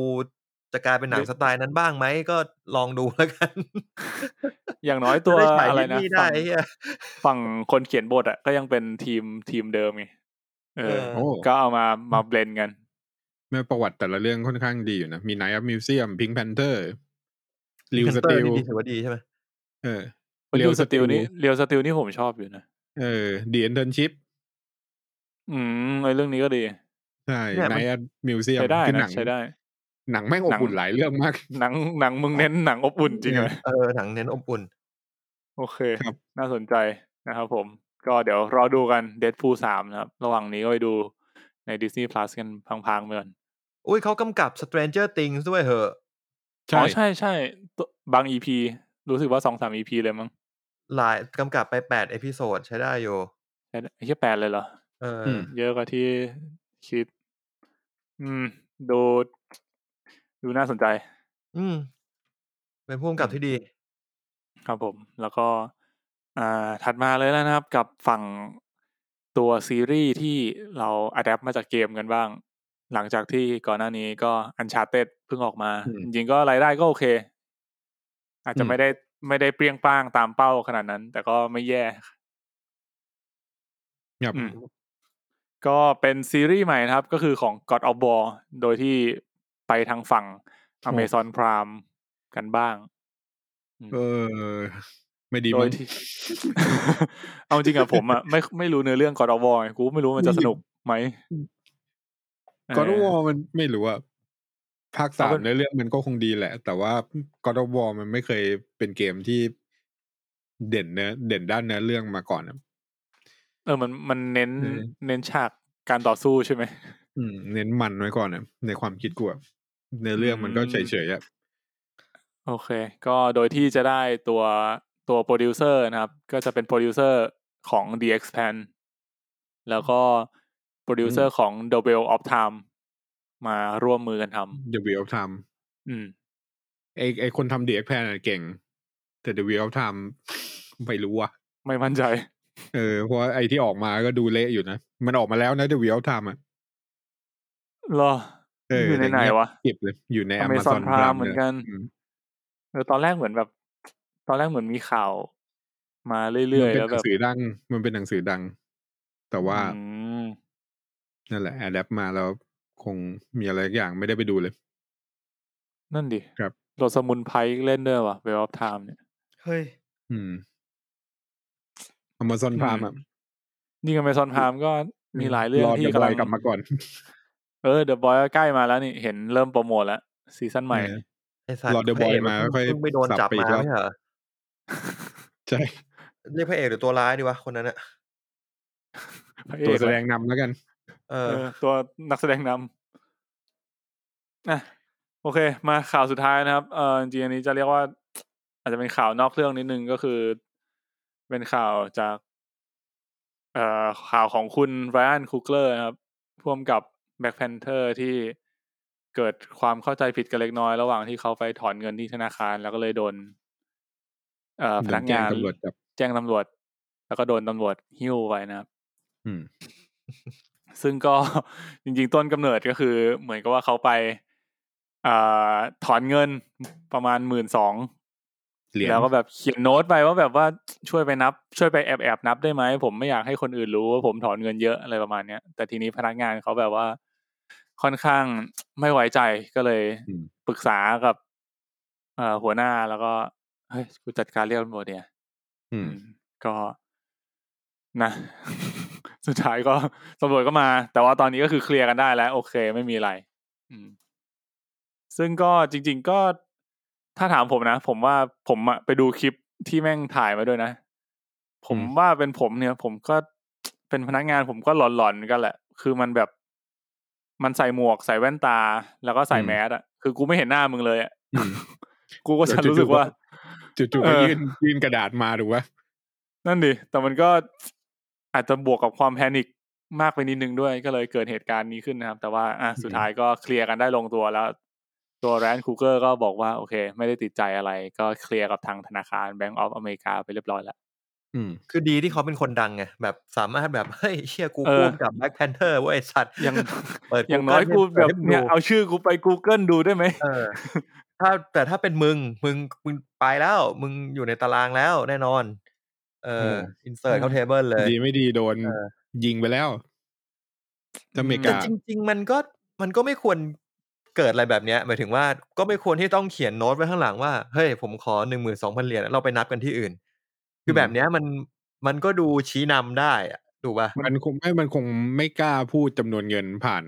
Speaker 3: จะกลายเป็นหนัง
Speaker 2: Deadpool
Speaker 3: สไตล์นั้นบ้างไหมก็ลองดูแล้ว กัน
Speaker 2: อย่างน้อยตัว
Speaker 3: จด้ฉาย
Speaker 2: อะไรนะ
Speaker 3: ที่ได้
Speaker 2: ฝั่ง
Speaker 3: ไอ้เหี้ย
Speaker 2: ฝั่งคนเขียนบทอ่ะก็ยังเป็นทีมทีมเดิมไงเออ
Speaker 3: เอ
Speaker 5: โอ้
Speaker 2: ก็เอามามาเบลนกัน
Speaker 5: แม่ประวัติแต่ละเรื่องค่อนข้างดีอยู่นะ มีไนท์อัพมิวเซียมพิงแพนเทอร์ลิวส
Speaker 3: Panther
Speaker 5: ติล
Speaker 3: นี่ดีถือว่าดีใช่ไหม
Speaker 5: เออ
Speaker 2: เรียวสติล
Speaker 5: Steel
Speaker 2: นี่เรียวสติลนี่ผมชอบอยู่นะ
Speaker 5: เออดีเอนเทนชิพ
Speaker 2: อืมไอเรื่องนี้ก็ดี
Speaker 5: ใช่ไนท์อัพมิวเซียม
Speaker 2: ใช้ได้
Speaker 5: คือหนั
Speaker 2: นะ
Speaker 5: ง
Speaker 2: ใช้ได้
Speaker 5: หนังแม่งอบอุ่นหลายเรื่องมาก
Speaker 2: หนังหนังมึงเน้นหนังอบอุ่นจริงเลย
Speaker 3: เออหนังเน้นอบอุ่น
Speaker 2: โอเค
Speaker 5: ครับ
Speaker 2: น่าสนใจนะครับผม ก็เดี๋ยวรอดูกันเด p พูสามนะครับ ระหว่างนี้ก็ไปดูใน Disney Plus กันพังๆไปก่อน
Speaker 3: อุ้ยเขากำกับ Stranger Things ด้วยเหอะ
Speaker 5: ใช่
Speaker 2: อ๋อใช่ใช่ตัวบางอีพีรู้สึกว่าสองสามอีพีเลยมั้ง
Speaker 3: หลายกำกับไปแปดเอพิโซดใช้ได้อยู่
Speaker 2: แต่ไอ้แค่แปดเลยเหรอ
Speaker 3: เออ
Speaker 5: ม
Speaker 3: อ
Speaker 2: เยอะกว่าที่คิด อืม ดู ดูน่าสนใจ
Speaker 3: อืม เป็นผู้กำกับที่ดี
Speaker 2: ครับผม แล้วก็ อ่า ถัดมาเลยแล้วนะครับ กับฝั่ง ตัวซีรีส์ที่เราอัดแอปมาจากเกมกันบ้าง หลังจากที่ก่อนหน้านี้ก็อันชาเต็ดเพิ่งออกมา
Speaker 5: อืม
Speaker 2: จริงๆก็รายได้ก็โอเค อาจจะ
Speaker 5: อืม
Speaker 2: ไม่ได้ไม่ได้เปรี้ยงป้างตามเป้าขนาดนั้น แต่ก็ไม่แย่
Speaker 5: ครับ
Speaker 2: อืม ก็เป็นซีรีส์ใหม่นะครับ ก็คือของ God of War โดยที่ไปทางฝั่ง Amazon Prime กันบ้าง
Speaker 5: เออ ไม่ดี
Speaker 2: โด
Speaker 5: มั้
Speaker 2: ย
Speaker 5: ง
Speaker 2: ที่ เอาจริงอะผมอะไม่ไม่รู้เนื้อเรื่อง God of War ไงกูไม่รู้มันจะสนุกไหม
Speaker 5: กอด
Speaker 2: เ
Speaker 5: วอมันไม่รู้อะภาคสา
Speaker 2: เอาเป็
Speaker 5: ม
Speaker 2: น
Speaker 5: ในเรื่องมันก็คงดีแหละ แต่ว่ากอดวอมันไม่เคยเป็นเกมที่เด่นเนื้อเด่นด้านเนื้อเรื่องมาก่อนอะ
Speaker 2: เออมันมันเน้น
Speaker 5: เออ
Speaker 2: เน้นฉากการต่อสู้ใช่ไหม
Speaker 5: อืมเน้นมันไว้ก่อนอะในความคิดกูอะเนื้อเรื่องมันก็
Speaker 2: อืม
Speaker 5: เฉยๆอะ
Speaker 2: โอเค ก็โดยที่จะได้ตัวตัวโปรดิวเซอร์นะครับ ก็จะเป็นโปรดิวเซอร์ของ The Expand แล้วก็โปรดิวเซอร์ของ The Bell of Time มาร่วมมือกันท
Speaker 5: เดวิลทาม
Speaker 2: ำอืม
Speaker 5: ไอไอคนทำเด็กแพนเก่ง แต่เดวิลทามไม่รู้อะ
Speaker 2: ไม่มั่นใจ
Speaker 5: เออเพราะว่าไอที่ออกมาก็ดูเละอยู่นะ มันออกมาแล้วนะเดวิลทามอะ
Speaker 2: เหรอ
Speaker 5: เออ
Speaker 2: อยู่ในไหน
Speaker 5: แต่เงียบ
Speaker 2: วะ
Speaker 5: เก็บเลยอยู่ใน
Speaker 2: Amazon
Speaker 5: Amazon
Speaker 2: Prime
Speaker 5: Prime
Speaker 2: เหมือนกัน
Speaker 5: ม
Speaker 2: เออตอนแรกเหมือนแบบ ตอนแรกเหมือนมีข่าว มาเรื่อยๆ
Speaker 5: มันเป็น
Speaker 2: แล้ว
Speaker 5: ห
Speaker 2: แบ
Speaker 5: นั
Speaker 2: บ
Speaker 5: งสือดัง มันเป็นหนังสือดัง แต่ว่า
Speaker 2: อืม
Speaker 5: นั่นแหละ a d ด p มาแล้วคงมีอะไรสักอย่างไม่ได้ไปดูเลย
Speaker 2: นั่นดิ
Speaker 5: ครับ
Speaker 2: โรสมุนไพรเล่นด้วยวะเวลออฟไทม์เนี่ย
Speaker 4: เฮ้ย
Speaker 5: อืม Amazon
Speaker 2: อืม
Speaker 5: Prime อ่ะ
Speaker 2: นี่กับ Amazon Prime ก็มีหลายเรื่องที่
Speaker 5: กำ
Speaker 2: กำ
Speaker 5: ลั
Speaker 2: ลัง
Speaker 5: กลับมาก่อน
Speaker 2: เออ The Boy ใกล้มาแล้วนี่ เห็นเริ่มโปรโมทแล้ว ซีซั่นใหม่
Speaker 5: เออ
Speaker 3: ไอ้สัตว์
Speaker 5: รอ The
Speaker 3: พะก
Speaker 5: Boy มา
Speaker 3: เพิ่ง
Speaker 5: ค่อย
Speaker 3: เพิ่งไปโดน
Speaker 5: สับ
Speaker 3: จับ
Speaker 5: ไปอี
Speaker 3: มาก
Speaker 5: รอบ
Speaker 3: ไม่ใช่เหรอ
Speaker 5: ใช่
Speaker 3: เรียกพระเอกหรือตัวร้ายดีวะคนนั้นอะ
Speaker 2: พระเอ
Speaker 5: ตัว
Speaker 2: ก
Speaker 5: แสดงนำแล้วกัน
Speaker 3: เอ
Speaker 2: เออ
Speaker 3: อ
Speaker 2: ตัวนักแสดงนำอ่ะโอเค มาข่าวสุดท้ายนะครับเออจริงๆอันนี้จะเรียกว่า อาจจะเป็นข่าวนอกเรื่องนิดนึงก็คือ เป็นข่าวจาก เอ่อข่าวของคุณไรอันคูเกอร์นะครับพ่วมกับแบ็กแพนเทอร์ที่เกิดความเข้าใจผิดกันเล็กน้อย ระหว่างที่เขาไปถอนเงินที่ธนาคาร แล้วก็เลยโดน เอ่อพนักงาน
Speaker 5: โดนแจ้งตำรวจจับ
Speaker 2: แจ้งตำรวจ แล้วก็โดนตำรวจหิ้วไปนะครับ
Speaker 5: อืม
Speaker 2: ซึ่งก็ จริงๆต้นกำเนิดก็คือ เหมือนกับว่าเขาไปเอ่อถอนเงินประมาณหมื่นสอง
Speaker 5: เหรียญ
Speaker 2: แล้วก็แบบเขียนโน้ตไปว่าแบบว่าช่วยไปนับ ช่วยไปแอบแอบๆนับได้ไหมผมไม่อยากให้คนอื่นรู้ว่าผมถอนเงินเยอะอะไรประมาณเนี้ยแต่ทีนี้พนักงานเขาแบบว่าค่อนข้างไม่ไว้ใจก็เลย
Speaker 5: อืม
Speaker 2: ปรึกษากับเอ่อหัวหน้าแล้วก็เฮ้ยกูจัดการเรียกตำรวจเนี่ย
Speaker 5: อืม
Speaker 2: ก็นะ สุดท้ายก็ตำรวจก็มา แต่ว่าตอนนี้ก็คือเคลียร์กันได้แล้ว โอเคไม่มีอะไร อืม ซึ่งก็จริง ๆก็ถ้าถามผมนะ ผมว่าผมอะไปดูคลิปที่แม่งถ่ายมาด้วยนะ ผม
Speaker 5: อืม
Speaker 2: ว่าเป็นผมเนี่ย ผมก็ เป็นพนักงานผมก็หลอนๆกันแหละ คือมันแบบ มันใส่หมวกใส่แว่นตา แล้วก็ใส่แมสอะคือกูไม่เห็นหน้ามึงเลยอะ
Speaker 5: อืม
Speaker 2: กูก็ฉันรู้สึกว่า
Speaker 5: จู่ๆ
Speaker 2: เอ
Speaker 5: ก็
Speaker 2: อ
Speaker 5: ยื่นยื่นกระดาษมาดูว่า
Speaker 2: นั่นดิ แต่มันก็อาจจะบวกกับความแพนิคมากไปนิดนึงด้วย ก็เลยเกิดเหตุการณ์นี้ขึ้นนะครับ แต่ว่าอ่ะสุดท้ายก็เคลียร์กันได้ลงตัวแล้ว ตัวแรนคูเกอร์ก็บอกว่า โอเค ไม่ได้ติดใจอะไร ก็เคลียร์กับทางธนาคารแบงก์ออฟอเมริกาไปเรียบร้อยแล้ว
Speaker 5: อืม
Speaker 3: คือดีที่เขาเป็นคนดังไงแบบสามารถแบบ เฮ้ยเชี่ยกู
Speaker 2: เออ
Speaker 3: พูดกับแบ็คแพนเทอร์ว่าไอ้สัตว์
Speaker 2: อย่าง
Speaker 3: เปิด
Speaker 2: อย่างน้อย
Speaker 3: Google
Speaker 2: กูแบบ
Speaker 3: ให้ดู
Speaker 2: เนี่ยเอาชื่อกูไป Google ดูได้ไหม
Speaker 3: เออ ถ้าแต่ถ้าเป็นมึง มึงมึงไปแล้ว มึงอยู่ในตารางแล้วแน่นอน เอ
Speaker 5: เอ
Speaker 3: อ
Speaker 5: อ
Speaker 3: อินเสิร์ตเข้าเทเบิลเลย
Speaker 5: ดีไม่ดีโดน
Speaker 3: เออ
Speaker 5: ยิงไปแล้วถ้าอเมริ
Speaker 3: แต่
Speaker 5: กา
Speaker 3: จริง ๆ มันก็มันก็ไม่ควรเกิดอะไรแบบเนี้ยหมายถึงว่าก็ไม่ควรที่ต้องเขียนโน้ตไว้ข้างหลังว่า เฮ้ย ผมขอหนึ่งหมื่นสองพันเหรียญแล้วเราไปนับกันที่อื่น คือแบบเนี้ยมันมันก็ดูชี้นำได้อะถูกป่ะ
Speaker 5: มันคงไม่มันคงไม่กล้าพูดจำนวนเงินผ่าน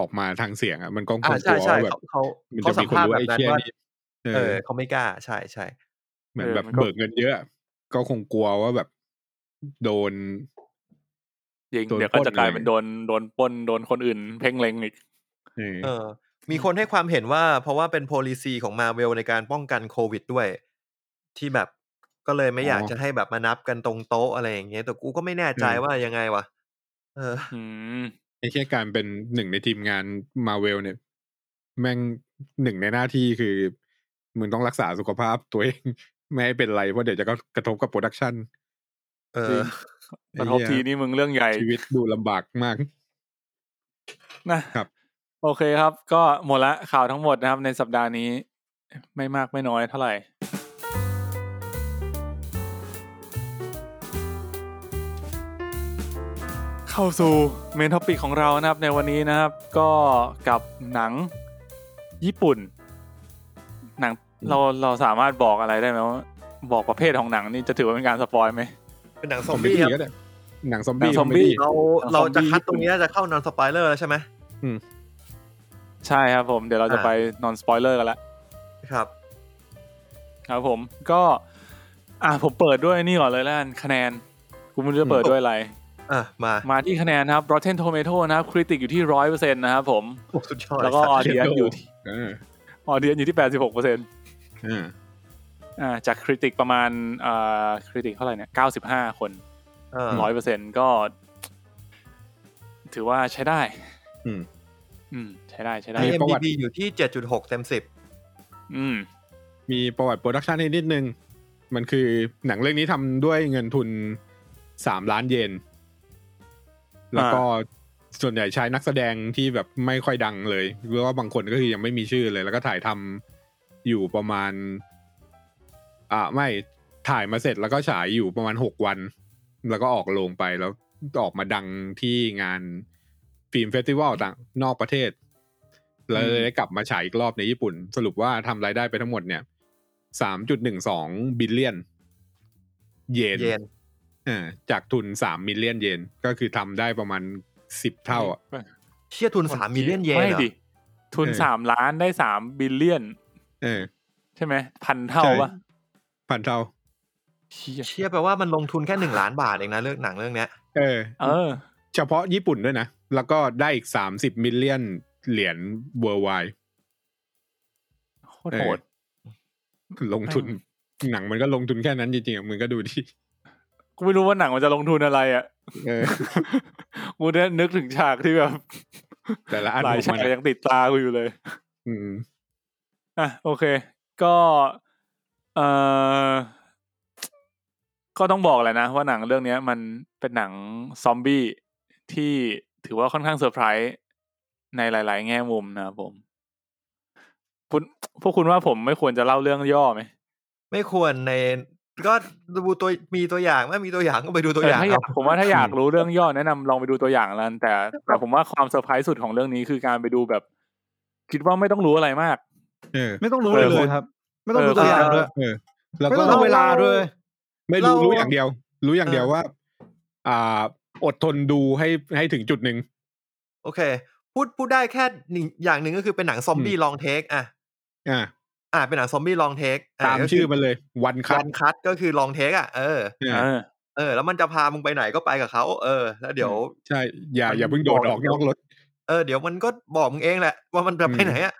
Speaker 5: ออกมาทางเสียงอ่ะมันก็ค
Speaker 3: อ่าง
Speaker 5: ก
Speaker 3: ใช่
Speaker 5: ลัว
Speaker 3: ใช่
Speaker 5: ว่าแบบ
Speaker 3: เขาเขา
Speaker 5: มัน
Speaker 3: เขา
Speaker 5: จะ
Speaker 3: สั
Speaker 5: มี
Speaker 3: ม
Speaker 5: คน
Speaker 3: ภาษณ์แบบ
Speaker 5: รู้ว่าไอ้
Speaker 3: นั้น
Speaker 5: เชี่ย
Speaker 3: ว่า
Speaker 5: นี่เอ
Speaker 3: เอ
Speaker 5: อ
Speaker 3: อเขาไม่กล้าใช่ใช่
Speaker 5: เหมือน
Speaker 2: เออ
Speaker 5: แบบ
Speaker 2: มันก็
Speaker 5: เบิกเงินเยอะ ก็คงกลัวว่าแบบ โดน
Speaker 2: ยิง
Speaker 5: โดน
Speaker 2: เดี๋ยวก็
Speaker 5: ปล้น
Speaker 2: จะกลาย
Speaker 5: เลย
Speaker 2: เป็นโดนโดนปล้นโดนคนอื่น เพ่งเล็งอีก
Speaker 5: เออ
Speaker 3: เออ มีคนให้ความเห็นว่า เพราะว่าเป็น policy ของมาเวลในการป้องกันโควิดด้วย ที่แบบก็เลยไม่อยากจะให้แบบมานับกันตรงโต๊ะอะไรอย่างเงี้ยแต่กูก็ไม่แน่ใจว่ายังไงวะเออ
Speaker 2: อืม
Speaker 5: ไอ้เชี่ยการเป็นหนึ่งในทีมงานมาเวลเนี่ย แม่งหนึ่งในหน้าที่คือมึงต้องรักษาสุขภาพตัวเอง ไม่ให้เป็นไรเพราะเดี๋ยวจะก็กระทบกับโปรดักชัน
Speaker 3: เอ
Speaker 2: จริก
Speaker 3: อง
Speaker 2: ระทบ
Speaker 5: ไอ้
Speaker 2: ที
Speaker 5: เหี้ย
Speaker 2: นี่มึงเรื่องใหญ่
Speaker 5: ชีวิตดูลำบากมาก
Speaker 2: นะครับ โอเคครับ ก็หมดละข่าวทั้งหมดนะครับ ในสัปดาห์นี้ ไม่มากไม่น้อยเท่าไหร่ เข้าสู่เมนท็อปิกของเรานะครับ ในวันนี้นะครับ ก็กับหนังญี่ปุ่น หนังเราเราสามารถบอกอะไรได้ไหมว่าบอกประเภทของหนังนี่จะถือว่าเป็นการสปอยล์ไหม
Speaker 3: เป็นหนังซ
Speaker 5: ซ
Speaker 3: อ
Speaker 5: อ
Speaker 3: ม
Speaker 5: ม
Speaker 3: บี้
Speaker 5: บี้
Speaker 3: ค
Speaker 5: ก็
Speaker 3: รับ
Speaker 5: ได้หนังซอม
Speaker 2: หนั
Speaker 5: บี้
Speaker 2: งซอมบี้
Speaker 5: คเดี้
Speaker 3: เรา
Speaker 2: หนังซอมบี้
Speaker 3: เราจะคัดตรงนี้จะเข้านอนสปอยเลอร์แล้วใช่ไหม
Speaker 2: ใช่ครับผมเดี๋ยวเราจะไปนอนสปอยเลอร์กันละ
Speaker 3: ครับ
Speaker 2: ครับผมก็อ่ะผมเปิดด้วยนี่ก่อนเลยแล้วกันคะแนนกูไม่รู้จะเปิดด้วยอะไร
Speaker 3: อ่ะมา
Speaker 2: มาที่คะแนนนะครับ Rotten Tomato นะครับคริติกอยู่ที่ร้อยเปอร์เซ็นต์นะครับผม
Speaker 3: โอ้สุดยอด
Speaker 2: แล้วก็ออเดียน
Speaker 5: Shadow
Speaker 2: อยู่ที่
Speaker 5: เออ
Speaker 2: ออเดียนอยู่ที่แปดสิบหกเปอร์เซ็นต์
Speaker 5: อ่า
Speaker 2: อ่าจากคริติกประมาณอ่าคริติกเท่าไหร่เนี่ยเก้าสิบห้าคน
Speaker 3: เออ
Speaker 2: ร้อยเปอร์เซ็นต์ก็ ถือว่าใช้ได้
Speaker 5: อืม
Speaker 2: อืม ใช้ได้ใช้
Speaker 3: ไอ
Speaker 2: ได้
Speaker 3: เอ็ม
Speaker 5: ประวัติ
Speaker 3: ดีอยู่ที่เจ็ดจุดหกเต็มสิบ
Speaker 2: อืม
Speaker 5: มีประวัติโปรดักชันให้นิดนึง มันคือหนังเรื่องนี้ทำด้วยเงินทุนสามล้านเยน แล้วก็ส่วนใหญ่ใช้นักแสดงที่แบบไม่ค่อยดังเลยหรือว่าบางคนก็คือยังไม่มีชื่อเลย แล้วก็ถ่ายทำอยู่ประมาณ อ่าไม่ถ่ายมาเสร็จแล้วก็ฉายอยู่ประมาณหกวัน แล้วก็ออกโรงไปแล้วออกมาดังที่งานฟิล์มเฟสติวัลต่างนอกประเทศ แล้ว
Speaker 2: อืม
Speaker 5: ได้กลับมาฉายอีกรอบในญี่ปุ่น สรุปว่าทำรายได้ไปทั้งหมดเนี่ยสามจุดหนึ่งสองบิลเลียน เยน
Speaker 3: เยน
Speaker 5: อ่าจากทุนสามมิลเลียนเยน ก็คือทำได้ประมาณสิบเท่าอ่ะ
Speaker 3: เชี่ยทุนสามมิลเลียนเยน
Speaker 2: ไม่
Speaker 3: เหรอ
Speaker 2: ดิทุน
Speaker 5: เออ
Speaker 2: สามล้านได้สามบิลเลียน
Speaker 5: เออ
Speaker 2: ใช่ไหมพันเท่าปะ
Speaker 5: พันเท่า
Speaker 2: เชี่ย
Speaker 3: เชี่ยแปลว่ามันลงทุนแค่หนึ่งล้านบาทเองนะเรื่องหนังเรื่องเนี้ย
Speaker 5: เออ
Speaker 2: เออ
Speaker 5: เฉพาะญี่ปุ่นด้วยนะ แล้วก็ได้อีกสามสิบมิลเลียนเหรียญ worldwide
Speaker 2: โคตรโหด
Speaker 5: ลงทุน หนังมันก็ลงทุนแค่นั้นจริงๆอะมึงก็ดูดิ
Speaker 2: กูไม่รู้ว่าหนังมันจะลงทุนอะไรอ่ะ
Speaker 5: เออ
Speaker 2: กูเนี่ยนึกถึงฉากที่แบบ
Speaker 5: แต่ละอัน
Speaker 2: หลาย
Speaker 5: ของมั
Speaker 2: ฉาน ก
Speaker 5: อะ
Speaker 2: ยังติดตากูอยู่เลย
Speaker 5: อืม
Speaker 2: อ่ะโอเค ก็เอ่อก็ต้องบอกแหละนะ ว่าหนังเรื่องเนี้ย มันเป็นหนังซอมบี้ที่ถือว่าค่อนข้างเซอร์ไพรส์ในหลาย ๆ แง่มุมนะครับผมคุณพวกคุณว่าผมไม่ควรจะเล่าเรื่องย่อไหม
Speaker 3: ไม่ควรในก็ดูตัวมีตัวอย่างไหม่มีตัวอย่างก็ไปดูตัวอย่าง
Speaker 2: เถ้าอยากผมว่าถ้าอยากรู้เรื่องย่อแนะนำลองไปดูตัวอย่างแล้วกันแต่แต่ผมว่าความเซอร์ไพรส์สุดของเรื่องนี้คือการไปดูแบบ คิดว่าไม่ต้องรู้อะไรมาก
Speaker 5: เออ
Speaker 4: ไม่ต้องรู้อะไร
Speaker 2: เออ
Speaker 4: เล
Speaker 2: คุ
Speaker 4: ย
Speaker 2: ณ
Speaker 4: ครับ ไม่ต้องดู
Speaker 2: เออ
Speaker 4: ตัวอย่างด้วย
Speaker 5: เออ แล้ว
Speaker 4: ไม่
Speaker 5: ก็
Speaker 4: ต้องดูเวลาด้วย
Speaker 5: ไม่รู้
Speaker 4: เรารู้
Speaker 5: รู้อย่างเดียว รู้อย่างเดียวว่า อ่า อดทนดูให้ให้ถึงจุดหนึ่ง
Speaker 3: โอเค พูดพูดได้แค่หนึ่งอย่างหนึ่งก็คือเป็นหนังซอมบี้ลองเทคอ่ะ
Speaker 5: อ่า
Speaker 3: อ่ะเป็นหนังซอมบี้ลองเทค
Speaker 5: ตามชื่อมันเลย วันคั
Speaker 3: กั
Speaker 5: ท
Speaker 3: นคัดก็คือลองเทคอ่ะเออ
Speaker 5: เอ
Speaker 2: เอ
Speaker 5: อ
Speaker 2: อ
Speaker 3: เออแล้วมันจะพามึงไปไหนก็ไปกับเขาเออ แล้วเดี๋ยว
Speaker 5: ใช่ อย่าอย่าเพิ่งโดดออกนอกรถ
Speaker 3: เออเดี๋ยวมันก็บอกมึงเองแหละว่ามันจะไป
Speaker 5: อืม
Speaker 3: ไหนอ่ะ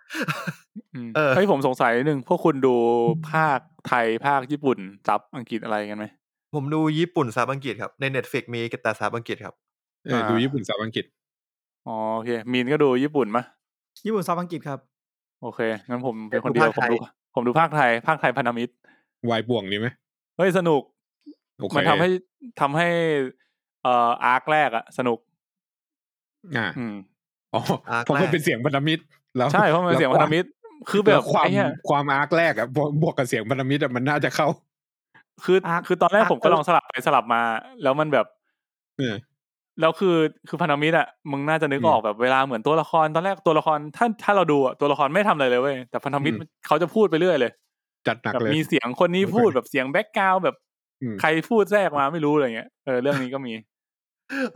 Speaker 2: อืม
Speaker 3: เออ
Speaker 2: เฮ้ยผมสงสัยนิดนึง พวกคุณดูภาคไทยภาคญี่ปุ่นซับอังกฤษอะไรกันไหม
Speaker 3: ผมดูญี่ปุ่นซับอังกฤษครับใน Netflix มีแต่ซับอังกฤษครับ
Speaker 5: เออ
Speaker 2: อ่า
Speaker 5: ดูญี่ปุ่นสาวอังกฤษ
Speaker 2: อ๋อโอเค มีนก็ดูญี่ปุ่นมะ
Speaker 4: ญี่ปุ่นซับอังกฤษครับ
Speaker 2: โอเค งั้นผมเป็นคนเดียว
Speaker 3: ดู
Speaker 2: ผม
Speaker 3: ภาคไทย
Speaker 2: ดูผมดูภาคไทย ภาคไทยพันธมิตร
Speaker 5: วายบ่วงนี่ไหม
Speaker 2: เฮ้ย สนุก
Speaker 5: โอเค
Speaker 2: มันทำให้ทำให้ เอ่ออาร์คแรกอะสนุก
Speaker 5: อ่า
Speaker 2: อืม
Speaker 5: อ๋อเพราะมันเป็นเสียงพันธมิตรแล้ว
Speaker 2: ใช่เพราะมันเสียงพันธมิตร คือแบบ
Speaker 5: ล้วความ
Speaker 2: ไอ้เนี่ย
Speaker 5: ความอาร์คแรกอะบวกบวกกับเสียงพันธมิตรอะมันน่าจะเข้า
Speaker 2: คือ
Speaker 4: อาร์ค
Speaker 2: คือตอนแรก
Speaker 4: อาร์ค
Speaker 2: ผมก็ลองสลับไปสลับมา แล้วมันแบบ
Speaker 5: เออ
Speaker 2: แล้วคือคือพันธมิตรอ่ะมึงน่าจะนึก
Speaker 5: อืม
Speaker 2: ออกแบบเวลาเหมือนตัวละครตอนแรกตัวละครถ้าถ้าเราดูอ่ะตัวละครไม่ทำอะไรเลยเว้ยแต่พันธมิตร
Speaker 5: อืม
Speaker 2: เขาจะพูดไปเรื่อยเลย
Speaker 5: จัดหนัก
Speaker 2: แบบ
Speaker 5: เลย
Speaker 2: มีเสียงคนนี้
Speaker 5: โอเค
Speaker 2: พูดแบบเสียงแบ็กกราวด์แบบ
Speaker 5: อืม
Speaker 2: ใครพูดแทรกมาไม่รู้อะไรเงี้ยเออเรื่องนี้ก็มี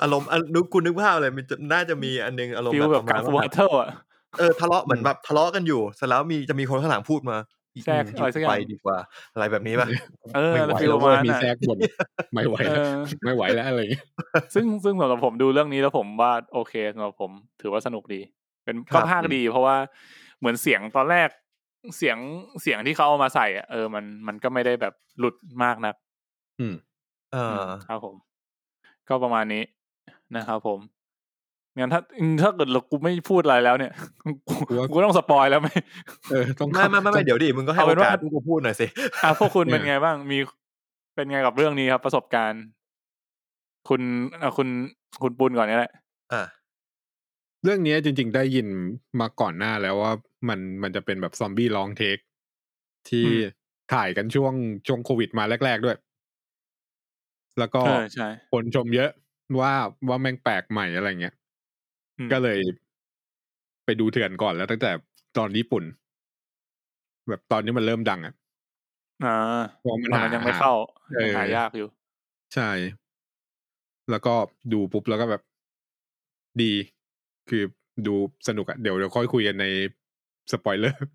Speaker 3: อารมณ์อันนึกคุณนึกภาพเลยมันจะน่าจะมีอันนึงอารมณ์
Speaker 2: ฟิลแบ
Speaker 3: แบบ บ
Speaker 2: กับ
Speaker 3: ประ
Speaker 2: ว
Speaker 3: มา
Speaker 2: อ
Speaker 3: ณว่า
Speaker 2: เทอร์อ่ะ
Speaker 3: เออทะเลาะเหมือนแบบทะเลาะกันอยู่เสร็จแล้วมีจะมีคนข้างหลังพูดมา
Speaker 2: แทรกอะไรสักอย่า
Speaker 3: ไป
Speaker 2: ง
Speaker 3: ดีกว่า อะไรแบบนี้ป่ะ
Speaker 2: เออ
Speaker 3: ไม่
Speaker 2: แล้ว
Speaker 3: ไหว
Speaker 2: ฟิล
Speaker 5: แล้
Speaker 2: ป
Speaker 5: ว
Speaker 2: ระ
Speaker 5: ก็
Speaker 2: มาณ
Speaker 5: มี
Speaker 2: น่ะ
Speaker 5: แทรก บนไม่ไหว
Speaker 2: เอ
Speaker 5: แล้ว
Speaker 2: อ
Speaker 5: ไม่ไหวแล้วอะไรอย่างเงี้ย
Speaker 2: ซึ่งซึ่งสำหรับผมดูเรื่องนี้แล้วผมว่าโอเคสำหรับผมถือว่าสนุกดี เป็น
Speaker 3: ครั
Speaker 2: ก็
Speaker 3: บ
Speaker 2: ภาคดี เพราะว่าเหมือนเสียงตอนแรกเสียงเสียงที่เขาเอามาใส่อ่ะเออมันมันก็ไม่ได้แบบหลุดมากนัก
Speaker 3: เอออ
Speaker 2: ครับผม ก็ประมาณนี้นะครับผมงั้นถ้าถ้าเกิดเรากูไม่พูดอะไรแล้วเนี่ย กู
Speaker 5: กูว่า
Speaker 2: กูต้องสปอยแล้วไหม
Speaker 5: เออต้อง
Speaker 3: ไม่ไม่ไม่ไม่เดี๋ยวดิมึงก็ให้
Speaker 2: เอา
Speaker 3: โอ
Speaker 2: เป็นว่า
Speaker 3: กาสพวกกูพูดหน่อยสิ
Speaker 2: อ่ะพวกคุณเป็นไงบ้างมีเป็นไงกับเรื่องนี้ครับ ประสบการณ์ คุณเอาคุณคุณปุณก่อนนี่แหละ
Speaker 3: อ่ะ
Speaker 5: เรื่องเนี้ยจริง ๆ ได้ยินมาก่อนหน้าแล้วว่ามันมันจะเป็นแบบซอมบี้ลองเทค ที่
Speaker 2: อืม
Speaker 5: ถ่ายกันช่วงช่วงโควิดมาแรก ๆด้วย แล้วก็
Speaker 2: เออใช่
Speaker 5: คนชมเยอะว่าว่าแม่งแปลกใหม่อะไรเงี้ย
Speaker 2: อืม
Speaker 5: ก็เลย ไปดูเถื่อนก่อนแล้วตั้งแต่ตอนญี่ปุ่น แบบตอนนี้มันเริ่มดังอ่ะ
Speaker 2: อ่า
Speaker 5: เพราะมัน
Speaker 2: ตอน
Speaker 5: หา
Speaker 2: นั้นยังไม่เข้า
Speaker 5: เออ
Speaker 2: หายากอยู่
Speaker 5: ใช่ แล้วก็ดูปุ๊บแล้วก็แบบดี คือดูสนุกอะเดี๋ยวเดี๋ยวค่อยคุยกันในสปอยเลอร์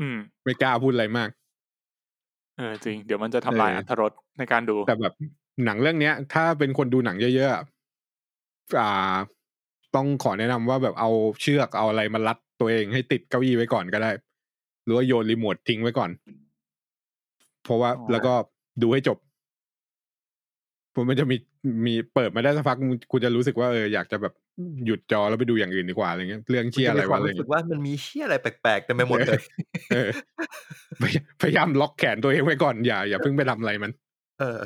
Speaker 2: อืม
Speaker 5: ไม่กล้าพูดอะไรมาก
Speaker 2: เออจริง เดี๋ยวมันจะทำลาย
Speaker 5: เอออั
Speaker 2: อัตรสในการดู
Speaker 5: แต่แบบหนังเรื่องเนี้ย ถ้าเป็นคนดูหนังเยอะๆอะอ่า ต้องขอแนะนำว่าแบบเอาเชือกเอาอะไรมารัดตัวเองให้ติดเก้าอี้ไว้ก่อนก็ได้ หรือว่าโยนรีโมททิ้งไว้ก่อน เพราะว่า
Speaker 2: อ๋อ
Speaker 5: แล้วก็ดูให้จบผมมันจะมีมีเปิดมาได้สักพักมึงคุณจะรู้สึกว่าเอออยากจะแบบหยุดจอแล้วไปดูอย่างอื่นดีกว่าอะไรเงี้ยเรื่องเชี่ยอะไร
Speaker 3: มันจมีคววาม
Speaker 5: ะอะไร
Speaker 3: รู้สึ
Speaker 5: เงี้
Speaker 3: ก
Speaker 5: ย
Speaker 3: ว่ามันมีเชี่ยอะไรแปลกๆเต็มไปหมดเลย
Speaker 5: เออ พยายพยายามล็อกแขนตัวเองไว้ก่อนอย่าอย่าเพิ่งไปทำอะไรมัน
Speaker 3: เออ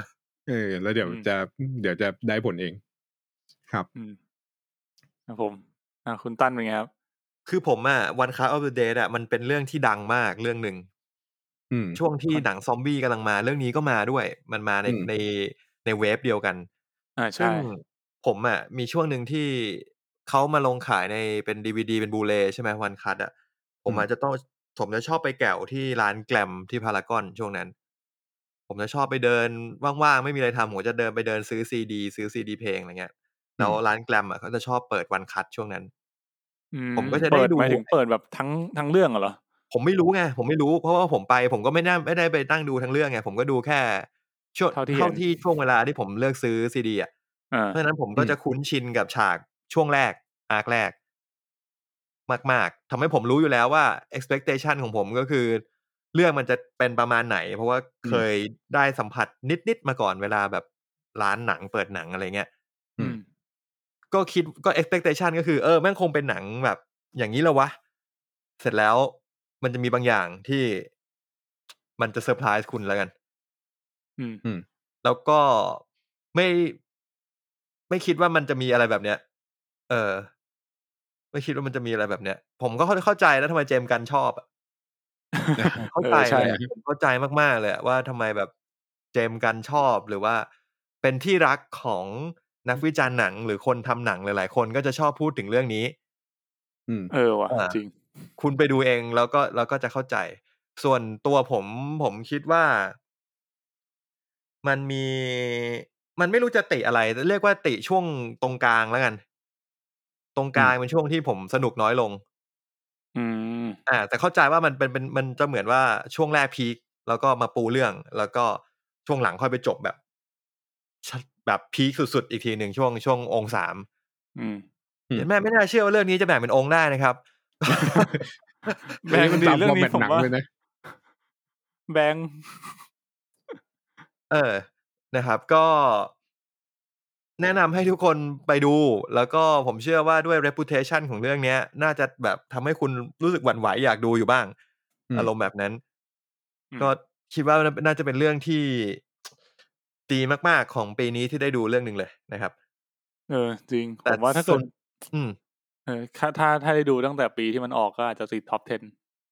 Speaker 5: เออแล้วเดี๋ยว
Speaker 2: อืม
Speaker 5: จะเดี๋ยวจะได้ผลเอง ครับ
Speaker 2: อืมครับผมอ่าคุณตั้นเป็นไงครับ
Speaker 3: คือผมอะวันคาร์ออฟเดอะเดอะมันเป็นเรื่องที่ดังมากเรื่องหนึ่ง
Speaker 5: อืม
Speaker 3: ช่วงที่หนังซอมบี้กำลังมาเรื่องนี้ก็มาด้วย มันมาใน
Speaker 5: อืม
Speaker 3: ในในเวฟเดียวกัน
Speaker 2: อ่า
Speaker 3: ซึ่
Speaker 2: ใช่
Speaker 3: งผมอ่ะมีช่วงหนึ่งที่เขามาลงขายในเป็นดีวดีเป็นบูเลใช่ไหมวันคัดอ่ะผมอาจจะต้องผมจะชอบไปแก่วที่ร้านแกลมที่พารากอนช่วงนั้น ผมจะชอบไปเดินว่างๆ ไม่มีอะไรทำผมจะเดินไปเดินซื้อซีดี ซื้อซีดีเพลงอะไรเงี้ยแล้วร้านแกลมอ่ะเขาจะชอบเปิดวันคัดช่วงนั้น
Speaker 2: อื
Speaker 3: ผมก็จะได้
Speaker 2: เปิ
Speaker 3: ดู
Speaker 2: หมายถึงเปิดแบบทั้งทั้งเรื่องเหรอ
Speaker 3: ผมไม่รู้ไงผมไม่รู้เพราะว่าผมไป ผมก็ไม่ได้ไม่ได้ไปตั้งดูทั้งเรื่องไงผมก็ดูแค่ช่วง
Speaker 2: เท่าที่เห็น
Speaker 3: เท่าที่ช่วงเวลาที่ผมเลือกซื้อซีดีอ่ะ
Speaker 2: อ่า
Speaker 3: เพราะฉะนั้นผมก็
Speaker 5: อืม
Speaker 3: จะคุ้นชินกับฉากช่วงแรก อาร์คแรก มาก ๆทำให้ผมรู้อยู่แล้วว่า expectation ของผมก็คือ เรื่องมันจะเป็นประมาณไหน เพราะว่าเคยได้สัมผัสนิด ๆ มาก่อนเวลาแบบร้านหนังเปิดหนังอะไรเงี้ย
Speaker 5: อื
Speaker 2: อื
Speaker 5: ม
Speaker 2: ม
Speaker 3: ก็คิดก็ expectation ก็คือเออแม่งคงเป็นหนังแบบ อย่างนี้แล้ววะ เสร็จแล้วมันจะมีบางอย่างที่มันจะเซอร์ไพรส์คุณแล้วกัน
Speaker 2: อืม
Speaker 3: แล้วก็ไม่ไม่คิดว่ามันจะมีอะไรแบบเนี้ย เออ ไม่คิดว่ามันจะมีอะไรแบบเนี้ย ผมก็เข้าเข้าใจแล้วทำไมเจมส์กันชอบอะเข้าใจ
Speaker 2: เออใช่
Speaker 3: เลยอะผมเข้าใจมากๆเลยอะว่าทำไมแบบเจมส์กันชอบหรือว่า เป็นที่รักของนักวิจารณ์หนังหรือคนทำหนังหลายๆคนก็จะชอบพูดถึงเรื่องนี้
Speaker 5: อืม
Speaker 2: เออว่ะ
Speaker 3: อ่า
Speaker 2: จริง
Speaker 3: คุณไปดูเองแล้วก็แล้วก็จะเข้าใจ ส่วนตัวผมผมคิดว่า มันมีมันไม่รู้จะติอะไร เรียกว่าติช่วงตรงกลางแล้วกัน ตรงกลางเป็นช่วงที่ผมสนุกน้อยลง
Speaker 2: อืม
Speaker 3: อ่า แต่เข้าใจว่ามันเป็นเป็นมันจะเหมือนว่าช่วงแรกพีคแล้วก็มาปูเรื่อง แล้วก็ช่วงหลังค่อยไปจบแบบชัดแบบพีคสุดๆอีกทีหนึ่งช่วงช่วงองค์สาม
Speaker 2: อืม
Speaker 5: อืม
Speaker 3: แม่ไม่น่าเชื่อว่าเรื่องนี้จะแบ่งเป็นองค์ได้นะครับ
Speaker 2: แบงค์ดีเรื่องนี้
Speaker 5: ตาฟ
Speaker 2: ผม
Speaker 5: ร์
Speaker 2: ว่า
Speaker 5: แตหนัเลยนะ
Speaker 2: แบงค์
Speaker 3: เออ นะครับ ก็ แนะนำให้ทุกคนไปดู แล้วก็ผมเชื่อว่าด้วย reputation ของเรื่องเนี้ย น่าจะแบบทำให้คุณรู้สึกหวั่นไหวอยากดูอยู่บ้าง อารมณ์แบบนั้น ก็คิดว่าน่าจะเป็นเรื่องที่ดีมากๆของปีนี้ที่ได้ดูเรื่องหนึ่งเลยนะครับ
Speaker 2: เออ จริง ผ
Speaker 3: แต่
Speaker 2: มว่าถ้าเกิ
Speaker 3: ส่ว
Speaker 2: ด
Speaker 3: นอืม
Speaker 2: เออถ้าถ้าถ้าได้ดูตั้งแต่ปีที่มันออกก็อาจจะติดท็อป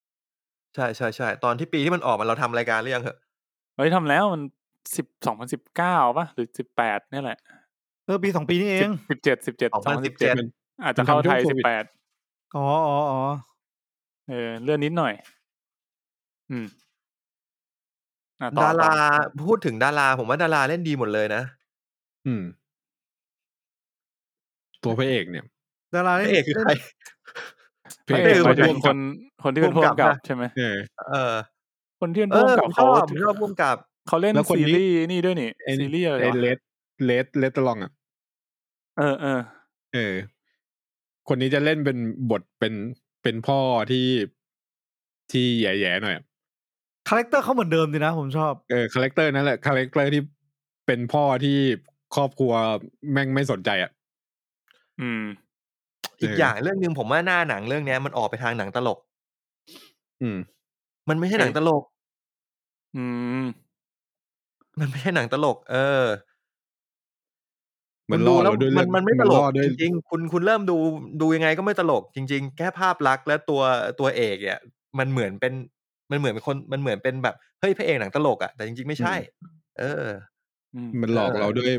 Speaker 2: 10
Speaker 3: ใช่ใช่ใช่ตอนที่ปีที่มันออกมาเราทำรายการหรือยังเหอะ
Speaker 2: เฮ้ยทำแล้วมันสิบสองพันสิบเก้าป่ะ หรือสิบแปดนี่ยแหละ
Speaker 4: เออปีสองปีนี่เอ
Speaker 2: สิบ
Speaker 4: ง
Speaker 2: สิบเจ็ดสิบเจ็ด
Speaker 3: สอง
Speaker 2: สอ
Speaker 3: พั
Speaker 2: ง
Speaker 3: น
Speaker 2: สิ
Speaker 3: สิ
Speaker 2: บบ เจ็
Speaker 3: เจ็
Speaker 2: ด
Speaker 3: ด
Speaker 2: อาจจะเข้าไทยสิบแปด
Speaker 4: อ๋ออ๋ออ๋อ
Speaker 2: เออเลื่อนนิดหน่อย อืมอ่ะต่อ
Speaker 3: ดารา
Speaker 2: ต่อ
Speaker 3: พูดถึงดารา ผมว่าดาราเล่นดีหมดเลยนะ
Speaker 5: อืม ตัวพระเอกเนี่ย
Speaker 4: ดารา
Speaker 3: พ
Speaker 4: เล่น
Speaker 3: ระเอกคือใคร
Speaker 5: พระ
Speaker 2: ไม่
Speaker 5: เอก
Speaker 2: เอกหมาม
Speaker 5: หา
Speaker 2: ย
Speaker 5: ยถึ
Speaker 2: ถึ
Speaker 5: ง
Speaker 2: งคนคนที่เป็นผู้กำกับ
Speaker 3: ผู้กำกับ
Speaker 2: ใช่ไหม
Speaker 5: เออ
Speaker 3: เออ
Speaker 2: คนที่เป็น
Speaker 3: เอ
Speaker 2: ผู้
Speaker 3: อ
Speaker 2: วำ
Speaker 3: ผ
Speaker 2: กับ
Speaker 3: มช
Speaker 2: เขา
Speaker 3: อบผมชอบร่วมกับ
Speaker 2: เขาเล่น
Speaker 5: แล้วคน
Speaker 2: ซี
Speaker 5: นี้
Speaker 2: รีส์นี่ด้วยนี่
Speaker 5: ไอ้
Speaker 2: ซีรีส์อะไร
Speaker 5: ไอ้
Speaker 2: วะ
Speaker 5: เลดเลดเลดตลองอ่ะ
Speaker 2: เออเออ
Speaker 5: เออ คนนี้จะเล่นเป็นบทเป็นเป็นพ่อที่ที่แย่ๆหน่อยอะ
Speaker 4: คาแรคเตอร์เขาเหมือนเดิมดีนะ ผมชอบ
Speaker 5: เออคาแรคเตอร์นั่นแหละคาแรคเตอร์ที่เป็นพ่อที่ครอบครัวแม่งไม่สนใจอ่ะ
Speaker 2: อืม
Speaker 3: อีก
Speaker 5: เอออ
Speaker 3: อย่างเรื่องหนึ่งผมว่าหน้าหนังเรื่องเนี้ยมันออกไปทางหนังตลก
Speaker 5: อืม
Speaker 3: มันไม่ใช่หนัง
Speaker 2: เออ
Speaker 3: ตลก
Speaker 2: อืม
Speaker 3: มันไม่ใช่หนังตลก เออ
Speaker 5: เหมันล่อเราด้วย
Speaker 3: มั
Speaker 5: เรื่อน ง
Speaker 3: มันไม่ตล
Speaker 5: ล่
Speaker 3: ก
Speaker 5: อด้วย
Speaker 3: จริงๆคุณคุณเริ่มดูดูยังไงก็ไม่ตลกจริง ๆ แค่ภาพลักษณ์และตัวตัวเอกเนี่ยมันเหมือนเป็นมันเหมือนเป็นคนมันเหมือนเป็นแบบเฮ้ยพระเอกหนังตลกอ่ะแต่จริงๆไม่ใช่ เออ
Speaker 2: อืม
Speaker 5: มันหลอกเราด้วย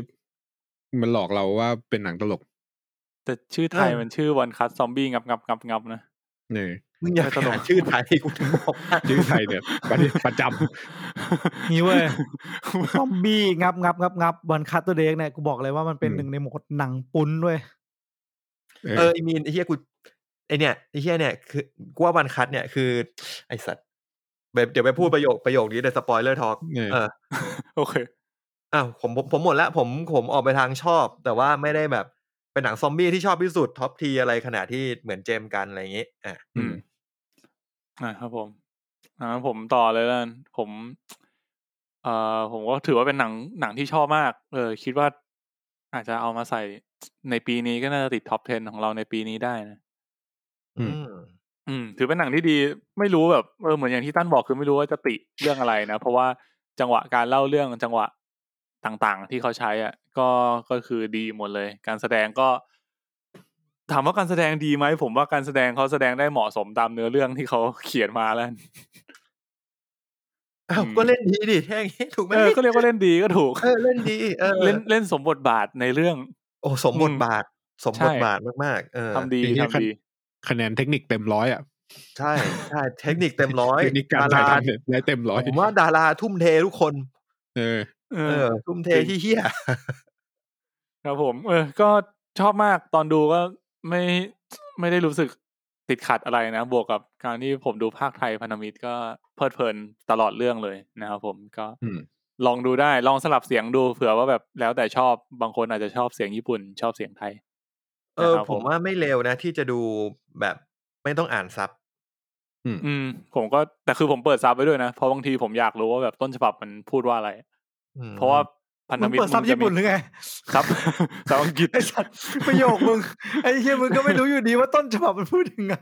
Speaker 5: มันหลอกเราว่าเป็นหนังตลก
Speaker 2: แต่ชื่อไทยมันชื่อวันคัสซอมบี้งับงับงับงับนะ
Speaker 5: เนี่ย
Speaker 3: มึงอยาก
Speaker 2: ไม่ตลก
Speaker 3: หาชื่อไทยกูถึง บอกว่า
Speaker 5: ชื่อไทยเนี่ยประเด็นประจำ
Speaker 4: นี่เว้ ย ซอมบี้งับงับงับงับวันคัตตัวเด็กเนี่ยกูบอกเลยว่ามันเป็น
Speaker 5: อืม
Speaker 4: หนึ่งในโหมดหนังปุ้นด้วย
Speaker 5: เอ
Speaker 3: เออ
Speaker 5: อ
Speaker 3: ไอมีนไอเฮียกูไอเนี่ยไอเฮียเนี่ยคือกูว่าวันคัดเนี่ยคือ ไอสัตว์แบบเดี๋ยวไปพูดประโยคประโยคนี้ในสปอยเลอร์ทอก
Speaker 5: เนี่ย
Speaker 3: เออ
Speaker 2: โอเค
Speaker 3: อ้าวผมผมผมหมดละผมผมออกไปทางชอบ แต่ว่าไม่ได้แบบเป็นหนังซอมบี้ที่ชอบที่สุดท็อปทีอะไรขนาดที่เหมือนเจมส์กันอะไรอย่างงี้อ่ะ
Speaker 2: อืมนะครับผมอ่าผมต่อเลยแล้วกันผมเอ่อผมก็ถือว่าเป็นหนังหนังที่ชอบมาก เออ คิดว่า อาจจะเอามาใส่ในปีนี้ก็น่าจะติดท็อป 10 ของเราในปีนี้ได้นะ
Speaker 5: อืม
Speaker 3: อืม
Speaker 2: อืม ถือเป็นหนังที่ดี ไม่รู้แบบเออเหมือนอย่างที่ตั้นบอกคือไม่รู้ว่าจะติเรื่องอะไรนะ เพราะว่าจังหวะการเล่าเรื่องจังหวะต่างๆ ที่เขาใช้อ่ะ ก็ก็คือดีหมดเลย การแสดงก็ ถามว่าการแสดงดีไหมผมว่าการแสดงเขาแสดงได้เหมาะสมตามเนื้อเรื่องที่เขาเขียนมาแล้ว
Speaker 3: อ้าว
Speaker 2: อืม
Speaker 3: ก็เล่นดีดิ แท่งนี้ถูกไหม
Speaker 2: เออก็เรียกว่าเล่นดีก็ถูก
Speaker 3: เออเล่นดีเออ
Speaker 2: เล่นเล่นสมบทบาทในเรื่อง
Speaker 3: โอ้สมบทบาท สมบท
Speaker 2: ใช่
Speaker 3: บาทมากๆเออ
Speaker 2: ทำดี
Speaker 5: จริงๆ
Speaker 2: ทำดี
Speaker 5: คะแนนเทคนิคเต็มร้อยอ่ะ
Speaker 3: ใช่ใช่เทคนิคเต็มร้อย
Speaker 5: เทคนิคการ
Speaker 3: ดา
Speaker 5: ถ่าย
Speaker 3: รา
Speaker 5: ทำเนี่ยได้เต็มร้อย
Speaker 3: ผมว่าดาราทุ่มเททุกคน
Speaker 5: เออ
Speaker 2: เอ
Speaker 3: เอ
Speaker 2: อ
Speaker 3: อ ทุ่มเท
Speaker 2: จริ
Speaker 3: ที่
Speaker 2: ง
Speaker 3: เฮีย
Speaker 2: ครับผม เออ ก็ชอบมากตอนดูก็ไม่ไม่ได้รู้สึกติดขัดอะไรนะ บวกกับการที่ผมดูภาคไทยพันธมิตรก็เพลิดเพลินตลอดเรื่องเลยนะครับผมก็
Speaker 5: อืม
Speaker 2: ลองดูได้ลองสลับเสียงดูเผื่อว่าแบบแล้วแต่ชอบบางคนอาจจะชอบเสียงญี่ปุ่น ชอบเสียงไทย
Speaker 3: เออ
Speaker 2: ครับ
Speaker 3: ผ
Speaker 2: ผม
Speaker 3: มว่าไม่เลวนะ ที่จะดูแบบไม่ต้องอ่านซับ
Speaker 2: อืม ผมก็แต่คือผมเปิดซับไว้ด้วยนะเพราะบางทีผมอยากรู้ว่าแบบต้นฉบับมันพูดว่าอะไร
Speaker 3: อืม
Speaker 2: เพราะว่าพันธ
Speaker 4: มึง
Speaker 2: มิตร
Speaker 4: เปิดซับ
Speaker 2: มันจะ
Speaker 4: ญี่ปุ่นห
Speaker 2: มี
Speaker 4: รือไง
Speaker 2: ซับ ซับอังกฤษ
Speaker 4: ไอสัตว์ประโยค มึง ไอเฮียมึงก็ไม่รู้อยู่ดีว่าต้นฉบับมันพูดยังไง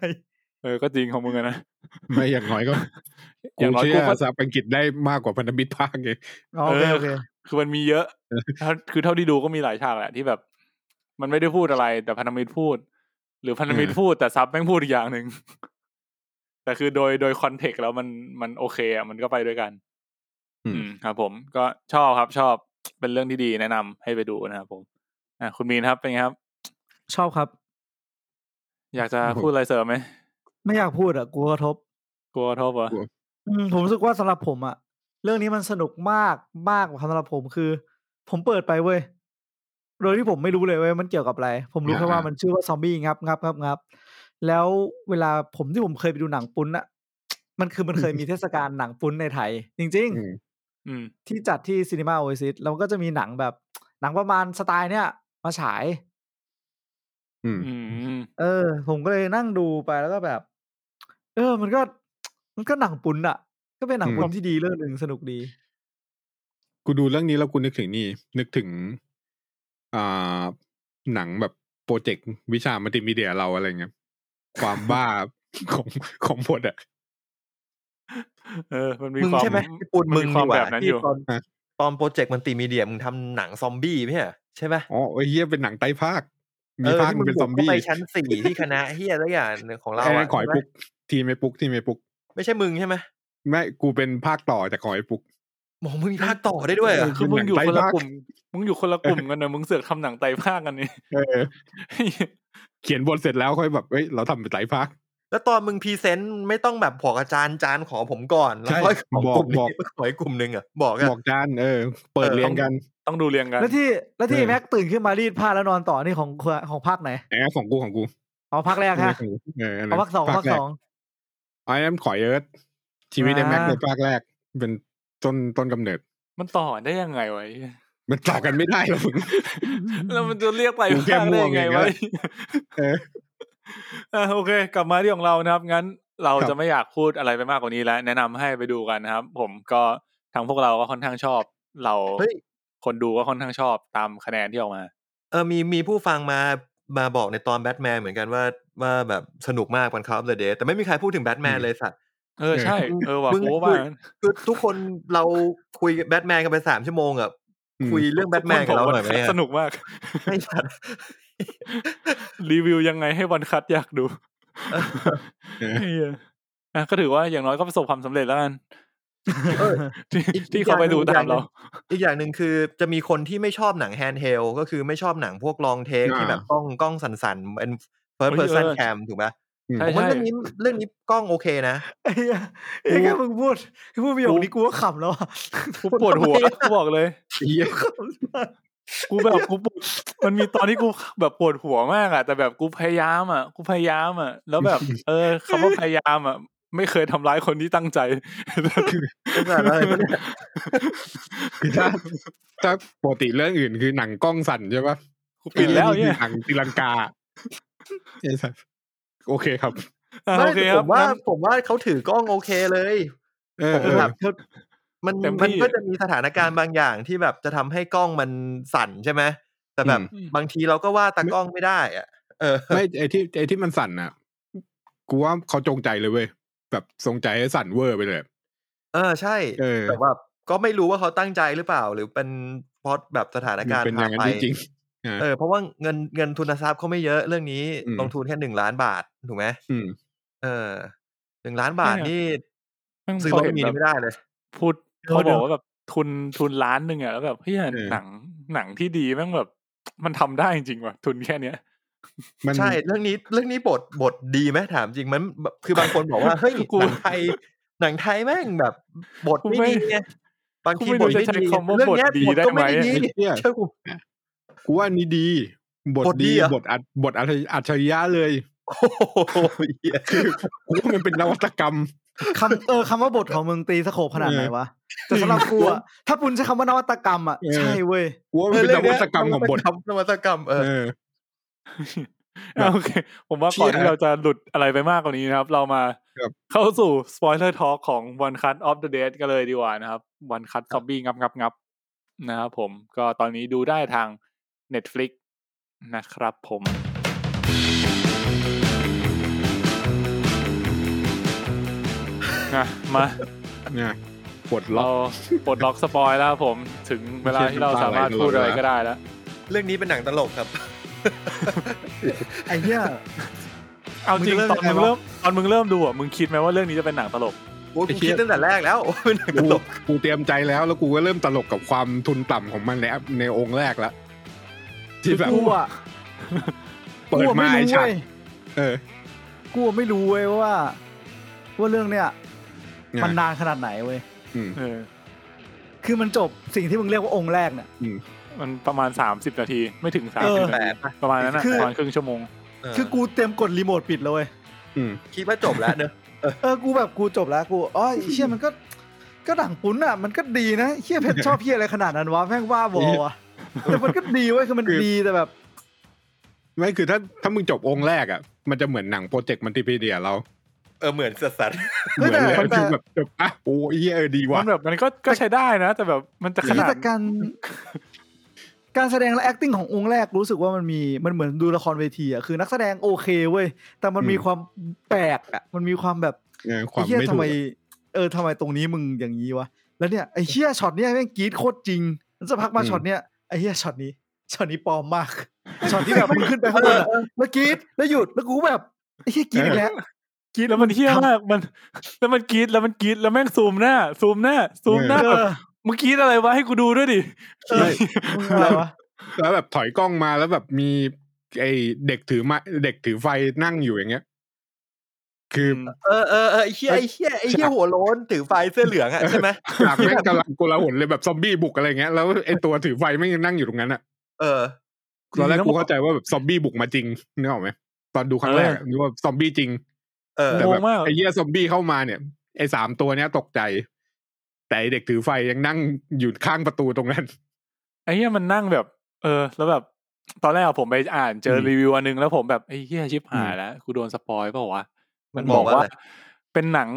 Speaker 2: เออ ก็จริงของมึงอะนะ
Speaker 5: ไม่อย่างน้อยก็
Speaker 2: อ
Speaker 5: กู
Speaker 2: ย่างน้อย
Speaker 5: เชื่
Speaker 2: กู
Speaker 5: อ
Speaker 2: ก็
Speaker 5: ภาษาอังกฤษได้มากกว่าพันธมิตรภาคไง
Speaker 4: อ๋อโอเคโอเค
Speaker 2: คือมันมีเยอะถ้าคือเท่าที่ดูก็มีหลายฉากแหละที่แบบ มันไม่ได้พูดอะไร แต่พันธมิตรพูด หรือพันธมิตร
Speaker 5: เออ
Speaker 2: พูดแต่ซับแม่งพูดอีกอย่างหนึ่ง แต่คือโดยโดยคอนเทกต์แล้วมันมันโอเคอ่ะมันก็ไปด้วยกัน
Speaker 5: อื
Speaker 2: อืม
Speaker 5: ม
Speaker 2: ครับ ผมก็ชอบครับชอบเป็นเรื่องที่ดีแนะนำให้ไปดูนะครับผมอ่ะคุณมีนครับเป็นไงครับ
Speaker 4: ชอบครับ
Speaker 2: อยากจะพูดอะไรเสริมไหม
Speaker 4: ไม่อยากพูดอ่ะกลัวกระทบ
Speaker 2: กลัวโทษเหรอ
Speaker 4: อืมผมรู้สึกว่าสำหรับผมอะเรื่องนี้มันสนุกมากมากสำหรับผมคือ ผมเปิดไปเว้ยโดยที่ผมไม่รู้เลยเว้ยมันเกี่ยวกับอะไร ผมรู้แค่ว่ามันชื่อว่าซอมบี้งับงับงับงับแล้วเวลาผมที่ผมเคยไปดูหนังปุ้นอะมันคือมัน เคยมีเทศกาลหนังปุ้นในไทย จริง
Speaker 5: อืม
Speaker 2: อืม
Speaker 4: ๆ ที่จัดที่ซีนีมาโอเอซิสแล้วมันก็จะมีหนังแบบ หนังประมาณสไตล์เนี้ยมาฉาย
Speaker 5: อืม
Speaker 2: อืม
Speaker 4: เออ ผมก็เลยนั่งดูไปแล้วก็แบบ เออ มันก็ มันก็หนังปุ้นอะก็เป็นหนังปุ้นที่ดีเรื่องหนึ่งสนุกดี
Speaker 5: กูดูเรื่องนี้แล้วกูนึกถึงนี่ นึกถึง อ่า หนังแบบโปรเจกต์วิชามัลติมีเดียเราอะไรเงี้ย ความบ้า ของของบทอะ
Speaker 2: เออ มันมี
Speaker 3: มึง
Speaker 2: ความ
Speaker 3: ใช่ไหมปุ่นมึง
Speaker 2: ควา
Speaker 3: ดี
Speaker 2: ม
Speaker 3: กว่า
Speaker 2: แบบนั้นอ
Speaker 3: ที่
Speaker 2: ยู่
Speaker 3: ตอน
Speaker 5: ฮะ
Speaker 3: ตอนโปรเจกต์มันตีมีเดียมึงทำหนังซอมบี้ไม่ใช่เหรอใช่ไหม
Speaker 5: อ๋อไอ้เหี้ยเป็นหนังไต้ภาค มีภาค
Speaker 3: ที่
Speaker 5: มันเป็น
Speaker 3: บุก
Speaker 5: ซอม
Speaker 3: ข้า
Speaker 5: บี้
Speaker 3: ไปชั้นสี่ที่คณะเฮียสักอย่างหนึ่งของเรา
Speaker 5: ไอ้นั่
Speaker 3: อ่ะ
Speaker 5: นขอ
Speaker 3: ใช่ไหม
Speaker 5: ยปุก ทีไม่ปุก ทีไม่ปุก
Speaker 3: ไม่ใช่มึงใช่ไหม
Speaker 5: ไม่กูเป็นภาคต่อจากขอไอ้ปุก
Speaker 3: มองมึงมีภาคต่อได้ด้วยเหรอ
Speaker 5: เ
Speaker 2: คือมึงอยู่คน
Speaker 5: หนั
Speaker 2: ละ
Speaker 5: งไตรภาค
Speaker 2: กลุ่ม มึงอยู่คนละกลุ่มกันนะ มึงเสือกทำหนังไตรภาคกันนี่
Speaker 5: เออ เขียนบทเสร็จแล้วค่อยแบบเอ้ยเราทำเป็นไตรภาค
Speaker 3: แล้วตอนมึงพรีเซนต์ไม่ต้องแบบบอกอาจารย์จานขอผมก่อนแล้วค่อย
Speaker 5: ใช่
Speaker 3: ขอ
Speaker 5: บอก
Speaker 3: กลุ่มนี้
Speaker 5: บอก
Speaker 3: ขออีกกลุ่มหนึ่งอ่ะบอกอ่ะ
Speaker 5: บอกจานเออ เปิด
Speaker 3: เออ
Speaker 5: เรียงกัน
Speaker 2: ต้องดูเรียงกัน
Speaker 4: แล้วที่แล้วที่
Speaker 5: เออ
Speaker 4: แม็กตื่นขึ้นมารีดผ้าแล้วนอนต่อนี่ของเครือของภาคไหน
Speaker 5: ไอ้นั่นของกูของกู
Speaker 4: อ๋อภาคแรกฮะ
Speaker 5: เอออัน
Speaker 4: อ๋อ
Speaker 5: นั้
Speaker 4: น ภาคสองภาค
Speaker 5: แร
Speaker 4: ส
Speaker 5: ก
Speaker 4: อง
Speaker 5: ไอ้นั่นขอยเอิร์ธชีวิตไอ้
Speaker 4: อ่า
Speaker 5: แม็กในภาคแรก เป็นต้นต้นกำเนิด
Speaker 2: มันต่อได้ยังไงวะไอ้เหี้ย
Speaker 5: มันต่อกันไม่ได้หรอกมึง
Speaker 2: แล้วมันจะเรียกไตร
Speaker 5: กูแค่
Speaker 2: ภาค
Speaker 5: ม่
Speaker 2: ได้
Speaker 5: ว
Speaker 2: ยั
Speaker 5: ง
Speaker 2: งไง
Speaker 5: เอง
Speaker 2: วะ
Speaker 5: อะเออ
Speaker 2: อ่ะโอเค กลับมาที่ของเรานะครับ งั้นเรา
Speaker 5: ครั
Speaker 2: จะ
Speaker 5: บ
Speaker 2: ไม่อยากพูดอะไรไปมากกว่านี้แล้ว แนะนำให้ไปดูกันนะครับ ผมก็ทางพวกเราก็ค่อนข้างชอบ เรา
Speaker 3: เฮ้ย
Speaker 2: คนดูก็ค่อนข้างชอบตามคะแนนที่ออกมา
Speaker 3: เออมีมีผู้ฟังมามาบอกในตอนแบทแมนเหมือนกันว่าว่าแบบสนุกมากวันคาร์บเดเดย์แต่ไม่มีใครพูดถึงแบทแมนเลยสัตว์
Speaker 2: เออ ใช่ เออว่ะ
Speaker 3: มึง
Speaker 2: กูว่า
Speaker 3: คือทุกคนเราคุยแบทแมนกันไปสามชั่วโมงอ่ะ
Speaker 5: อืม
Speaker 3: คุยเรื่องแบทแมน
Speaker 2: ผ
Speaker 3: กับเราหน่อยไหม
Speaker 2: วัคัด
Speaker 3: อะ
Speaker 2: สนุกมาก
Speaker 3: ไม่ชัด
Speaker 2: รีวิวยังไงให้วันคัดอยากดู
Speaker 3: เออ
Speaker 2: เหี้ยอ่ะก็ถือว่าอย่างน้อยก็ประสบความสำเร็จแล้วกัน
Speaker 3: เออ
Speaker 2: ที่
Speaker 3: อีก
Speaker 2: ที่เขาไปดูตามเรา
Speaker 3: อีกอย่างหนึ่งคือจะมีคนที่ไม่ชอบหนังแฮนด์เฮลก็คือไม่ชอบหนังพวกลองเทค
Speaker 5: อ่า
Speaker 3: ที่แบบกล้องกล้องสั่นๆเป็น first
Speaker 2: เฮ้ย
Speaker 3: person
Speaker 2: เออ
Speaker 3: cam ถูกไหม
Speaker 2: ใช่
Speaker 3: ผมว่า
Speaker 2: ใช่
Speaker 3: เรื่องนี้เรื่องนี้กล้องโอเคนะ
Speaker 4: ไอ้เหี้ยไอ้แค่มึงพูดพูดประโยคนี้กูก็ขำแล้วอะ
Speaker 2: กูปวดหัวกูบอกเลย
Speaker 5: เหี้ย
Speaker 2: กูแบบกูปวดมันมีตอนที่กูแบบปวดหัวมากอะแต่แบบกูพยายามอะกูพยายามอะแล้ว แบบ เออคำว่าพยายามอะไม่เคยทำร้ายคนที่ตั้งใจ
Speaker 3: ไม่ใช่อะไรวะเนี่ย
Speaker 5: คือถ้าถ้าปกติเรื่องอื่นคือหนังกล้องสั่นใช่ปะ
Speaker 2: กูปิดแล้วเนี่ย
Speaker 5: หนังตีลังกาไอ้สัสโอเคครับ
Speaker 2: อ่ะ
Speaker 3: ไม่
Speaker 2: โอเคค
Speaker 3: แต่ผ
Speaker 2: รับ
Speaker 3: มว่า
Speaker 2: งั้น
Speaker 3: ผมว่าเขาถือกล้องโอเคเลย
Speaker 5: เออ
Speaker 3: ผม
Speaker 5: เออ
Speaker 3: แบบมัน
Speaker 2: เต็ม
Speaker 3: มัน
Speaker 2: ที่
Speaker 3: ก็จะมีสถานการณ์บางอย่างที่แบบจะทำให้กล้องมันสั่นใช่ไหมแต่แบบ
Speaker 5: อืม
Speaker 3: บางทีเราก็ว่าตากล้องไม่ได้อะเออ
Speaker 5: ไม่ไอที่ไอที่มันสั่นน่ะกูว่าเขาจงใจเลยเว้ยแบบทรงใจให้สั่นเวอร์ไปเลย
Speaker 3: เออใช่
Speaker 5: เออ
Speaker 3: แต่ว่าก็ไม่รู้ว่าเขาตั้งใจหรือเปล่า หรือเป็นเพราะแบบสถาน
Speaker 5: มัน
Speaker 3: การณ์
Speaker 5: เป็นอย่างนั้น
Speaker 3: พ
Speaker 5: จ
Speaker 3: ไป
Speaker 5: ริงๆอ่า
Speaker 3: เออเพราะว่าเงินเงินทุนทรัพย์เขาไม่เยอะเรื่องนี้
Speaker 5: อืม
Speaker 3: ลงทุนแค่หนึ่งล้านบาทถูกไหม
Speaker 5: อืม
Speaker 3: เออหนึ่งล้านบาทนี่
Speaker 2: แม่ง
Speaker 3: ซื้อ
Speaker 2: พ
Speaker 3: ร
Speaker 2: อ
Speaker 3: ถ
Speaker 2: เห็น
Speaker 3: มี
Speaker 2: แบบ
Speaker 3: ไม่ได้เลย
Speaker 2: พูด
Speaker 3: เออ
Speaker 2: เขาบอกว่าแบบทุนทุนล้านหนึ่งอะแล้วแบบเฮ้ย
Speaker 5: เออ
Speaker 2: หนังหนังที่ดีแม่งแบบมันทำได้จริงว่ะทุนแค่เนี้ย
Speaker 5: มัน
Speaker 3: ใช่เรื่องนี้เรื่องนี้บทบทดีไหมถามจริงมันคือบางคนบอกว่า เฮ้ย
Speaker 2: กู
Speaker 3: หนังไทยหนังไทยแม่งแบบบท
Speaker 2: กู
Speaker 3: ไม่
Speaker 2: ไม่
Speaker 3: ดีไงบางที
Speaker 2: กูไม่
Speaker 3: บ
Speaker 2: รู้
Speaker 3: ทไม่
Speaker 2: จะใช้
Speaker 3: ดี
Speaker 2: คำว่า
Speaker 3: เรื่องเนี้ย
Speaker 2: บทดี
Speaker 3: บท
Speaker 2: ได้
Speaker 3: ก็ไม่
Speaker 2: ไหม
Speaker 3: ได้ดี
Speaker 5: ไอ้เหี้ย
Speaker 3: เชื่อกู
Speaker 5: กูว่าอันนี้ดี บท
Speaker 3: บทดี
Speaker 5: ดี
Speaker 3: เหรอ
Speaker 5: บทอัดบทอัจอัจฉริยะเลย
Speaker 3: โอ้โหเหี้ย
Speaker 5: กูว่ามันเป็นนวัตกรรม
Speaker 4: คำเออคำว่าบทของมึงตีสโคปขนาดไหนวะแต่สำหรับกูอะถ้าปุณใช้คำว่านวัตกรรมอะ
Speaker 5: เออ
Speaker 4: ใช่เว้ย
Speaker 5: กูว่ามันเป็นนวัตกรรมของบท
Speaker 3: นวัตกรรมเออ
Speaker 5: เออ
Speaker 2: อ่ะโอเค ผมว่าก่อน
Speaker 5: เชี่ย
Speaker 2: ที่เราจะหลุดอะไรไปมากกว่านี้นะครับ เรามา
Speaker 5: ครับ
Speaker 2: เข้าสู่ spoiler talk ของ one cut of the dead กันเลยดีกว่านะครับ one cut ซอมบี้งับงับงับนะครับผมก็ตอนนี้ดูได้ทาง Netflix นะครับผม อ่ะ มา
Speaker 5: เนี่ยบทล็
Speaker 2: เรา
Speaker 5: อก
Speaker 2: ปลดล็อกสปอยแล้วครับผมถึงเวลาที่เราสามารถพูดอะไรก็ได้แล้ว
Speaker 3: เรื่องนี้เป็นหนังตลกครับ
Speaker 4: ไอ้เหี้ย
Speaker 2: เอาจริง
Speaker 4: มึง
Speaker 2: ต
Speaker 4: เริ่ม
Speaker 2: อน
Speaker 4: ยังไงวะ
Speaker 2: มึงเริ่มตอนมึงเริ่มดูอ่ะมึงคิดไหมว่าเรื่องนี้จะเป็นหนังตลก
Speaker 3: โอ้ย
Speaker 5: ไอ้
Speaker 3: กู
Speaker 5: เหี้ย
Speaker 3: คิดตั้งแต่แรกแล้ว เป็นหนังต
Speaker 5: กู
Speaker 3: ลก
Speaker 5: กูเตรียมใจแล้วแล้วกูก็เริ่มตลกกับความทุนต่ำของมันในในองค์แรกละที่แบบ
Speaker 4: กูอะ
Speaker 5: เปิด
Speaker 4: กูอะ
Speaker 5: มา
Speaker 4: ไม่
Speaker 5: ไอ้
Speaker 4: รู้
Speaker 5: ฉาก
Speaker 4: เว้ย
Speaker 5: เออ
Speaker 4: กูอะไม่รู้เว้ยว่า ว่าเรื่องเนี้ย
Speaker 5: ไง
Speaker 4: มันนานขนาดไหนเว้ย
Speaker 5: อืม
Speaker 2: เออ
Speaker 4: คือมันจบสิ่งที่มึงเรียกว่าองค์แรกเนี่ย
Speaker 5: อืม
Speaker 2: มันประมาณสามสิบนาทีไม่ถึงสาม
Speaker 4: เอ
Speaker 2: สิ
Speaker 4: อ
Speaker 2: บ
Speaker 3: แป
Speaker 2: นาที
Speaker 3: ดป่ะ
Speaker 2: ประมาณนั้นนะ
Speaker 4: คือ
Speaker 2: ประมาณครึ่งชั่วโมง
Speaker 3: เ
Speaker 4: คือกูเตรียมกดรีโมทปิดเลยเว้ย
Speaker 5: อืม
Speaker 3: คิดว่าจบแล้วเนอะ
Speaker 4: เออ กูแบบกูจบแล้วกูอ๋อไอ้เชี่ยมันก็ ก็ดังปุ้นอ่ะ มันก็ดีนะเชี่ยเพชรชอบเชี่ยอะไรขนาดนั้นวะ แม่งว่าบอวะแต่มันก็ดีเว้ย คือมัน
Speaker 5: คือ
Speaker 4: ดีแต่แบบ
Speaker 5: ไม่คือถ้าถ้ามึงจบองค์แรกอ่ะ มันจะเหมือนหนังโปรเจกต์มัลติพีเดียเรา
Speaker 3: เออเหมือนสัสสัส
Speaker 5: เห
Speaker 4: เฮ้
Speaker 5: มือย น
Speaker 4: แต่
Speaker 5: เลย
Speaker 4: แต่
Speaker 5: คือแบบแบบอ่ะโอ้ยเหี้ยเออดี
Speaker 2: มั
Speaker 5: ว่ะ
Speaker 2: นแบบมันก็ก็ใช้ได้นะ แต่แบบมันจะข
Speaker 4: ที่
Speaker 2: นาด
Speaker 4: แต่การ การแสดงและ acting ขององค์แรกรู้สึกว่ามันมีมันเหมือนดูละครเวทีอ่ะ คือนักแสดงโอเคเว้ย แต่มันมี
Speaker 5: อืม
Speaker 4: ความแปลกอ่ะ มันมีความแบบ
Speaker 5: เออค
Speaker 4: ไอ้
Speaker 5: วาม
Speaker 4: เชี่ย
Speaker 5: ไม่
Speaker 4: ทำ
Speaker 5: ถูก
Speaker 4: ไม เออทำไมตรงนี้มึงอย่างนี้วะ แล้วเนี่ยไอ้เชี่ยช็อตเนี้ยแม่งกรีดโคตรจริงแล้วสักพักมาช็อตเนี้ยไอ้เชี่ยช็อตนี้ช็อตนี้ปลอมมาก ช็อตที่แบบมึงขึ้นไปข้างบนอะแล้วกรีดแล้วหยุดแล้วกูแบบไอ้เชี่ยกรีดอีกแล้ว
Speaker 2: กรีดแล้วมันเฮี้ยมากมัน แล้วมันกรีดแล้วมันกรีดแล้วแม่งซูมหน้า ซูมหน้า ซูมหน้า
Speaker 4: เอ
Speaker 2: แบบ
Speaker 4: อ
Speaker 2: มึงกรีดอะไรวะให้กูดูด้วยดิ
Speaker 4: เออมึงอะไรวะ
Speaker 5: แล้วแบบถอยกล้องมาแล้วแบบมีไอเด็กถือไมาเด็กถือไฟนั่งอยู่อย่างเงี้ย คือ
Speaker 3: เออเออเออไอ้เหี้ย
Speaker 5: เอ้ย
Speaker 3: ไอ้เหี้ยไอ้เหี้ยหัวโล้นถือไฟเสื้อเหลืองอ่ะใช่ไหม
Speaker 5: ฉากแม่งกำลังโกลาหลเลยแบบซอมบี้บุกอะไรเงี้ยแล้วไอตัวถือไฟแม่งยังนั่งอยู่ตรงนั้นอ่ะ
Speaker 3: เออ
Speaker 5: ตอนแรกกูเข้าใจว่าแบบซอมบี้บุกมาจริงนึกออกไหมตอนดูครั้งแรกอะนึกว่าซอมบี้จริง
Speaker 3: เออ
Speaker 5: แต่
Speaker 2: ง
Speaker 5: แบ
Speaker 2: ง
Speaker 5: บ
Speaker 2: มาก
Speaker 5: ไอ้เหี้ยซอมบี้เข้ามาเนี่ยไอ้สามตัวเนี้ยตกใจ แต่ไอ้เด็กถือไฟยังนั่งอยู่ข้างประตูตรงนั้น
Speaker 2: ไอ้เฮี้ยมันนั่งแบบ เออ แล้วแบบ ตอนแรกอะผมไปอ่านเจออ
Speaker 5: ม
Speaker 2: รีวิวอันนึงแล้วผมแบบไอ้เฮี้ยชิบหายแล้วกูโดนสปอยเปล่าวะ
Speaker 3: มันบอกว่าอะไร
Speaker 2: เป็นหนัง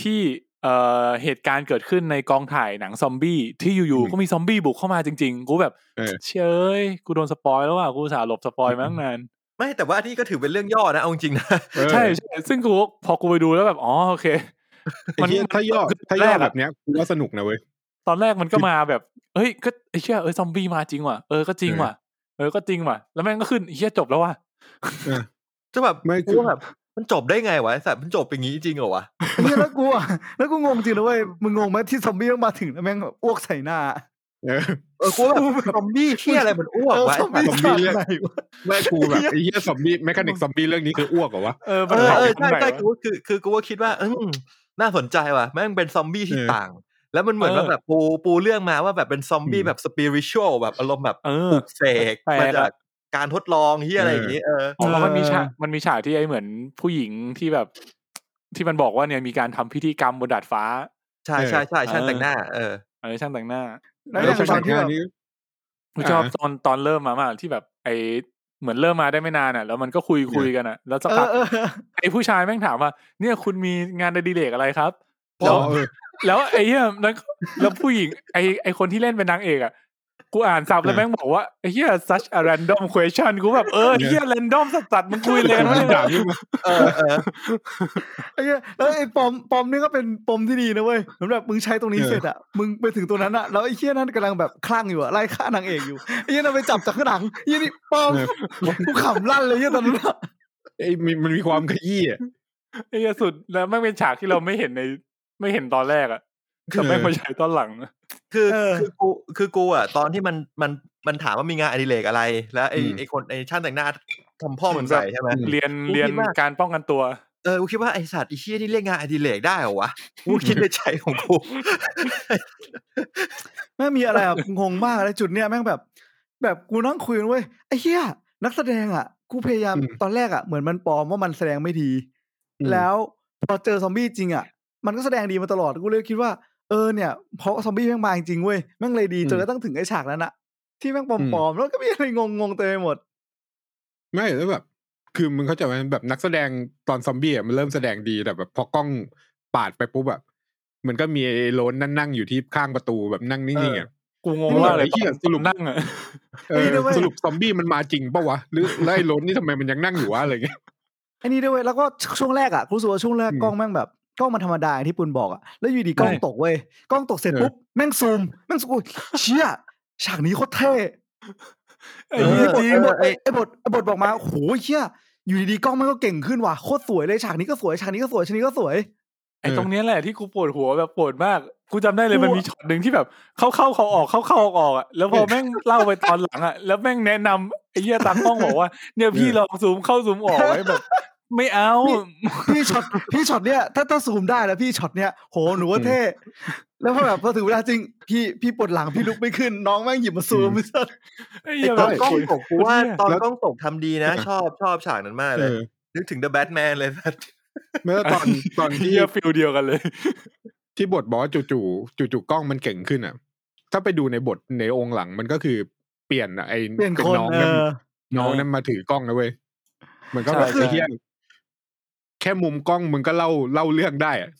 Speaker 2: ที่เอ่อเหตุการณ์เกิดขึ้นในกองถ่ายหนังซอมบี้ที่อยู่
Speaker 5: อืม
Speaker 2: ๆก็มีซอมบี้บุกเข้ามาจริงๆ กูแบบ
Speaker 5: เออ
Speaker 2: เชยเอ้ยกูโดนสปอยแล้วว่ะกูอุตสาห์หลบสปอยมาตั้งนาน
Speaker 3: ไม่แต่ว่านี่ก็ถือเป็นเรื่องย่อนะเอาจริงๆนะ
Speaker 5: เออ
Speaker 2: ใช่ใช่ซึ่งกูพอกูไปดูแล้วแบบ อ๋อ โอเค
Speaker 5: ไอ้เหี้ยถ้าย่อ
Speaker 2: คือ
Speaker 5: ถ้าย่อ
Speaker 2: แรกอะ
Speaker 5: แบบเนี้ยกูว่าสนุกนะเว้ย
Speaker 2: ตอนแรกมันก็มาแบบเฮ้ยก็ไอ้เชี่ยเอ้ยซอมบี้มาจริงว่ะเออก็จริงว่ะเออก็จริงว่ะ แล้วแม่งก็ขึ้นไอ้เชี่ยจบแล้วว่ะ
Speaker 3: จะแบบ
Speaker 5: ไม่คื
Speaker 3: กู
Speaker 5: อ
Speaker 3: ว่าแบบมันจบได้ไงวะไอ้สัตว์มันจบอย่างนี้จริงเหรอวะ
Speaker 4: ไอ้เหี้ยแล้วกูอะแล้วกูงงจริงนะเว้ยมึงงงไหมที่ซอมบี้มันมาถึงแล้วแม่งอ้วกใส่หน้า
Speaker 5: เออ
Speaker 3: เออกูว่าแบบซอมบี้เที่ยอะไรมันอ้วก
Speaker 4: เออ
Speaker 3: วะ
Speaker 4: ซอมบี้
Speaker 5: ซอม
Speaker 4: สั
Speaker 5: บี้
Speaker 4: ตว์
Speaker 5: เลือด
Speaker 4: ไหนวะ
Speaker 5: ไม่กูแบบไอ้เหี้ยซอมบี้แมคานิกซอมบี้เรื่องนี้คืออ้วกเหรอวะ
Speaker 2: เออมั
Speaker 3: เอน อ
Speaker 2: เผา
Speaker 3: เออ
Speaker 2: ไปทา
Speaker 3: ใช่
Speaker 2: งไหน
Speaker 3: ใช่
Speaker 2: วะ
Speaker 3: กูคือคือกูว่าคิดว่าอืมน่าสนใจว่ะแม่งเป็นซอมบี้ที่
Speaker 5: เออ
Speaker 3: ต่าง แล้วมันเหมือน
Speaker 2: เออ
Speaker 3: ว่าแบบปูปูเรื่องมาว่าแบบเป็นซอมบี้แบบสปิริชวลแบบอารมณ์แบบ
Speaker 2: เออ
Speaker 3: ปลุกเสก
Speaker 2: แปลก
Speaker 3: มา
Speaker 2: อะ
Speaker 3: จากการทดลองที่อะไรอย่างนี้เออ
Speaker 2: อ๋อเพราะมันมี
Speaker 4: เออ
Speaker 2: ฉากมันมีฉากที่ไอ้เหมือนผู้หญิงที่แบบ ที่มันบอกว่าเนี่ยมีการทำพิธีกรรมบนดาดฟ้า
Speaker 3: ใช่ใช่ใช่ช่าง
Speaker 2: เออ
Speaker 3: แต่งหน้าเออ
Speaker 2: เออช่างแต่งหน้า
Speaker 4: แล้ว
Speaker 5: แล้ว
Speaker 4: ย่าง
Speaker 5: ผู้
Speaker 4: ต
Speaker 5: ชา
Speaker 4: อย น
Speaker 5: ห
Speaker 4: ที่แบ
Speaker 5: น้า
Speaker 4: บ
Speaker 5: นี้
Speaker 2: ผมชอบ
Speaker 5: อ่า
Speaker 2: ตอนตอนเริ่มมามากที่แบบไอเหมือนเริ่มมาได้ไม่นานอ่ะ แล้วมันก็คุยคุยกันอ่ะ แล้วสัก
Speaker 4: เอ
Speaker 2: พั
Speaker 4: อก เออเออ
Speaker 2: ไอผู้ชายแม่งถามว่า เนี่ยคุณมีงานอดิเรกอะไรครับ
Speaker 5: อ๋อเออ
Speaker 2: แล้วไอ้เหี้ยแล้วแล้วผู้หญิงไอไอคนที่เล่นเป็นนางเอกอ่ะกูอ่านซับแล้ว
Speaker 5: เออ
Speaker 2: แม่งบอกว่าไอ้เหี้ย such a random question กูแบบเออเหี้ย random สัตว์ๆมันคุยเลย นะ
Speaker 5: ด่าพี่มา
Speaker 3: เออเออ
Speaker 4: ไอ้เหี้ยแล้วไอ้ปอมปอมนี่ก็เป็นปมที่ดีนะเว้ยสำหรับมึงใช้ตรงนี้
Speaker 5: เออ
Speaker 4: เสร็จอะมึงไปถึงตัวนั้นอะแล้วไอ้เหี้ยนั่นกำลังแบบคลั่งอยู่อะไล่ฆ่านางเอกอยู่ไอ้เหี้ยนั่นไปจับจากข้างหลังไอ้เหี้ยนี่ปอมกูขำลั่นเลยไอ้เหี้ยตอนนั้นอะ
Speaker 5: ไอ้มีมันมีความขยี้อะ
Speaker 2: ไอ้เหี้ยสุดแล้วแม่งเป็นฉากที่เราไม่เห็นในไม่เห็นตอนแรกอ่ะแต่แม่งมาใช้ตอนห ลัง
Speaker 3: คือ
Speaker 4: เออ
Speaker 3: คือกูคือกูอ่ะตอนที่มันมันมันถามว่ามีงานอดิเรกอะไร แล้วไอ
Speaker 5: อืม
Speaker 3: ไอคนไอช่างแต่งหน้าทำพ่อมัน
Speaker 2: แบบ
Speaker 3: ใส่ใช่ไหม
Speaker 5: อืม
Speaker 2: เรียนเรียน
Speaker 3: คิดว่า
Speaker 2: การป้องกันตัว
Speaker 3: เออกูคิดว่าไอสัตว์ไอเชี่ยนี่เรียกงานอดิเรกได้เหรอวะกูคิดในใจของกู
Speaker 4: แม่งมีอะไรอะ งงมากเลยจุดเนี้ยแม่งแบบ แบบกูนั่งคุยกันเว้ยไอ้เหี้ยนักแสดงอ่ะ กูพยายาม
Speaker 5: อืม
Speaker 4: ตอนแรกอ่ะเหมือนมันปลอมว่ามันแสดงไม่ดี
Speaker 5: อืม
Speaker 4: แล้วพอเจอซอมบี้จริงอ่ะ มันก็แสดงดีมาตลอดกูเลยคิดว่าเออเนี่ยเพราะซอมบี้แม่งมาจริงเว้ยแม่งเลยดีจนกระทั่งถึงไอ้ฉากนั้นอะที่แม่งปลอมๆแล้วก็มีอะไรงงๆเต็มไปหมด
Speaker 5: ไม่แล้วแบบ คือมึงเข้าใจไหมแบบนักแสดงตอนซอมบี้อะมันเริ่มแสดงดีแต่แบบพอกล้องปาดไปปุ๊บแบบมันก็มีไอ้โลนนั่งนั่งอยู่ที่ข้างประตูแบบนั่งนิ่งๆอ่ะ
Speaker 2: กูงงมากเลย
Speaker 5: ไอ้เหี้ย
Speaker 2: ตอน
Speaker 5: สรุป
Speaker 2: นั่งอ่ะ
Speaker 5: เออ
Speaker 4: นี่ด้วยเว้ย
Speaker 5: สรุปซอมบี้มันมาจริงปะวะหรือแล้วไอ้โลนนี่ทำไมมันยังนั่งอยู่วะอะไรเงี้ย
Speaker 4: ไอ้นี่ด้วยเวยแล้วก็ช่วงแรกอ่ะกูรู้สึกว่าช่วงแรก
Speaker 5: อืม
Speaker 4: กล้องแม่งแบบกล้องมันธรรมดาอย่างที่ปุณบอกอ่ะแล้วอยู่ดีกล้อง
Speaker 2: ใช่
Speaker 4: ตกเว้ยกล้องตกเสร็จ
Speaker 5: เออ
Speaker 4: ปุ๊บแม่งซูมแม่งซูมอุ๊ยเชี่ยฉากนี้โคตรเท่
Speaker 2: ไอ้
Speaker 4: ไอ้
Speaker 2: เหี้ย
Speaker 4: บท
Speaker 2: จริง
Speaker 4: ไอ้บทไอ้บทไอ้บทบอกมาโหเชี่ยอยู่ดีๆกล้องมันก็เก่งขึ้นว่ะโคตรสวยเลยฉากนี้ก็สวยฉากนี้ก็สวยฉากนี้ก็สวย
Speaker 2: ไอ้
Speaker 5: เออ
Speaker 2: ตรงเนี้ยแหละที่กูปวดหัวแบบปวดมาก กูจำได้เลย
Speaker 4: กูอะ
Speaker 2: มันมีช็อตหนึ่งที่แบบเข้าเข้าเขาออกเข้าเข้าออกออกอ่ะแล้วพอแม่ง เล่าไปตอนหลังอ่ะแล้วแม่งแนะนำไอ้เหี้ยตากล้องบอกว่า เนี่ยพี่ลองซูมเข้าซูมออกไว้แบบ ไม่เอา
Speaker 4: พี่ช็อตพี่ช็อตเนี้ยถ้าถ้าซูมได้แล้วพี่ช็อตเนี้ยโหหนูว่าเท่แล้วพอแบบพอถึงเวลาจริง พี่พี่ปวดหลังพี่ลุกไม่ขึ้นน้องแม่งหยิบมาซูม
Speaker 5: อืม
Speaker 4: ไอ้สัส
Speaker 2: ไอ้
Speaker 3: ไอ้
Speaker 2: เหี้ย
Speaker 3: ต
Speaker 2: แบ
Speaker 3: อบ นกล้องตกกูว่า
Speaker 2: เหี้ย
Speaker 3: ตอน
Speaker 5: แล้ว
Speaker 3: กล้องตกทำดีนะ ชอบชอบฉากนั้นมากเล
Speaker 5: เอย อ
Speaker 3: นึกถึง The Batman เลย
Speaker 5: เมื่อตอนตอน
Speaker 2: ไอ้
Speaker 5: ที่
Speaker 2: เหี้ยฟิลเดียวกันเลย
Speaker 5: ที่บทบอกว่าจู่ๆจู่ๆกล้องมันเก่งขึ้นอ่ะ ถ้าไปดูในบทในองค์หลังมันก็คือเปลี่ยนอะไอ้
Speaker 4: เปลี่ยนคน
Speaker 5: น้อง
Speaker 4: เอ
Speaker 5: นั่น
Speaker 4: อ
Speaker 5: น้องนั่นมาถือกล้องนะเว้ยมันก็แบบ
Speaker 2: ใช่
Speaker 5: ไอ้เหี้ยแค่มุมกล้องมึงก็เล่าเล่าเรื่องได้อะ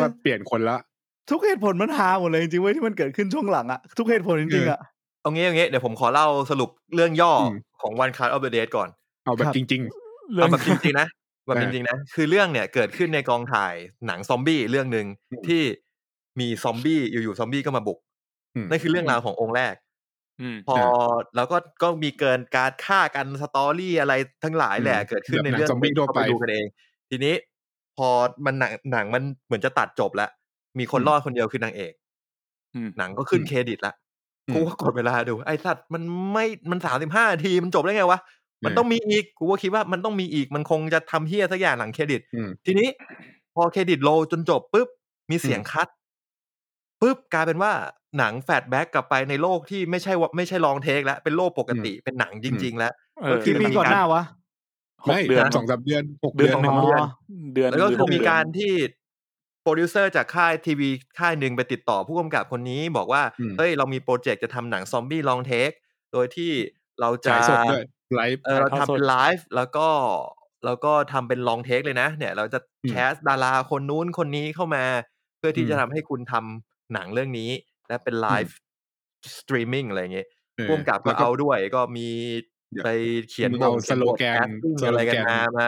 Speaker 5: ว่าเปลี่ยนคนละ
Speaker 4: ทุกเหตุผลมันหาหมดเลยจริงๆเว้ยที่มันเกิดขึ้นช่วงหลังอะทุกเหตุผลจริงๆอะ
Speaker 3: เอางี้เอางี้เดี๋ยวผมขอเล่าสรุปเรื่องย่ออ
Speaker 5: ม
Speaker 3: ของ One Cut of the Dead ก่อน
Speaker 5: เอาแบบ
Speaker 4: ครับ
Speaker 5: จริง
Speaker 2: เรื่อ
Speaker 3: เอา
Speaker 2: ง
Speaker 3: แบบจริงๆนะแบบ
Speaker 5: ได้
Speaker 3: จริงๆนะ คือเรื่องเนี่ยเกิดขึ้นในกองถ่ายหนังซอมบี้เรื่องหนึ่ง
Speaker 5: อืม
Speaker 3: ที่มีซอมบี้อยู่ๆซอมบี้ก็มาบุก
Speaker 5: อืม
Speaker 3: นั่นคือเรื่องราวขององค์แรก
Speaker 2: อืม
Speaker 3: พอแล้วก็ก็มีเกินการฆ่ากันสตอรี่อะไรทั้งหลายแหละ
Speaker 5: อืม
Speaker 3: เกิดขึ้นใน
Speaker 5: แบบหนัง
Speaker 3: เรื่อง
Speaker 5: ซอมบี้ทั่วไป
Speaker 3: ก็ดูกันเอง ทีนี้พอมันหนังหนังมันเหมือนจะตัดจบแล้ว มีคนรอดคนเดียวคือนางเอก
Speaker 2: อืม
Speaker 3: หนังก็ขึ้นเครดิตละ
Speaker 5: อืม
Speaker 3: กูว่ากดเวลาดู ไอ้สัตว์มันไม่มันสามสิบห้าทีมันจบได้ไงวะ
Speaker 5: ๆ
Speaker 3: มันต้องมีอีกกูว่าคิดว่ามันต้องมีอีกมันคงจะทำเฮี้ยสักอย่างหลังเครดิต
Speaker 5: อืม
Speaker 3: ทีนี้พอเครดิตโลจนจบปุ๊บมีเสียงคัดปุ๊บกลายเป็นว่าหนังแฟลชแบ็กกลับไปในโลกที่ไม่ใช่ว่าไม่ใช่ลองเทคแล้ว เป็นโลกปกติเป็นหนังจริง ๆ แล้ว
Speaker 2: เอ
Speaker 3: ก็
Speaker 2: อ
Speaker 3: คื
Speaker 4: กี่ปีก่อนหน้าวะ
Speaker 2: หก
Speaker 5: ไม่
Speaker 2: เดือน
Speaker 5: สองสามเดือนหก
Speaker 2: เดื
Speaker 5: เดื
Speaker 2: อ
Speaker 5: อนน
Speaker 2: หนึ่ง
Speaker 5: เดือน
Speaker 2: เดือน
Speaker 3: แล้วก็
Speaker 2: หรือ
Speaker 3: คือ
Speaker 2: ห
Speaker 3: มี
Speaker 2: เดือน
Speaker 3: การที่โปรดิวเซอร์จากค่ายทีวีค่ายหนึ่งไปติดต่อผู้กำกับคนนี้บอกว่า เฮ้ย เรามีโปรเจกต์จะทำหนังซอมบี้ลองเทค โดยที่เราจะ
Speaker 5: จ่ายสดด้วยไลฟ์
Speaker 3: เออเราทำเป็นไลฟ์แล้วก็แล้วก็ทำเป็นลองเทคเลยนะ เนี่ย เราจะ
Speaker 5: อืม
Speaker 3: แคสดาราคนนู้นคนนี้เข้ามา เพื่อที่
Speaker 5: อืม
Speaker 3: จะทำให้คุณทำหนังเรื่องนี้ และเป็นไลฟ์สตรีมมิ่งอะไรอย่างเงี้ย
Speaker 5: เออ
Speaker 3: ร่วมกับ
Speaker 5: แล้
Speaker 3: ก็
Speaker 5: ว
Speaker 3: เอาด้วยก็มี
Speaker 5: เดี๋ยว
Speaker 3: ไปเขียน
Speaker 5: เอา
Speaker 3: บทเขียนบท
Speaker 5: สโลแกน
Speaker 3: casting
Speaker 5: สโลแกน
Speaker 3: อะไรกันมามา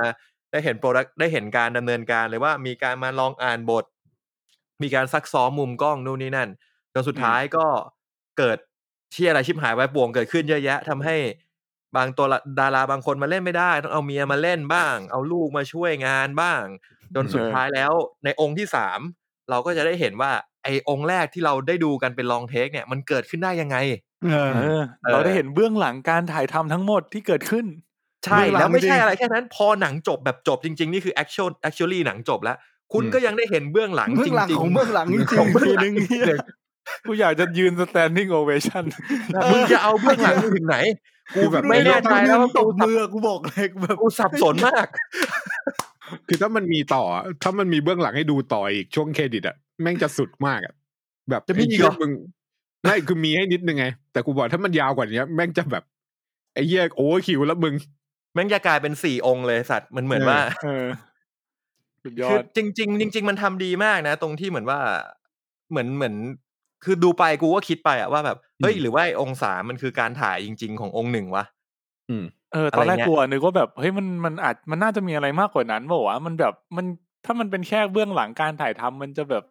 Speaker 3: ได้เห็นโปรดักได้เห็นการดำเนินการเลยว่ามีการมาลองอ่านบท มีการซักซ้อมมุมกล้องนู่นนี่นั่น จนสุดท้ายก็เกิดที่อะไรชิบหายไว้ป่วงเกิดขึ้นเยอะแยะทำให้บางตัวละดาราบางคนมาเล่นไม่ได้ ต้องเอาเมียมาเล่นบ้าง เอาลูกมาช่วยงานบ้าง จนสุด
Speaker 2: เออ
Speaker 3: ท้ายแล้วในองค์ที่สามเราก็จะได้เห็นว่า ไอ้องค์แรกที่เราได้ดูกันเป็นลองเทคเนี่ยมันเกิดขึ้นได้ยังไง
Speaker 5: เออ
Speaker 2: เออ เราได้เห็นเบื้องหลังการถ่ายทำทั้งหมดที่เกิดขึ้น
Speaker 3: ใช่
Speaker 5: เบื้องหลัง
Speaker 3: แล้วไม่
Speaker 5: จริ
Speaker 3: ใช่
Speaker 5: ง
Speaker 3: อะไรแค่นั้นพอหนังจบแบบจบจริง ๆ นี่คือ actual actually หนังจบแล้ว คุณ
Speaker 5: อืม
Speaker 3: ก็ยังได้เห็นเบื้องหลัง
Speaker 4: เบื้
Speaker 3: จ
Speaker 4: องหลัง
Speaker 3: ริง
Speaker 4: ของเบื้องหลังจริ
Speaker 3: ข
Speaker 4: ง
Speaker 3: อง
Speaker 4: ๆ
Speaker 3: เบื้อง
Speaker 2: ทีนึงเหี้ยกูอยากจะยืน standing ovation
Speaker 3: ๆมึงจะเอาเบื้องหลังไปถึงไหนกู
Speaker 5: คือแบบ
Speaker 3: ไม่แน่ใจแล้วว่า
Speaker 4: ต
Speaker 3: กู
Speaker 4: บ
Speaker 3: สับ
Speaker 4: มือกูบอกเลยกูแบบ
Speaker 3: กูสับสนมาก
Speaker 5: คือถ้ามันมีต่ออะถ้ามันมีเบื้องหลังให้ดูต่ออีกช่วงเครดิตอ่ะแม่งจะสุดมากอ่ะแบบ
Speaker 3: จะมีอีก
Speaker 5: ไเหี้
Speaker 3: เห
Speaker 5: ย
Speaker 3: รอ
Speaker 5: มึงไม่คือมีให้นิดนึงไง แต่กูบอกถ้ามันยาวกว่านี้แม่งจะแบบไอ้เหี้ยโอ้คิวแล้วมึง
Speaker 3: แม่งจะกลายเป็นสี่องค์เลยสัตว์มันเหมือนว่า
Speaker 2: เออสุดยอ
Speaker 3: คือ
Speaker 2: ด
Speaker 3: จริงจริงๆจริง ๆ มันทำดีมากนะ ตรงที่เหมือนว่าเหมือนเหมือน คือดูไปกูก็คิดไปอะว่าแบบเฮ้ย
Speaker 5: อืม
Speaker 3: หรือว่าไอ้องค์สามมันคือการถ่ายจริง ๆ ขององค์หนึ่งวะ
Speaker 2: เออตอนแรก
Speaker 3: อะไรเงี้ย
Speaker 2: กลัวนึกว่าแบบเฮ้ยมันมันอาจมันน่าจะมีอะไรมากกว่านั้นเปล่าวะมันแบบมันถ้ามันเป็นแค่เบื้องหลังการถ่ายทำมันจะแบบ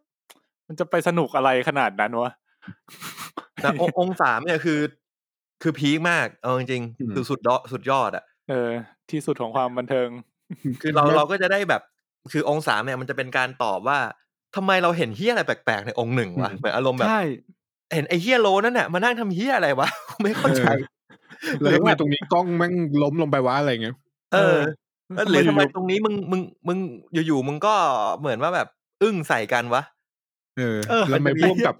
Speaker 2: มันจะไปสนุกอะไรขนาดนั้นวะ
Speaker 3: แต่ องค์ องค์สามเนี่ยคือ คือพีคมากเอาจริง
Speaker 5: อืม
Speaker 3: ๆคือสุดยอดสุดยอดอะ
Speaker 2: เออ ที่สุดของความบันเทิง
Speaker 3: คือเราเราก็จะได้แบบคือองค์สามเนี่ยมันจะเป็นการตอบว่าทำไมเราเห็นเฮี้ยอะไรแปลกๆในองค์หนึ่งวะ
Speaker 5: อืม
Speaker 3: เหมือนอารมณ์แบบ
Speaker 4: ใช่
Speaker 3: เห็นไอ้เฮี้ยโลนั่นน่ะมานั่งทำเฮี้ยอะไรวะ ไม่เข้าใจ
Speaker 5: แล้
Speaker 3: หรื
Speaker 5: วทำ
Speaker 3: อ
Speaker 5: ไม
Speaker 3: ว่า
Speaker 5: ตรงนี้กล้องแม่งล้มลงไปวะอะไรเงี้ย
Speaker 3: เออ
Speaker 2: เออ
Speaker 3: แล้วหรือ
Speaker 2: ทำ
Speaker 3: ทำ
Speaker 2: ไมอ
Speaker 3: ไม
Speaker 2: ยู่
Speaker 3: ตรงนี้มึงมึงมึงอยู่ๆมึงก็เหมือนว่าแบบ อึ้งใส่กันวะ
Speaker 5: เออ
Speaker 4: เออ
Speaker 5: แล้วทำไม
Speaker 4: มันจะมี
Speaker 5: พ่วงกับ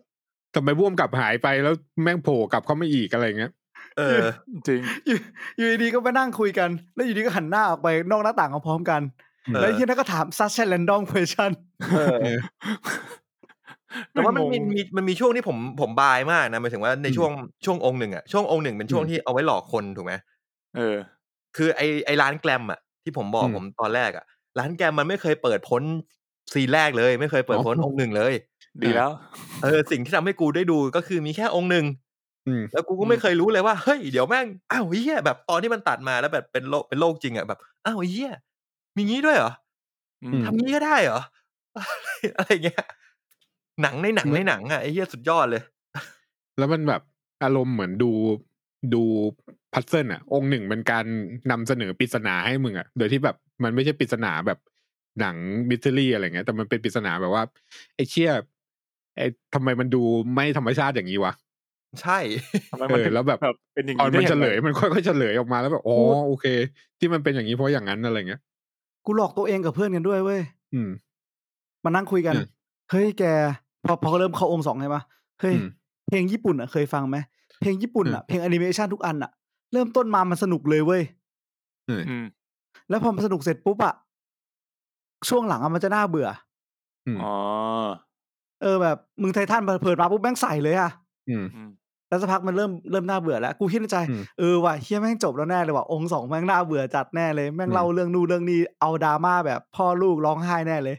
Speaker 5: ทำไมพ่วงกับหายไปแล้วแม่งโผล่กลับเข้ามาอีกอะไรเงี้ย
Speaker 3: เออ
Speaker 2: จริง
Speaker 4: อยู่อยู่ดีๆก็ไปนั่งคุยกัน แล้วอยู่ดีก็หันหน้าออกไปนอกหน้าต่างมาพร้อมกัน
Speaker 5: เออ
Speaker 4: แล้วไอ้เฮียนั่นก็ถามซัชเชนแรนดอมเควชั่น
Speaker 3: เออ
Speaker 5: เออ
Speaker 3: แต่ว่ามัน
Speaker 2: งง
Speaker 3: มีมีมันมีช่วงที่ผมผมบายมากนะหมายถึงว่าในช่วงช่วงองค์หนึ่งอะช่วงองค์หนึ่งเป็นช่วง
Speaker 5: อืม
Speaker 3: ที่เอาไว้หลอกคนถูกไหม
Speaker 2: เออ
Speaker 3: คือไอไอร้านแกลมอะที่ผมบอก
Speaker 5: อืม
Speaker 3: ผมตอนแรกอะร้านแกลมมันไม่เคยเปิดพ้นซีนแรกเลย ไม่เคยเปิด
Speaker 5: อ๋อ
Speaker 3: พ้นองค์หนึ่งเลย
Speaker 2: ดีแล้ว
Speaker 3: เออสิ่งที่ทำให้กูได้ดูก็คือมีแค่องค์หนึ่ง
Speaker 5: อืม
Speaker 3: แล้วกูก็ไม่เคยรู้เลยว่าเฮ้ยเดี๋ยวแม่งอ้าวเฮียแบบตอนที่มันตัดมาแล้วแบบเป็นโลกเป็นโลกจริงอ่ะแบบอ้าวเฮียมีงี้ด้วยเหรอ
Speaker 2: อื
Speaker 5: อื
Speaker 2: ม
Speaker 5: ม
Speaker 3: ทำงี้ก็ได้เหรอ อะไรเงี้ย หนังในหนังในหนังอ่ะไอ้เฮียสุดยอดเลย
Speaker 5: แล้วมันแบบอารมณ์เหมือนดูดูพัซเซิลอ่ะ องค์หนึ่งเป็นการนำเสนอปริศนาให้มึงอ่ะ โดยที่แบบมันไม่ใช่ปริศนาแบบหนังมิสซิลี่อะไรเงี้ย แต่มันเป็นปริศนาแบบว่าไอ้เชี่ยไอ้ทำไมมันดูไม่ธรรมชาติอย่างนี้วะ
Speaker 3: ใช่
Speaker 2: ทำไมมัน
Speaker 5: เออ
Speaker 2: ถึง
Speaker 5: แล้วแบบ
Speaker 2: แบบเป็นอย่าง
Speaker 5: ตอน
Speaker 2: นี้ได้
Speaker 5: มันเฉ
Speaker 2: ยัง
Speaker 5: ล
Speaker 2: ไง
Speaker 5: ยมันค่อยๆเฉลยออกมาแล้วแบบอ๋อโอเค ที่มันเป็นอย่างนี้เพราะอย่างนั้นอะไรเงี้ย
Speaker 4: กูหลอกตัวเองกับเพื่อนกันด้วยเว้ย
Speaker 5: อืม
Speaker 4: มานั่งคุยกัน
Speaker 5: อืม
Speaker 4: เฮ้ยแก พอพอเริ่มเข้าองค์สองใช่ปะเฮ้ย
Speaker 5: อืม
Speaker 4: เพลงญี่ปุ่นอ่ะเคยฟังไหมเพลงญี่ปุ่นอ่ะเพลงแอนิเมชันทุกอันอ่ะ เริ่มต้นมามันสนุกเลยเว้ย
Speaker 2: อืม
Speaker 4: แล้วพอมันสนุกเสร็จปุ๊บอ่ะ ช่วงหลังอะมันจะน่าเบื่อ
Speaker 2: อ๋อ
Speaker 4: เออแบบมึงไททันเปิดมาปุ๊บแม่งใส่เลยอ่ะ
Speaker 5: อืม
Speaker 2: อืม
Speaker 4: แล้วสักพักมันเริ่มเริ่มน่าเบื่อแล้ว กูคิดในใจ
Speaker 5: อืม
Speaker 4: เออว่ะเฮียแม่งจบแล้วแน่เลยว่ะองค์สองแม่งน่าเบื่อจัดแน่เลยแม่ง
Speaker 5: อืม
Speaker 4: เล่าเรื่องนู่นเรื่องนี้เอาดราม่าแบบพ่อลูกร้องไห้แน่เลย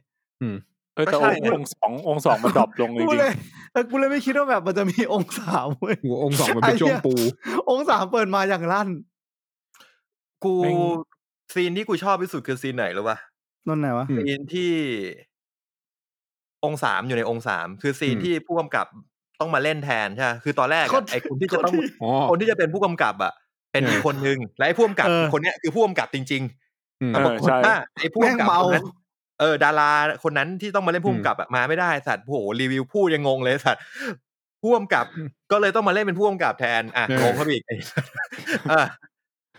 Speaker 2: เออแต่อ
Speaker 3: ก็ใช่
Speaker 2: งค์
Speaker 3: ไง
Speaker 2: องค์สององค์สองมันดรอปลงจ
Speaker 4: กู
Speaker 2: ริง
Speaker 4: เลยเออกูเลยไม่คิดว่าแบบมันจะมีองค์สามเว้ย
Speaker 5: หัวองค์สองมันเป็นช่วงปู
Speaker 4: องค์สามเปิดมาอย่างลั่น
Speaker 3: กูซีนที่กูชอบที่สุดคือซีนไหนรู้ป่ะ
Speaker 4: นั่นไหนวะ
Speaker 5: อืม
Speaker 3: ซีนที่ องค์สามอยู่ในองค์สามคือซีน
Speaker 5: อืม
Speaker 3: ที่ผู้กำกับต้องมาเล่นแทนใช่ปะคือตอนแรก
Speaker 4: ค
Speaker 3: อะ
Speaker 4: น
Speaker 3: ไอ้คนที่จะต้อง
Speaker 5: อ๋อ
Speaker 3: คนที่จะเป็นผู้กำกับอ่ะ เป็น
Speaker 5: เอออี
Speaker 3: อีกคนนึงและไอ้ผู้กำกับ
Speaker 4: เออ
Speaker 3: คนเนี้ยคือผู้กำกับจริง
Speaker 5: อื
Speaker 3: ๆ
Speaker 5: ม
Speaker 3: แต่ปรากฏว่าไอ้ผู้
Speaker 4: แม่ง
Speaker 3: กำกับ
Speaker 4: เมา
Speaker 3: คนนั้นเออดาราคนนั้นที่ต้องมาเล่นผู้กำกับอะมาไม่ได้สัตว์โอ้โหรีวิวพูดยังงงเลยสัตว์ ผู้กำกับก็เลยต้องมาเล่นเป็นผู้กำกับแทนอ่ะ
Speaker 5: เออง
Speaker 3: งเขาไปอีกไอ้ สัตว์เออ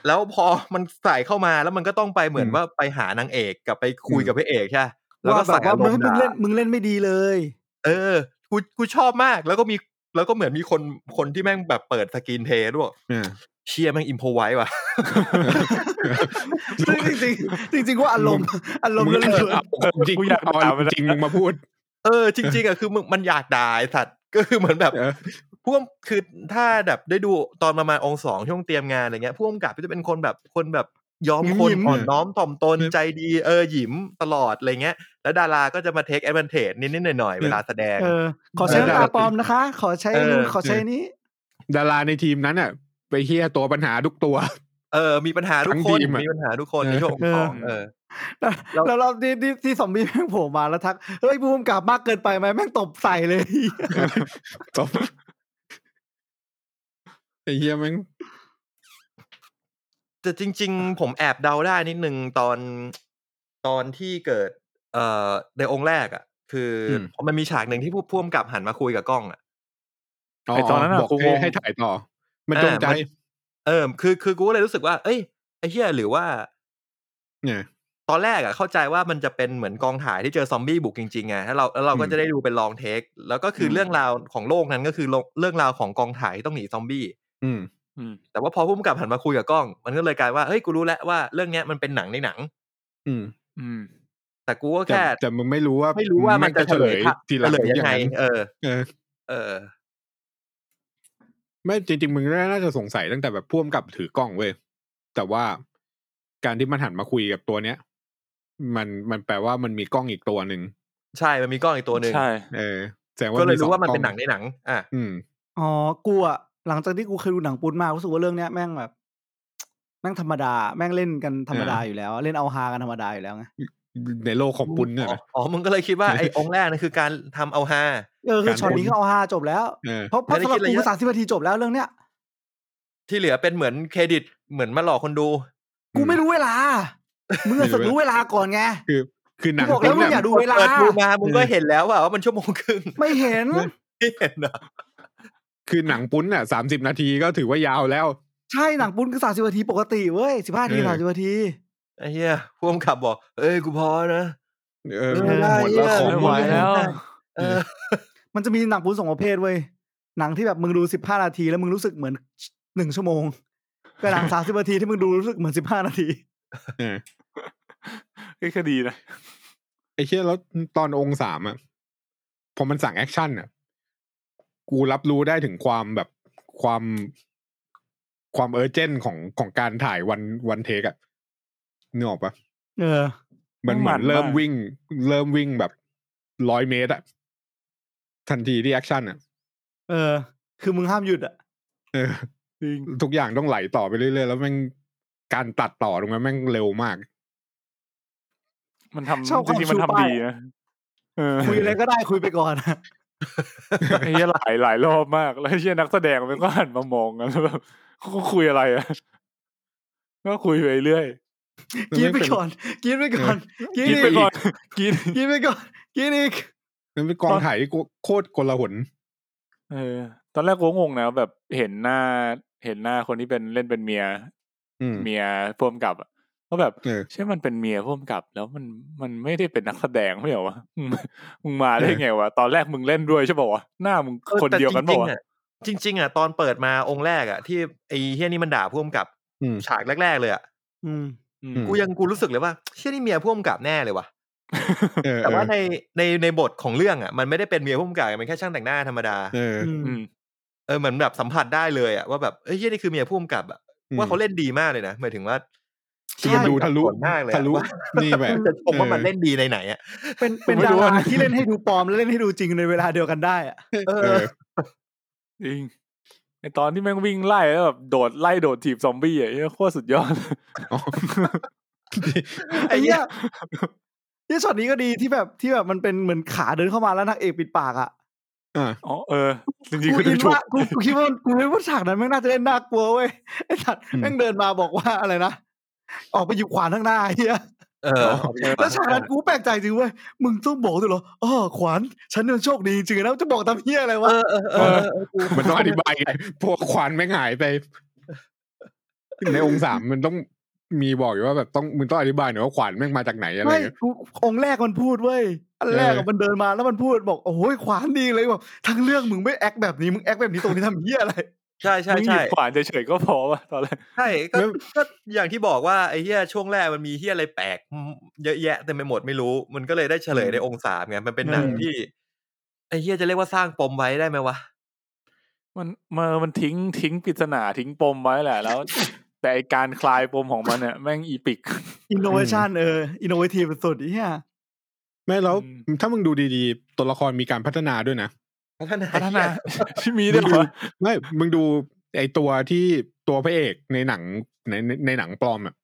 Speaker 3: แล้วพอมันใส่เข้ามาแล้วมันก็ต้องไปเหมือน
Speaker 5: อืม
Speaker 3: ว่าไปหานางเอกกับไปคุย
Speaker 5: อืม
Speaker 3: กับพระเอกใช่ปะแล้วก็
Speaker 4: ว่าแบ
Speaker 3: ใส่
Speaker 4: บ
Speaker 3: อา
Speaker 4: ว่าร มึ
Speaker 3: ม
Speaker 4: งมึง
Speaker 3: ณ์
Speaker 4: เล่
Speaker 3: ด่า
Speaker 4: นมึงเล่นไม่ดีเลย
Speaker 3: เออ กู กูชอบมาก แล้วก็มี แล้วก็เหมือนมีคน คนที่แม่งแบบเปิดสกรีนเทด้วย
Speaker 5: อ่า
Speaker 3: เชียแม่งอิมโพไว้ว่ะ
Speaker 4: ซึ่งจริงจริงๆจริง ๆ ว่าอารมณ์อารมณ์
Speaker 5: มึง
Speaker 4: เรื่องเล
Speaker 5: เออย เอาของจริงมึงเอาอารมณ์จริงมึงมาพูด
Speaker 3: เออ จริง ๆอะคือมึงมันอยากด่าไอ้สัตว์ ก็คือเหมือนแบบ
Speaker 5: เออ
Speaker 3: พวกคือถ้าแบบได้ดูตอนประมาณองค์สองช่วงเตรียมงานอะไรเงี้ยพวกกำกับก็จะเป็นคนแบบคนแบบยอมคน
Speaker 5: ยิ้มๆ
Speaker 3: อ่อน
Speaker 5: อะ
Speaker 3: น้อมถ่อมตน
Speaker 5: เออ
Speaker 3: ใจดีเออหยิมตลอดอะไรเงี้ย แล้วดาราก็จะมาเทคแอด a n นเท e นิดๆหน่อยๆ เวลาแสดง
Speaker 4: เออ ขอใช้น้ำตาปลอมนะคะ ขอใช้
Speaker 3: เออ
Speaker 4: นู่นขอใช้นี้
Speaker 5: ดาราในทีมนั้นอ่ะ ไปเฮี้ยตัวปัญหาทุกตัว
Speaker 3: เออ มีปัญหาทุก
Speaker 5: ทั้ง
Speaker 3: คน
Speaker 5: ทีมอะ
Speaker 3: มีปัญหาทุกคน
Speaker 5: เออ
Speaker 3: ในช่วงองค์สองเออ
Speaker 4: แล้วแล้วรอบที่ที่ที่ซอมบี้แม่งโผล่มาแล้วทัก เฮ้ยผู้กำกับมากเกินไปไหมแม่งตบใส่เลย
Speaker 5: ตบไอ้เหี้ยแม่ง
Speaker 3: แต่จริง ๆ ผมแอบเดาได้นิดนึงตอนตอนที่เกิด เอ่อในองค์แรกอ่ะ คืออมันมีฉากหนึ่งที่ผู้พ่วงกับหันมาคุยกับกล้องอ่ะ
Speaker 2: ไอ้ตอนนั้นอะ
Speaker 5: บอก
Speaker 2: กูง
Speaker 5: ให้
Speaker 2: ง
Speaker 5: ให้ถ่ายต่อ มันจงใจ
Speaker 3: อ่ามัน เออคือคือกูก็เลยรู้สึกว่า เอ้ยไอ้เหี้ยหรือว่า
Speaker 5: เนี่ย
Speaker 3: ตอนแรกอะเข้าใจว่ามันจะเป็นเหมือนกองถ่ายที่เจอซอมบี้บุกจริงๆไงแล้วเราแล้วเราก็
Speaker 5: อืม
Speaker 3: จะได้ดูเป็นลองเทค แล้วก็คืออ
Speaker 2: ม
Speaker 3: เรื่องราวของโลกนั้นก็คือโลกเรื่องราวของกองถ่ายที่ต้องหนีซอมบี้
Speaker 5: อืม
Speaker 2: อืม
Speaker 3: แต่ว่าพอผู้กำกับหันมาคุยกับกล้อง มันก็เลยกลายว่า เฮ้ย กูรู้แล้วว่าเรื่องเนี้ยมันเป็นหนังในหนัง
Speaker 5: อืม
Speaker 2: อืม
Speaker 3: แต่กูก็
Speaker 5: แต่
Speaker 3: แค่
Speaker 5: แต่มึงไม่รู้ว่า
Speaker 3: ไม่รู้ว่ามันจะเฉลย
Speaker 5: แงทีหลั
Speaker 3: เฉ
Speaker 5: ง
Speaker 3: ลยยังไง
Speaker 5: อานั้น
Speaker 3: เออ
Speaker 5: เออ
Speaker 3: เออ
Speaker 5: ไม่จริงๆ มึงน่าจะสงสัยตั้งแต่แบบพ่วงกับถือกล้องเว้ยแต่ว่าการที่มันหันมาคุยกับตัวเนี้ย มันมันแปลว่ามันมีกล้องอีกตัวหนึ่ง
Speaker 3: ใช่ มันมีกล้องอีกตัวหนึ่ง
Speaker 2: ใช่
Speaker 5: เออแสดงว่า
Speaker 3: ก็เลย
Speaker 5: สอ
Speaker 3: รู้ว่ามันเป็น
Speaker 5: ก
Speaker 3: ห
Speaker 5: ล้
Speaker 3: นั
Speaker 5: อง
Speaker 3: ในหนัง อ่ะ
Speaker 5: อืม
Speaker 4: อ๋อ กูอะหลังจากที่กูเคยดูหนังปูนมารู้สึกว่าเรื่องเนี้ยแม่งแบบ แม่งธรรมดา แม่งเล่นกันธรรมดาอยู่แล้ว เล่นเอาฮากันธรรมดาอยู่แล้วไง
Speaker 5: ในโลกของปุ้นเนี่ยนะ
Speaker 3: อ๋อ มึงก็เลยคิดว่าไอ้องค์แรกนั่นคือการทำเอาฮา
Speaker 4: เออคือ
Speaker 5: การ
Speaker 4: ช็อตนี้
Speaker 5: พูด
Speaker 4: ก็เอาฮาจบแล้ว
Speaker 5: เออ
Speaker 4: เพราะเพราะ
Speaker 3: ไม่
Speaker 4: สำห
Speaker 3: ได้
Speaker 4: รับ
Speaker 3: คิ
Speaker 4: กู
Speaker 3: ดอะไรเยอะ
Speaker 4: สามสิบนาทีจบแล้วเรื่องเนี้ย
Speaker 3: ที่เหลือเป็นเหมือนเครดิต เหมือนมาหลอกคนดู
Speaker 4: กูไม่รู้เวลา มึงอะ
Speaker 5: ไม่รู้
Speaker 4: สึกรู้เวลาก่อนไง
Speaker 5: คือคือหนัง
Speaker 4: กูบอกแล้วมึงอย่าดูเวลา
Speaker 3: เปิดดูมา มึงก็เห็นแล้วว่าว่ามันชั่วโมงครึ่ง
Speaker 4: ไม่เห็น
Speaker 3: ไม่เห็นเหรอ
Speaker 5: คือหนังปุ้นอ่ะสามสิบนาทีก็ถือว่ายาวแล้ว
Speaker 4: ใช่หนังปูนคือสามสิบนาทีปกติเว้ยสิบห้านาที
Speaker 5: เออ
Speaker 4: สามสิบนาที
Speaker 3: ไอ้เหี้ยพ่วงขับบอก เอ้ย กูพอนะ
Speaker 5: เออ
Speaker 3: เออ
Speaker 5: หมดแล้ว
Speaker 3: ได้
Speaker 5: ของ
Speaker 2: ไม่
Speaker 5: หม
Speaker 2: ไหว
Speaker 5: ด
Speaker 2: แล้ว
Speaker 3: เออ
Speaker 4: มันจะมีหนังปูนสองประเภทเว้ยหนังที่แบบมึงดูสิบห้านาที แล้วมึงรู้สึกเหมือนหนึ่งชั่วโมงกับ หนังสามสิบนาทีที่มึงดูรู้สึกเหมือนสิบห้านาที
Speaker 5: เออ
Speaker 2: ไอ้ยคดีนะ
Speaker 5: ไอ้เชี่ยแล้วตอนองค์สามอ่ะพอมันสั่งแอคชั่นอ่ะกูรับรู้ได้ถึงความแบบความความเออร์เจนของของการถ่ายวันวันเทกอ่ะนึกออกปะ
Speaker 4: เออ
Speaker 5: มันเหมือ
Speaker 2: มัน
Speaker 5: น
Speaker 2: มาก
Speaker 5: เริ่มวิ่ง เริ่มวิ่งแบบร้อยเมตรอ่ะทันทีที่แอคชั่นอ่ะ
Speaker 4: เออ คือมึงห้ามหยุดอ่ะ
Speaker 5: เออ
Speaker 2: จริง
Speaker 5: ทุกอย่างต้องไหลต่อไปเรื่อยๆ แล้วแม่งการตัดต่อตรงนั้นแม่งเร็วมาก
Speaker 2: มัน
Speaker 4: ชอบ
Speaker 2: ทำ
Speaker 4: ค
Speaker 2: จ
Speaker 4: วาม
Speaker 2: ริงๆมัน
Speaker 4: ชูป้าย
Speaker 2: ทำดีนะเออ
Speaker 4: คุยอะไรก็ได้คุยไปก่อน
Speaker 2: ไอ้เหี้ยหล ายหลายรอบมากแล้วไอ้เชี่ยนักแสดงมันก็หันมามองกันแล้วแบบเขาคุยอะไรอ่ะก็คุยไปเรื่อย
Speaker 4: กินไปก่อน กินไปก่อนกิน
Speaker 2: กิน
Speaker 4: อี
Speaker 2: ไป
Speaker 4: ก
Speaker 2: ก่อน กิน
Speaker 4: กินไปก่อนกินอีก
Speaker 5: นั่นเป็นกองถ่ายที่โคโคตรกลาหน
Speaker 2: เออ ตอนแรกกูก็งงนะแบบเห็นหน้า เห็นหน้าคนที่เป็นเล่นเป็นเมีย
Speaker 5: อืม
Speaker 2: เมียพ่วมกับอะก็แบบ
Speaker 5: เออ
Speaker 2: เชื่อมันเป็นเมียพ่วมกับ แล้วมันมันไม่ได้เป็นนักแสดงไม่เหรอวะมึงมึงมาได้ไงวะตอนแรกมึงเล่นด้วยใช่ป่าวะหน้ามึง
Speaker 3: ออ
Speaker 2: คนเดียวกันป่าวะ
Speaker 3: แต่จริงๆอะจริง ๆอะตอนเปิดมาองค์แรกอะที่ไอ้เฮียนี่มันด่าพ่วงกับ
Speaker 5: อืม
Speaker 3: ฉากแรก ๆ เลยอะ
Speaker 4: อืม
Speaker 2: อืม
Speaker 5: ม
Speaker 3: กูยังกูรู้สึกเลยว่าเฮียนี่เมียพ่วงกับแน่เลยว่ะ
Speaker 5: เออ
Speaker 3: แต่ว่า
Speaker 5: เอ
Speaker 3: ใน
Speaker 5: อ
Speaker 3: ในในบทของเรื่องอะมันไม่ได้เป็นเมียพ่วงกับมันแค่ช่างแต่งหน้าธรรมดา
Speaker 5: เออ
Speaker 4: อืม
Speaker 2: อืม
Speaker 3: เออเหมือนแบบสัมผัสได้เลยอะว่าแบบเอ้ยเฮียนี่คือเมียพ่วงกับอะว่าเขาเล่นดีมากเลยนะหมายถึงว่า
Speaker 5: คือมันดูทะลุ
Speaker 3: เชี่ยมันสับสนมากเลยอ
Speaker 5: ทะลุ
Speaker 3: ว่า
Speaker 5: นี่แบบ
Speaker 3: จะชมว่ามันเล่นดีในไหนอะ
Speaker 4: เป็นเป็น
Speaker 2: ผมไม่
Speaker 4: ดา
Speaker 2: รู้ว่า
Speaker 4: ราที่เล่นให้ดูปลอมและเล่นให้ดูจริงในเวลาเดียวกันได้อะ
Speaker 5: เออ
Speaker 2: จริงไอตอนที่แม่งวิ่งไล่แล้วแบบโดดไล่โดดถีบซอมบี้อ่ะเหี้ยโคตรสุดยอด
Speaker 5: อ๋อ
Speaker 4: ไอ้เนี้ยที่ช็อตนี้ก็ดีที่แบบที่แบบมันเป็นเหมือนขาเดินเข้ามาแล้วนางเอกปิดปากอ่ะ
Speaker 5: อ่ะ
Speaker 2: อ๋อเออ จริง
Speaker 4: กู
Speaker 2: ๆคื
Speaker 4: คิ
Speaker 2: อ
Speaker 4: ด
Speaker 2: ถูก
Speaker 4: ว่ากูกูคิดว่ากูคิดว่าฉากนั้นแม่งน่าจะเล่นน่ากลัวเว้ยไอ้สัตว์แม่งเดินมาบอกว่าอะไรนะออกไปหยิบขวานข้างหน้าไอ้เฮีย
Speaker 3: เออ
Speaker 4: แล้วฉากนั้นกูแปลกใจจริงเว้ยมึงต้องบอกด้วยเหรออ๋อขวานฉันเนี่ยโชคดีจริงๆนะจะบอกตามเฮียอะไร
Speaker 3: เอ
Speaker 4: วะ
Speaker 3: อเออเออเออกู
Speaker 5: มันต้องอธิบายไงพวกควานไม่งหายไป ในองค์สามมันต้องมีบอกอยู่ว่าแบบต้องมึงต้องอธิบายหน่อยว่าขวานแม่งมาจากไหนอะไร
Speaker 4: ไม่
Speaker 5: เงี้ย
Speaker 4: กูองค์แรกมันพูดเว้ยอันแรกอะ
Speaker 5: เออ
Speaker 4: มันเดินมาแล้วมันพูดบอกโอ้ยขวานดีเลยแบบทั้งเรื่องมึงไม่แอคแบบนี้มึงแอคแบบนี้ตรงนี้ทำเฮียอะไร
Speaker 3: ใช่ใช่
Speaker 2: มึงหยิ
Speaker 3: ใช่
Speaker 2: บขวานเฉยๆก็พอว่ะตอนแรก
Speaker 3: ใช่ก็
Speaker 5: แล้ว
Speaker 3: ก็อย่างที่บอกว่าไอ้เหี้ยช่วงแรกมันมีเหี้ยอะไรแปลกเยอะแยะเต็มไปหมดไม่รู้ มันก็เลยได้เฉลยในองศาไงมันเป็นหนัง
Speaker 4: อืม
Speaker 3: ที่ไอ้เหี้ยจะเรียกว่าสร้างปมไว้ได้ไหมวะ
Speaker 2: มันมามันทิ้งทิ้งปริศนาทิ้งปมไว้แหละ แล้ว แต่ไอ้การคลายปมของมันเนี่ยแม่งอีปิก
Speaker 4: อินโนเวชันเอออินโนเวทีฟสุดๆไอ้เฮีย
Speaker 5: ไม่แล้ว
Speaker 2: อื
Speaker 5: ถ้ามึงดูดีๆ ตัวละครมีการพัฒนาด้วยนะ
Speaker 3: พัฒนา
Speaker 2: พัฒนา
Speaker 3: เหี้ย
Speaker 2: ที่มีด้วยเหรอ
Speaker 5: ไม่ มึงดูไอตัวที่ตัวพระเอกในหนังในในในหนังปลอมอ่ะ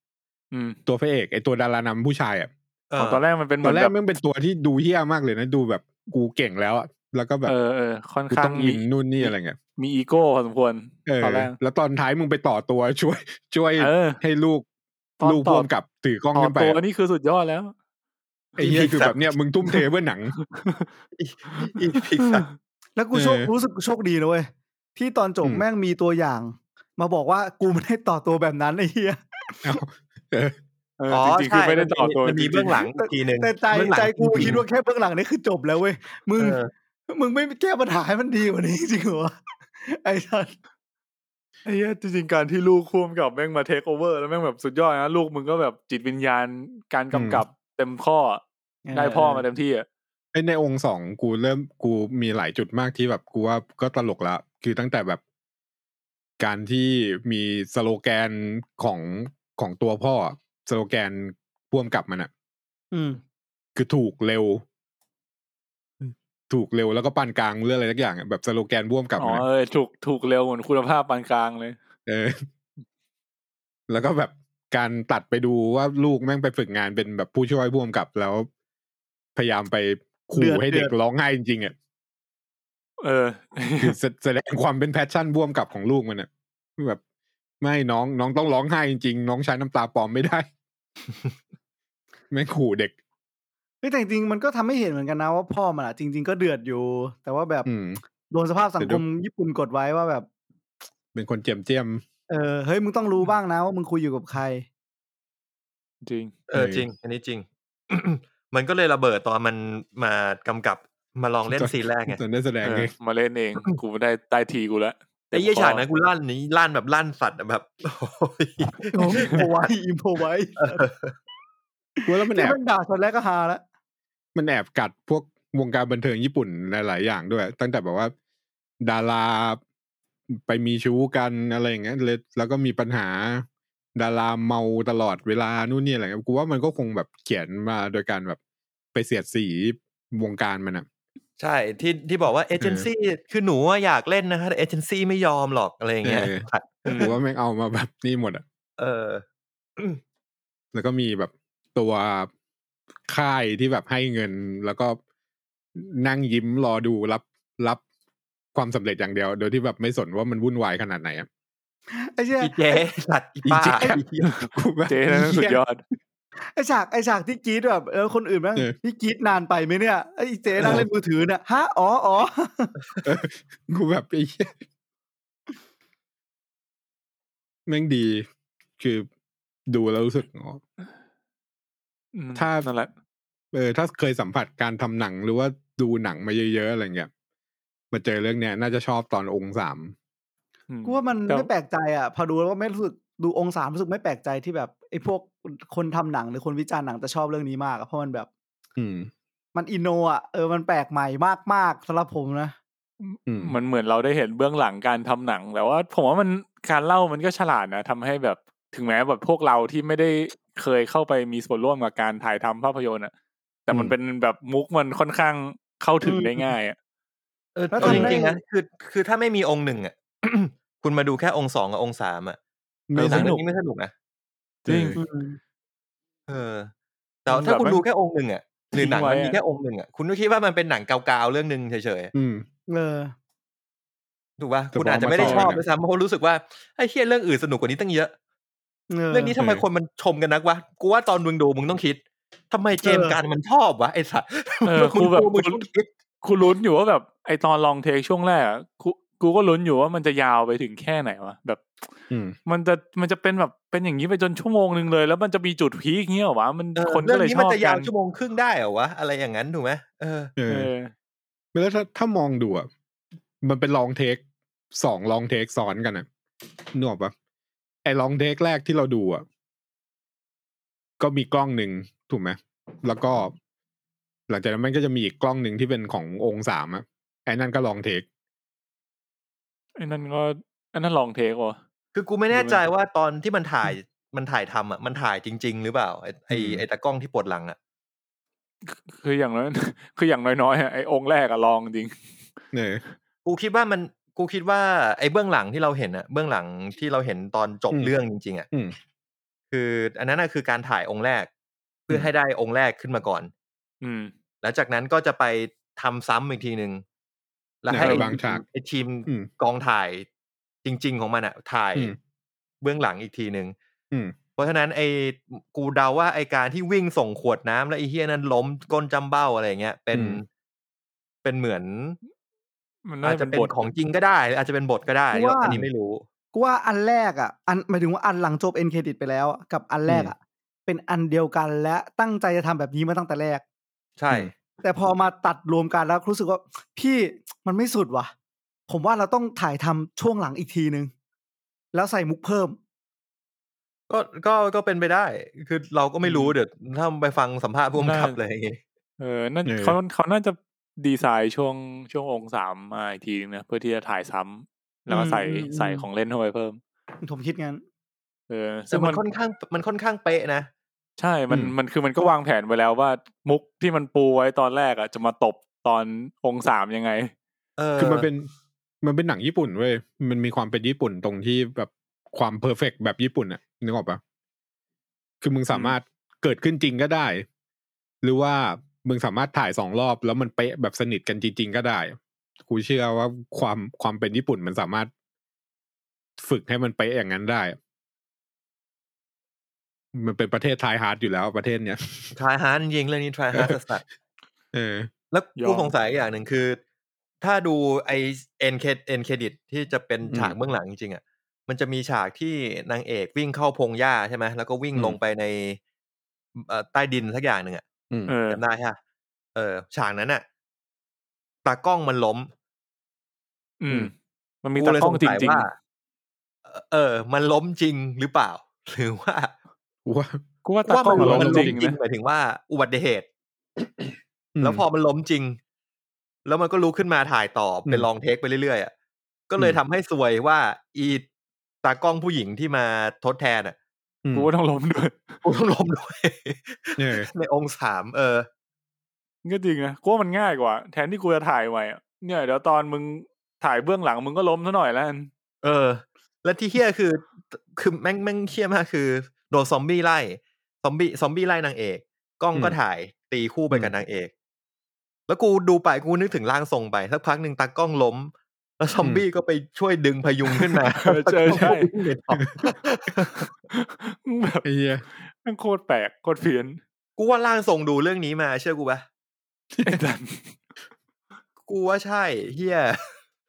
Speaker 2: อืม
Speaker 5: ตัวพระเอกไอตัวดารานำผู้ชายอ่ะ
Speaker 3: เออ
Speaker 2: ของตอนแรกมันเป็นเห
Speaker 5: ต
Speaker 2: มื
Speaker 5: อ
Speaker 2: อน น
Speaker 5: แร
Speaker 2: แบ
Speaker 5: ก
Speaker 2: บ
Speaker 5: มันเป็นตัวที่ดูเฮี้ยมากเลยนะดูแบบกูเก่งแล้วอ่ะแล้วก็แบบ
Speaker 2: เออเออค่อน
Speaker 5: กู
Speaker 2: ข้า
Speaker 5: ต้
Speaker 2: ง
Speaker 5: อง
Speaker 2: มี
Speaker 5: ยิงนู่นนี่อะไรเงี้ย
Speaker 2: มีอีโก้พอสมควร
Speaker 5: เออ
Speaker 2: ตอนแรก
Speaker 5: แล้วตอนท้ายมึงไปต่อตัว ช่วย ช่วย
Speaker 2: เออ
Speaker 5: ให้ลูก
Speaker 2: ตอน
Speaker 5: ลูก
Speaker 2: ต่อ
Speaker 5: พ่วงกับถือกล้อง
Speaker 2: ต่อ
Speaker 5: ขึ้นไป
Speaker 2: ตัว
Speaker 5: อะ
Speaker 2: นี่คือสุดยอดแล้ว
Speaker 5: ไอ้เฮี้ยคือแบบเนี่ยมึงทุ่มเทเพื่อหนัง
Speaker 3: อีพิกซ์
Speaker 4: แล้วกูโชค
Speaker 5: เออ
Speaker 4: รู้สึกกูโชคดีนะเว้ยที่ตอนจบ
Speaker 5: อืม
Speaker 4: แม่งมีตัวอย่าง มาบอกว่ากูไม่ได้ต่อตัวแบบนั้นไอ้เหี้ย
Speaker 5: เอาเออ
Speaker 2: เออจริงๆคือไม่ได้ต่อตัว
Speaker 3: มัน
Speaker 2: จ
Speaker 3: มี
Speaker 2: ริ
Speaker 3: เบื้องหลังอีกทีหนึ่ง
Speaker 4: แต่ใจ
Speaker 3: เบื้องหลัง
Speaker 4: ใจกู
Speaker 3: จ
Speaker 4: คิ
Speaker 3: ริงๆ
Speaker 4: ดว่าแค่เบื้องหลังนี่คือจบแล้วเว้ยมึง
Speaker 3: เออ
Speaker 4: มึงไม่แก้ปัญหาให้มันดีกว่านี้จ ริงเหรอวะไอ้สัส
Speaker 2: ไอ้เหี้ยจริงๆการที่ลูกควมกับแม่งมาเทคโอเวอร์แล้วแม่งแบบสุดยอดนะลูกมึงก็แบบจิตวิญญาณการกำกับเต็มข้อได้พ่อมาเต็มที่อ่ะ
Speaker 5: ไอ้ในองค์สองกูเริ่มกูมีหลายจุดมากที่แบบกูว่าก็ตลกละ คือตั้งแต่แบบ การที่มีสโลแกนของของตัวพ่ออะสโลแกนพ่วมกับมันอะ
Speaker 4: อืม
Speaker 5: คือถูกเร็ว ถูกเร็วแล้วก็ปานกลางเรื่องอะไรสักอย่างอะแบบสโลแกนพ่วมกับ
Speaker 2: อ๋อ
Speaker 5: มันอะ
Speaker 2: เออถูกถูกเร็วเหมือนคุณภาพปานกลางเลย
Speaker 5: เออ แล้วก็แบบการตัดไปดูว่าลูกแม่งไปฝึกงานเป็นแบบผู้ช่วยพ่วมกับแล้ว พยายามไป
Speaker 4: เดื
Speaker 5: ขู่
Speaker 4: อด
Speaker 5: ให้เด็ก
Speaker 4: เดือด
Speaker 5: ร้องไห้จริงๆอ่ะ
Speaker 2: เออ
Speaker 5: คือแสแสดงความเป็นแพชชั่นร่วมกับของลูกมันอะแบบไม่น้องน้องต้องร้องไห้จริงๆ น้องใช้น้ำตาปลอมไม่ได้ ไม่งขู่เด็ก
Speaker 4: เฮ้ยแต่จริงๆมันก็ทำให้เห็นเหมือนกันนะว่าพ่อมันอะจริง ๆ ก็เดือดอยู่ แต่ว่าแบบ
Speaker 5: อืม
Speaker 4: โดนสภาพสังค
Speaker 5: เดี๋ยว
Speaker 4: ม
Speaker 5: ดู
Speaker 4: ญี่ปุ่นกดไว้ว่าแบบ
Speaker 5: เป็นคนเจียมเจียม
Speaker 4: เออเฮ้ยมึงต้องรู้บ้างนะว่ามึงคุยอยู่กับใคร
Speaker 2: จริง
Speaker 3: เออ
Speaker 5: เออ
Speaker 3: จริง อันนี้จริง มันก็เลยระเบิดตอนมันมากำกับมาลองเล่นซีนแรกไง
Speaker 5: จนได้แสดง
Speaker 2: เออ
Speaker 5: เอง
Speaker 2: มาเล่น เอง กูไม่ได้ได้ทีกูละ
Speaker 3: ไอ้เยี่ยฉากนั้นกูลั่นนี้ลั่นแบบลั่นสัตว์อะแบบ โอ้ย
Speaker 4: โอ้ โหไว้อิมโพไว้
Speaker 3: เออ
Speaker 5: กูว่าแล้วมันแอ
Speaker 4: ที่
Speaker 5: บ
Speaker 4: มันด่าชนแรกก็ฮาแล้ว
Speaker 5: มันแอบกัดพวกวงการบันเทิงญี่ปุ่นหลายๆอย่างด้วย ตั้งแต่แบบว่า ดาราไปมีชู้กันอะไรอย่างเงี้ยเลยแล้วก็มีปัญหา ดาราเมาตลอดเวลานู่นนี่อะไรเงี้ยกูว่ามันก็คงแบบเขียนมาโดยการแบบไปเสียดสีวงการมันอะ
Speaker 3: ใช่ที่ที่บอกว่าเอเจนซี่คือหนูอะอยากเล่นนะฮะแต่เอเจนซี่ไม่ยอมหรอกอะไรอย่างเงี้ย
Speaker 5: เออ กูว่าแม่งเอามาแบบนี่หมดอ่ะ
Speaker 3: เออ
Speaker 5: แล้วก็มีแบบตัวค่ายที่แบบให้เงิน แล้วก็นั่งยิ้มรอดูรับรับความสำเร็จอย่างเดียว โดยที่แบบไม่สนว่ามันวุ่นวายขนาดไหนอ่ะ
Speaker 4: ไอ้เชี่ย
Speaker 3: อีเจ๊สัตว์อีป้า
Speaker 5: อี เจ๊ กูแบบ
Speaker 2: เจ๊ นั้นสุดยอด
Speaker 4: ไอ้ฉากไอ้ฉากที่กรีดแบบเออคนอื่นบ้าง
Speaker 5: เออ
Speaker 4: นี่กรีดนานไปไหมเนี่ยไอ้เจ๊นั่งเล่นมือถือเนี่ยฮะอ๋อ อ๋อ
Speaker 5: กูแบบไอ้เหี้ยแม่งดี คือดูแล้วรู้สึกอ๋อ
Speaker 2: อืม
Speaker 5: ถ้า
Speaker 2: นั่นแหละ
Speaker 5: เออถ้าเคยสัมผัสการทำหนังหรือว่าดูหนังมาเยอะๆอะไรเงี้ยมาเจอเรื่องเนี้ย น่าจะชอบตอนองค์สาม
Speaker 2: อืม
Speaker 4: กูว่ามัน
Speaker 2: แต่
Speaker 4: ไม่แปลกใจอ่ะพอดูแล้วก็ไม่รู้สึกดูองศารู้สึกไม่แปลกใจที่แบบไอ้พวกคนทำหนังหรือคนวิจารณ์หนังจะชอบเรื่องนี้มากอะเพราะมันแบบ
Speaker 5: อืม
Speaker 4: มันอินโนอ่ะเออมันแปลกใหม่มากๆสำหรับผมนะ
Speaker 5: อืม
Speaker 2: มันเหมือนเราได้เห็นเบื้องหลังการทำหนัง แต่ว่าผมว่ามันการเล่ามันก็ฉลาดนะทำให้แบบถึงแม้แบบพวกเราที่ไม่ได้เคยเข้าไปมีส่วนร่วมกับการถ่ายทำภาพยนตร์อะแต่มัน
Speaker 5: อืม
Speaker 2: เป็นแบบมุกมันค่อนข้างเข้าถึงได้ง่ายอะ
Speaker 3: เออ
Speaker 4: แล้ว
Speaker 3: เอา
Speaker 4: ทำ
Speaker 3: จ
Speaker 4: ได้
Speaker 3: ริงๆนะคือคือถ้าไม่มีองค์หนึ่งอ่ะ คุณมาดูแค่องค์สองกับองค์สามอ่ะ
Speaker 5: ไม่
Speaker 3: หนั
Speaker 5: ส
Speaker 3: ง
Speaker 5: นุ
Speaker 3: เรื่อก งนี้ไม่สนุกนะ
Speaker 2: จริง
Speaker 4: อืม
Speaker 3: เออ แต่
Speaker 2: มัน
Speaker 3: ถ้าคุณ
Speaker 2: แบบ
Speaker 3: ดูแค่องค์หนึ่งอ่ะหรือหนังมัน
Speaker 2: ทิ้งไว้
Speaker 3: มี
Speaker 2: อะ
Speaker 3: แค่องค์หนึ่งอ่ะคุณก็คิดว่ามันเป็นหนังกาวๆเรื่องหนึ่งเฉย
Speaker 5: อืม
Speaker 4: เออ
Speaker 3: ๆถูกป่ะ
Speaker 5: แต่
Speaker 3: คุณอาจจะไม่ได้ช
Speaker 5: พอมาต่อ
Speaker 3: อบ
Speaker 5: กัน
Speaker 3: ด้วยซ้ำเพราะรู้สึกว่าไอ้เฮียเรื่องอื่นสนุกกว่านี้ตั้งเยอะ
Speaker 4: เออ
Speaker 3: เรื่องนี้ทำไมคนมันชมกันนักวะกูว่าตอนมึงดูมึงต้องคิดทำไมเจมส์
Speaker 4: เออ
Speaker 3: การมันชอบวะไอ้สัตว์
Speaker 2: เออกู
Speaker 3: มึง
Speaker 2: แบบ
Speaker 3: ดูมึงต้องคิด
Speaker 2: กูลุ้นอยู่ว่าแบบไอตอนลองเทคช่วงแรกอะกูกูก็ลุ้นอยู่ว่ามันจะยาวไปถึงแค่ไหนวะแบบ
Speaker 5: อืม
Speaker 2: มันจะมันจะเป็นแบบเป็นอย่างนี้ไปจนชั่วโมงหนึ่งเลย แล้วมันจะมีจุดพีคเงี้ยเหรอวะมัน
Speaker 3: เออ
Speaker 2: คนก็
Speaker 3: เรื่อง
Speaker 2: เลย
Speaker 3: นี้
Speaker 2: ช
Speaker 3: มัน
Speaker 2: อบ
Speaker 3: จะ
Speaker 2: กั
Speaker 3: ยาวน ชั่วโมงครึ่งได้เหรอวะอะไรอย่างนั้นถูกไหมเออ
Speaker 5: เอ
Speaker 2: เอ
Speaker 5: อ
Speaker 2: อ
Speaker 5: แล้วถ้าถ้ามองดูอ่ะมันเป็นลองเทคสองลองเทคซ้อนกันอ่ะนึกออกปะไอ้ลองเทคแรกที่เราดูอ่ะก็มีกล้องหนึ่งถูกไหมแล้วก็ หลังจากนั้นมันก็จะมีอีกกล้องหนึ่งที่เป็นขององค์สามอ่ะไอ้นั่นก็ลองเทค
Speaker 2: ไอ้นั่นก็อันนั้นลองเทกว่ะ
Speaker 3: คือกูไม่แน่ใจว่าตอนที่มันถ่ายมันถ่ายทำอ่ะมันถ่ายจริง ๆ หรือเปล่าไอ้ไอ
Speaker 5: อืม
Speaker 3: ไอตากล้องที่ปวดหลังอ่ะ
Speaker 2: คืออย่าง น้อย คืออย่างน้อยๆอะไอ้องค์แรกอะลองจริง
Speaker 5: เออ
Speaker 3: กูคิดว่ามันกูคิดว่าไอเบื้องหลังที่เราเห็นอ่ะเบื้องหลังที่เราเห็นตอนจบ
Speaker 5: อืม
Speaker 3: เรื่องจริง ๆอ่ะ
Speaker 5: อืม
Speaker 3: คืออันนั้นนะคือการถ่ายองค์แรก เพื่อให้ได้องค์แรกขึ้นมาก่อน
Speaker 2: อืม
Speaker 3: แล้วจากนั้นก็จะไปทำซ้ำอีกทีหนึ่งแล้วให้
Speaker 5: ในบางฉาก
Speaker 3: ไอ้ทีม
Speaker 5: อืม
Speaker 3: กองถ่ายจริง ๆ ของมันอะถ่าย
Speaker 5: อืม
Speaker 3: เบื้องหลังอีกทีหนึ่ง
Speaker 5: อืม
Speaker 3: เพราะฉะนั้นไอ้กูเดาว่าไอ้การที่วิ่งส่งขวดน้ำแล้วไอ้เฮียนั้นล้มก้นจำเบ้าอะไรอย่างเงี้ยเป็น เป็นเหมือน
Speaker 2: มัน
Speaker 3: อาจ
Speaker 2: น่า
Speaker 3: จะ
Speaker 2: จะ
Speaker 3: เป็
Speaker 2: เป็น นบท
Speaker 3: ของจริงก็ได้หรืออาจจะเป็นบทก็ได้
Speaker 4: เพราะว่า
Speaker 3: อันนี้ไม่รู้
Speaker 4: กูว่าอันแรกอ่ะอันหมายถึงว่าอันหลังจบเอ็นเครดิตไปแล้วอะกับอันแรกอ่ะเป็นอันเดียวกันและตั้งใจจะทำแบบนี้มาตั้งแต่แรก
Speaker 3: ใช่
Speaker 4: แต่พอมาตัดรวมกันแล้วรู้สึกว่าพี่มันไม่สุดว่ะ ผมว่าเราต้องถ่ายทำช่วงหลังอีกทีนึง แล้วใส่มุกเพิ่ม
Speaker 3: ก็ก็ก็เป็นไปได้ คือเราก็ไม่รู้เดี๋ยวถ้าไปฟังสัมภาษณ์ผู้กำกับเลยอย่างงี้
Speaker 2: เออนั่น
Speaker 5: เออ
Speaker 2: เขาเขาน่าจะดีไซน์ช่วงช่วงองค์สามมาอีกทีนึงนะเพื่อที่จะถ่ายซ้ำแล้วก็ใส่
Speaker 4: อืมอืม
Speaker 2: ใส่ของเล่นเข้าไปเพิ่ม
Speaker 4: ผมคิดงั้น
Speaker 2: เออ
Speaker 3: แต่
Speaker 2: ซึ่ง
Speaker 3: มั
Speaker 2: มัน น
Speaker 3: ค่อนข้างมันค่อนข้างเป๊ะนะ
Speaker 2: ใช่มัน
Speaker 5: อืม
Speaker 2: มันคือมันก็วางแผนไว้แล้วว่ามุกที่มันปูไว้ตอนแรกอ่ะจะมาตบตอนองค์สามยังไง
Speaker 3: เออ
Speaker 5: คือมันเป็นมันเป็นหนังญี่ปุ่นเว้ยมันมีความเป็นญี่ปุ่นตรงที่แบบความเพอร์เฟกแบบญี่ปุ่นอะนึกออกปะคือมึงสามารถเกิดขึ้นจริงก็ได้ หรือว่ามึงสามารถถ่ายสองรอบ แล้วมันเป๊ะแบบสนิทกันจริง ๆ ก็ได้กูเชื่อว่าความความเป็นญี่ปุ่นมันสามารถฝึกให้มันเป๊ะอย่างนั้นได้ มันเป็นประเทศทายฮาร์ดอยู่แล้วประเทศเนี้ย
Speaker 3: ทรายฮาร์ดจริงๆเรื่องนี้ทรายฮาร์ดสัส
Speaker 5: เออ
Speaker 3: ๆแล้ว
Speaker 2: ยอม
Speaker 3: กูสงสัยอย่างหนึ่งคือ ถ้าดูไอเอ็นเคเอ็นเครดิตที่จะเป็นฉาก
Speaker 5: อืม
Speaker 3: เบื้องหลังจริงๆอ่ะมันจะมีฉากที่นางเอกวิ่งเข้าพงหญ้าใช่ไหมแล้วก็วิ่ง
Speaker 5: อืม
Speaker 3: ลงไปในเอ่อใต้ดินสักอย่างหนึ่งอ่ะ
Speaker 5: อืม
Speaker 2: เออ
Speaker 3: จำได้ฮะเออฉากนั้นอ่ะตากล้องมันล้ม
Speaker 2: อืม มันมี
Speaker 3: กู
Speaker 2: ตา
Speaker 3: เลย
Speaker 2: กล้
Speaker 3: ส
Speaker 2: อง
Speaker 3: ง
Speaker 2: จ
Speaker 3: สัย
Speaker 2: ริง
Speaker 3: ว่าเออ มันล้มจริงหรือเปล่า หรือว่า
Speaker 5: ว่า
Speaker 2: ๆ กูว่าตา
Speaker 3: ว่าก
Speaker 2: ล้
Speaker 3: มั
Speaker 2: อง
Speaker 3: น
Speaker 2: มันล้มจ
Speaker 3: ล้มมันล้ม
Speaker 2: ริง
Speaker 3: จริง
Speaker 2: นะ
Speaker 3: หมายถึงว่าอุบัติเหตุ
Speaker 5: ม
Speaker 3: แล้วพอมันล้มจริง แล้วมันก็ลุกขึ้นมาถ่ายต่อเป็น
Speaker 5: อืม
Speaker 3: ลองเทคไปเรื่อยๆอ่ะก็เลย
Speaker 5: อืม
Speaker 3: ทำให้สวยว่าอีตากล้องผู้หญิงที่มาทดแทนอ่ะ
Speaker 5: อืม
Speaker 2: กูว่าต้องล้มด้วย
Speaker 3: กูต้องล้มด้วย
Speaker 5: เออ
Speaker 3: ในองค์สามเออ
Speaker 2: ก็จริงนะกูว่ามันง่ายกว่า แทนที่กูจะถ่ายไว้อะเนี่ยเดี๋ยวตอนมึงถ่ายเบื้องหลังมึงก็ล้มซะหน่อยแล้วกัน
Speaker 3: เออ และที่เฮี้ยคือ คือแม่งแม่งเฮี้ยมากคือโดนซอมบี้ไล่ซอมบี้ซอมบี้ไล่นางเอก กล้องก็
Speaker 5: อืม
Speaker 3: ถ่ายตีคู่ไปกับ
Speaker 5: อืม
Speaker 3: นางเอก แล้วกูดูไปกูนึกถึงร่างทรงไปสักพักหนึ่งตากล้องล้ม แล้วซอมบี้ก็ไปช่วยดึงพยุงขึ้นมา
Speaker 2: เออใช่ใช่
Speaker 3: แล้วก็วิ่งหนีต่อ
Speaker 2: มึงแบบ
Speaker 5: ไอ้เหี้ย
Speaker 2: มันโคตรแปลกโคตรเพี้ยน
Speaker 3: กูว่าร่างทรงดูเรื่องนี้มาเชื่อกูปะ
Speaker 2: ไอ้สัส
Speaker 3: กูว่าใช่เฮีย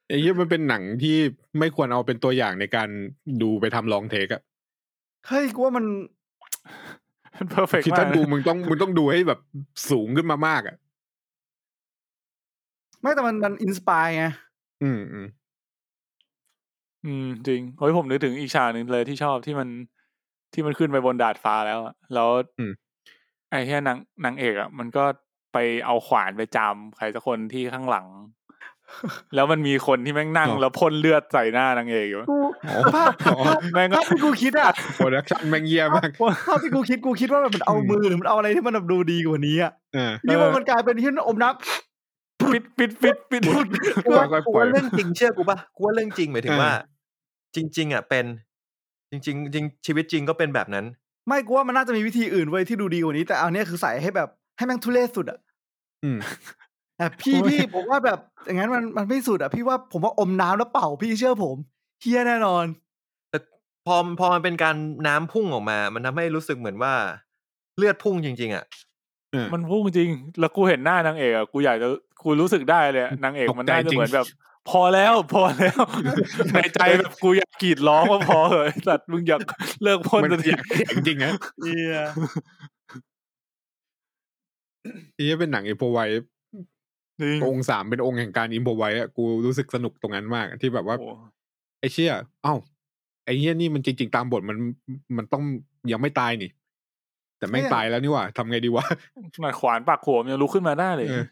Speaker 5: ไอ้เหี้ยมันเป็นหนังที่ไม่ควรเอาเป็นตัวอย่างในการดูไปทำลองเทคอะ
Speaker 4: เฮ้ยกูว่ามัน
Speaker 2: มันเพอร์เฟก
Speaker 5: คือ
Speaker 2: มา
Speaker 5: ถ้ากดู
Speaker 2: นะ
Speaker 5: มึงต้องมึงต้องดูให้แบบสูงขึ้นมามากอะ
Speaker 4: ไม่แต่มันมันอินสปาย ไง
Speaker 5: อืมอืม
Speaker 2: อืมจริงเฮ้ยผมนึกถึงอีกฉากหนึ่งเลยที่ชอบที่มันที่มันขึ้นไปบนดาดฟ้าแล้วอะแล้ว ไอ้แค่นางนางเอกอะมันก็ไปเอาขวานไปจามใครสักคนที่ข้างหลัง แล้วมันมีคนที่แม่งนั่ งแล้วพ่นเลือดใส่หน้านางเอกอยู่
Speaker 4: กู
Speaker 5: อ๋อ
Speaker 4: ภาพ
Speaker 5: อ๋อ
Speaker 2: แม่งก็
Speaker 4: ภาพที่กูคิดอ่ะ
Speaker 5: โปรดักชันแม่งเยี่ย มาก
Speaker 4: ภาพที่กูคิดกูคิดว่าแบบมันเอามือหรือมันเอาอะไรที่มันแบบดูดีกว่านี้อ่ะ
Speaker 5: อ่า
Speaker 4: นี่ว่า
Speaker 2: เออ
Speaker 4: มันกลายเป็นที่อมน้ำ
Speaker 2: ปิดปิดปิดปิด
Speaker 5: กูว่า
Speaker 3: กูว่าเรื่องจริงเชื่อกูปะกูว่าเรื่องจริงหมายถึง
Speaker 5: เออ
Speaker 3: ว่า จริง ๆอ่ะเป็น จริง ๆ จริงชีวิตจริงก็เป็นแบบนั้น
Speaker 4: ไม่กูว่ามันน่าจะมีวิธีอื่นไว้ยที่ดูดีกว่านี้ แต่เอาเนี้ยคือใส่ให้แบบให้แม่งทุเรศสุดอะ
Speaker 5: อืม
Speaker 4: แต่พี่พี่ผมว่าแบบอย่างนั้นมันมันไม่สุดอะพี่ว่าผมว่าอมน้ำแล้วเป่าพี่เชื่อผมเฮียแน่นอน
Speaker 3: พอพอมันเป็นการน้ำพุ่งออกมา มันทำให้รู้สึกเหมือนว่า เลือดพุ่งจริง ๆ อ่ะ
Speaker 2: มันพุ่งจริง แล้วกูเห็นหน้านางเอกอะกูอยากจะกูรู้สึกได้เลยอะนางเอกมันน่า
Speaker 5: ตกใจ
Speaker 2: จะ
Speaker 5: จริง
Speaker 2: เหมือนแบบ พอแล้วพอแล้ว ในใจแบบกูอยากกรีดร้องว่าพอเหอะไอ้สัตว์มึงอยากเลิกพ่น
Speaker 5: มัน
Speaker 2: สักที
Speaker 5: อยากเสียงจริงนะ
Speaker 4: เฮีย
Speaker 5: ไอ้เหี้ยเป็นหนังอิมโพไว
Speaker 2: จริง
Speaker 5: องค์สามเป็นองค์แห่งการอิมโพไวอะกูรู้สึกสนุกตรงนั้นมาก ที่แบบว่า
Speaker 2: โอ้
Speaker 5: ไอ้เชี่ยเอ้าไอ้เหี้ยนี่มันจริง ๆ ตามบทมันมันต้องยังไม่ตายนี่ แต่แม่งตายแล้วนี่หว่าทำไงดีวะ
Speaker 2: หมัดขวานปากโขมยังลุกขึ้นมาได้เลย
Speaker 5: เออ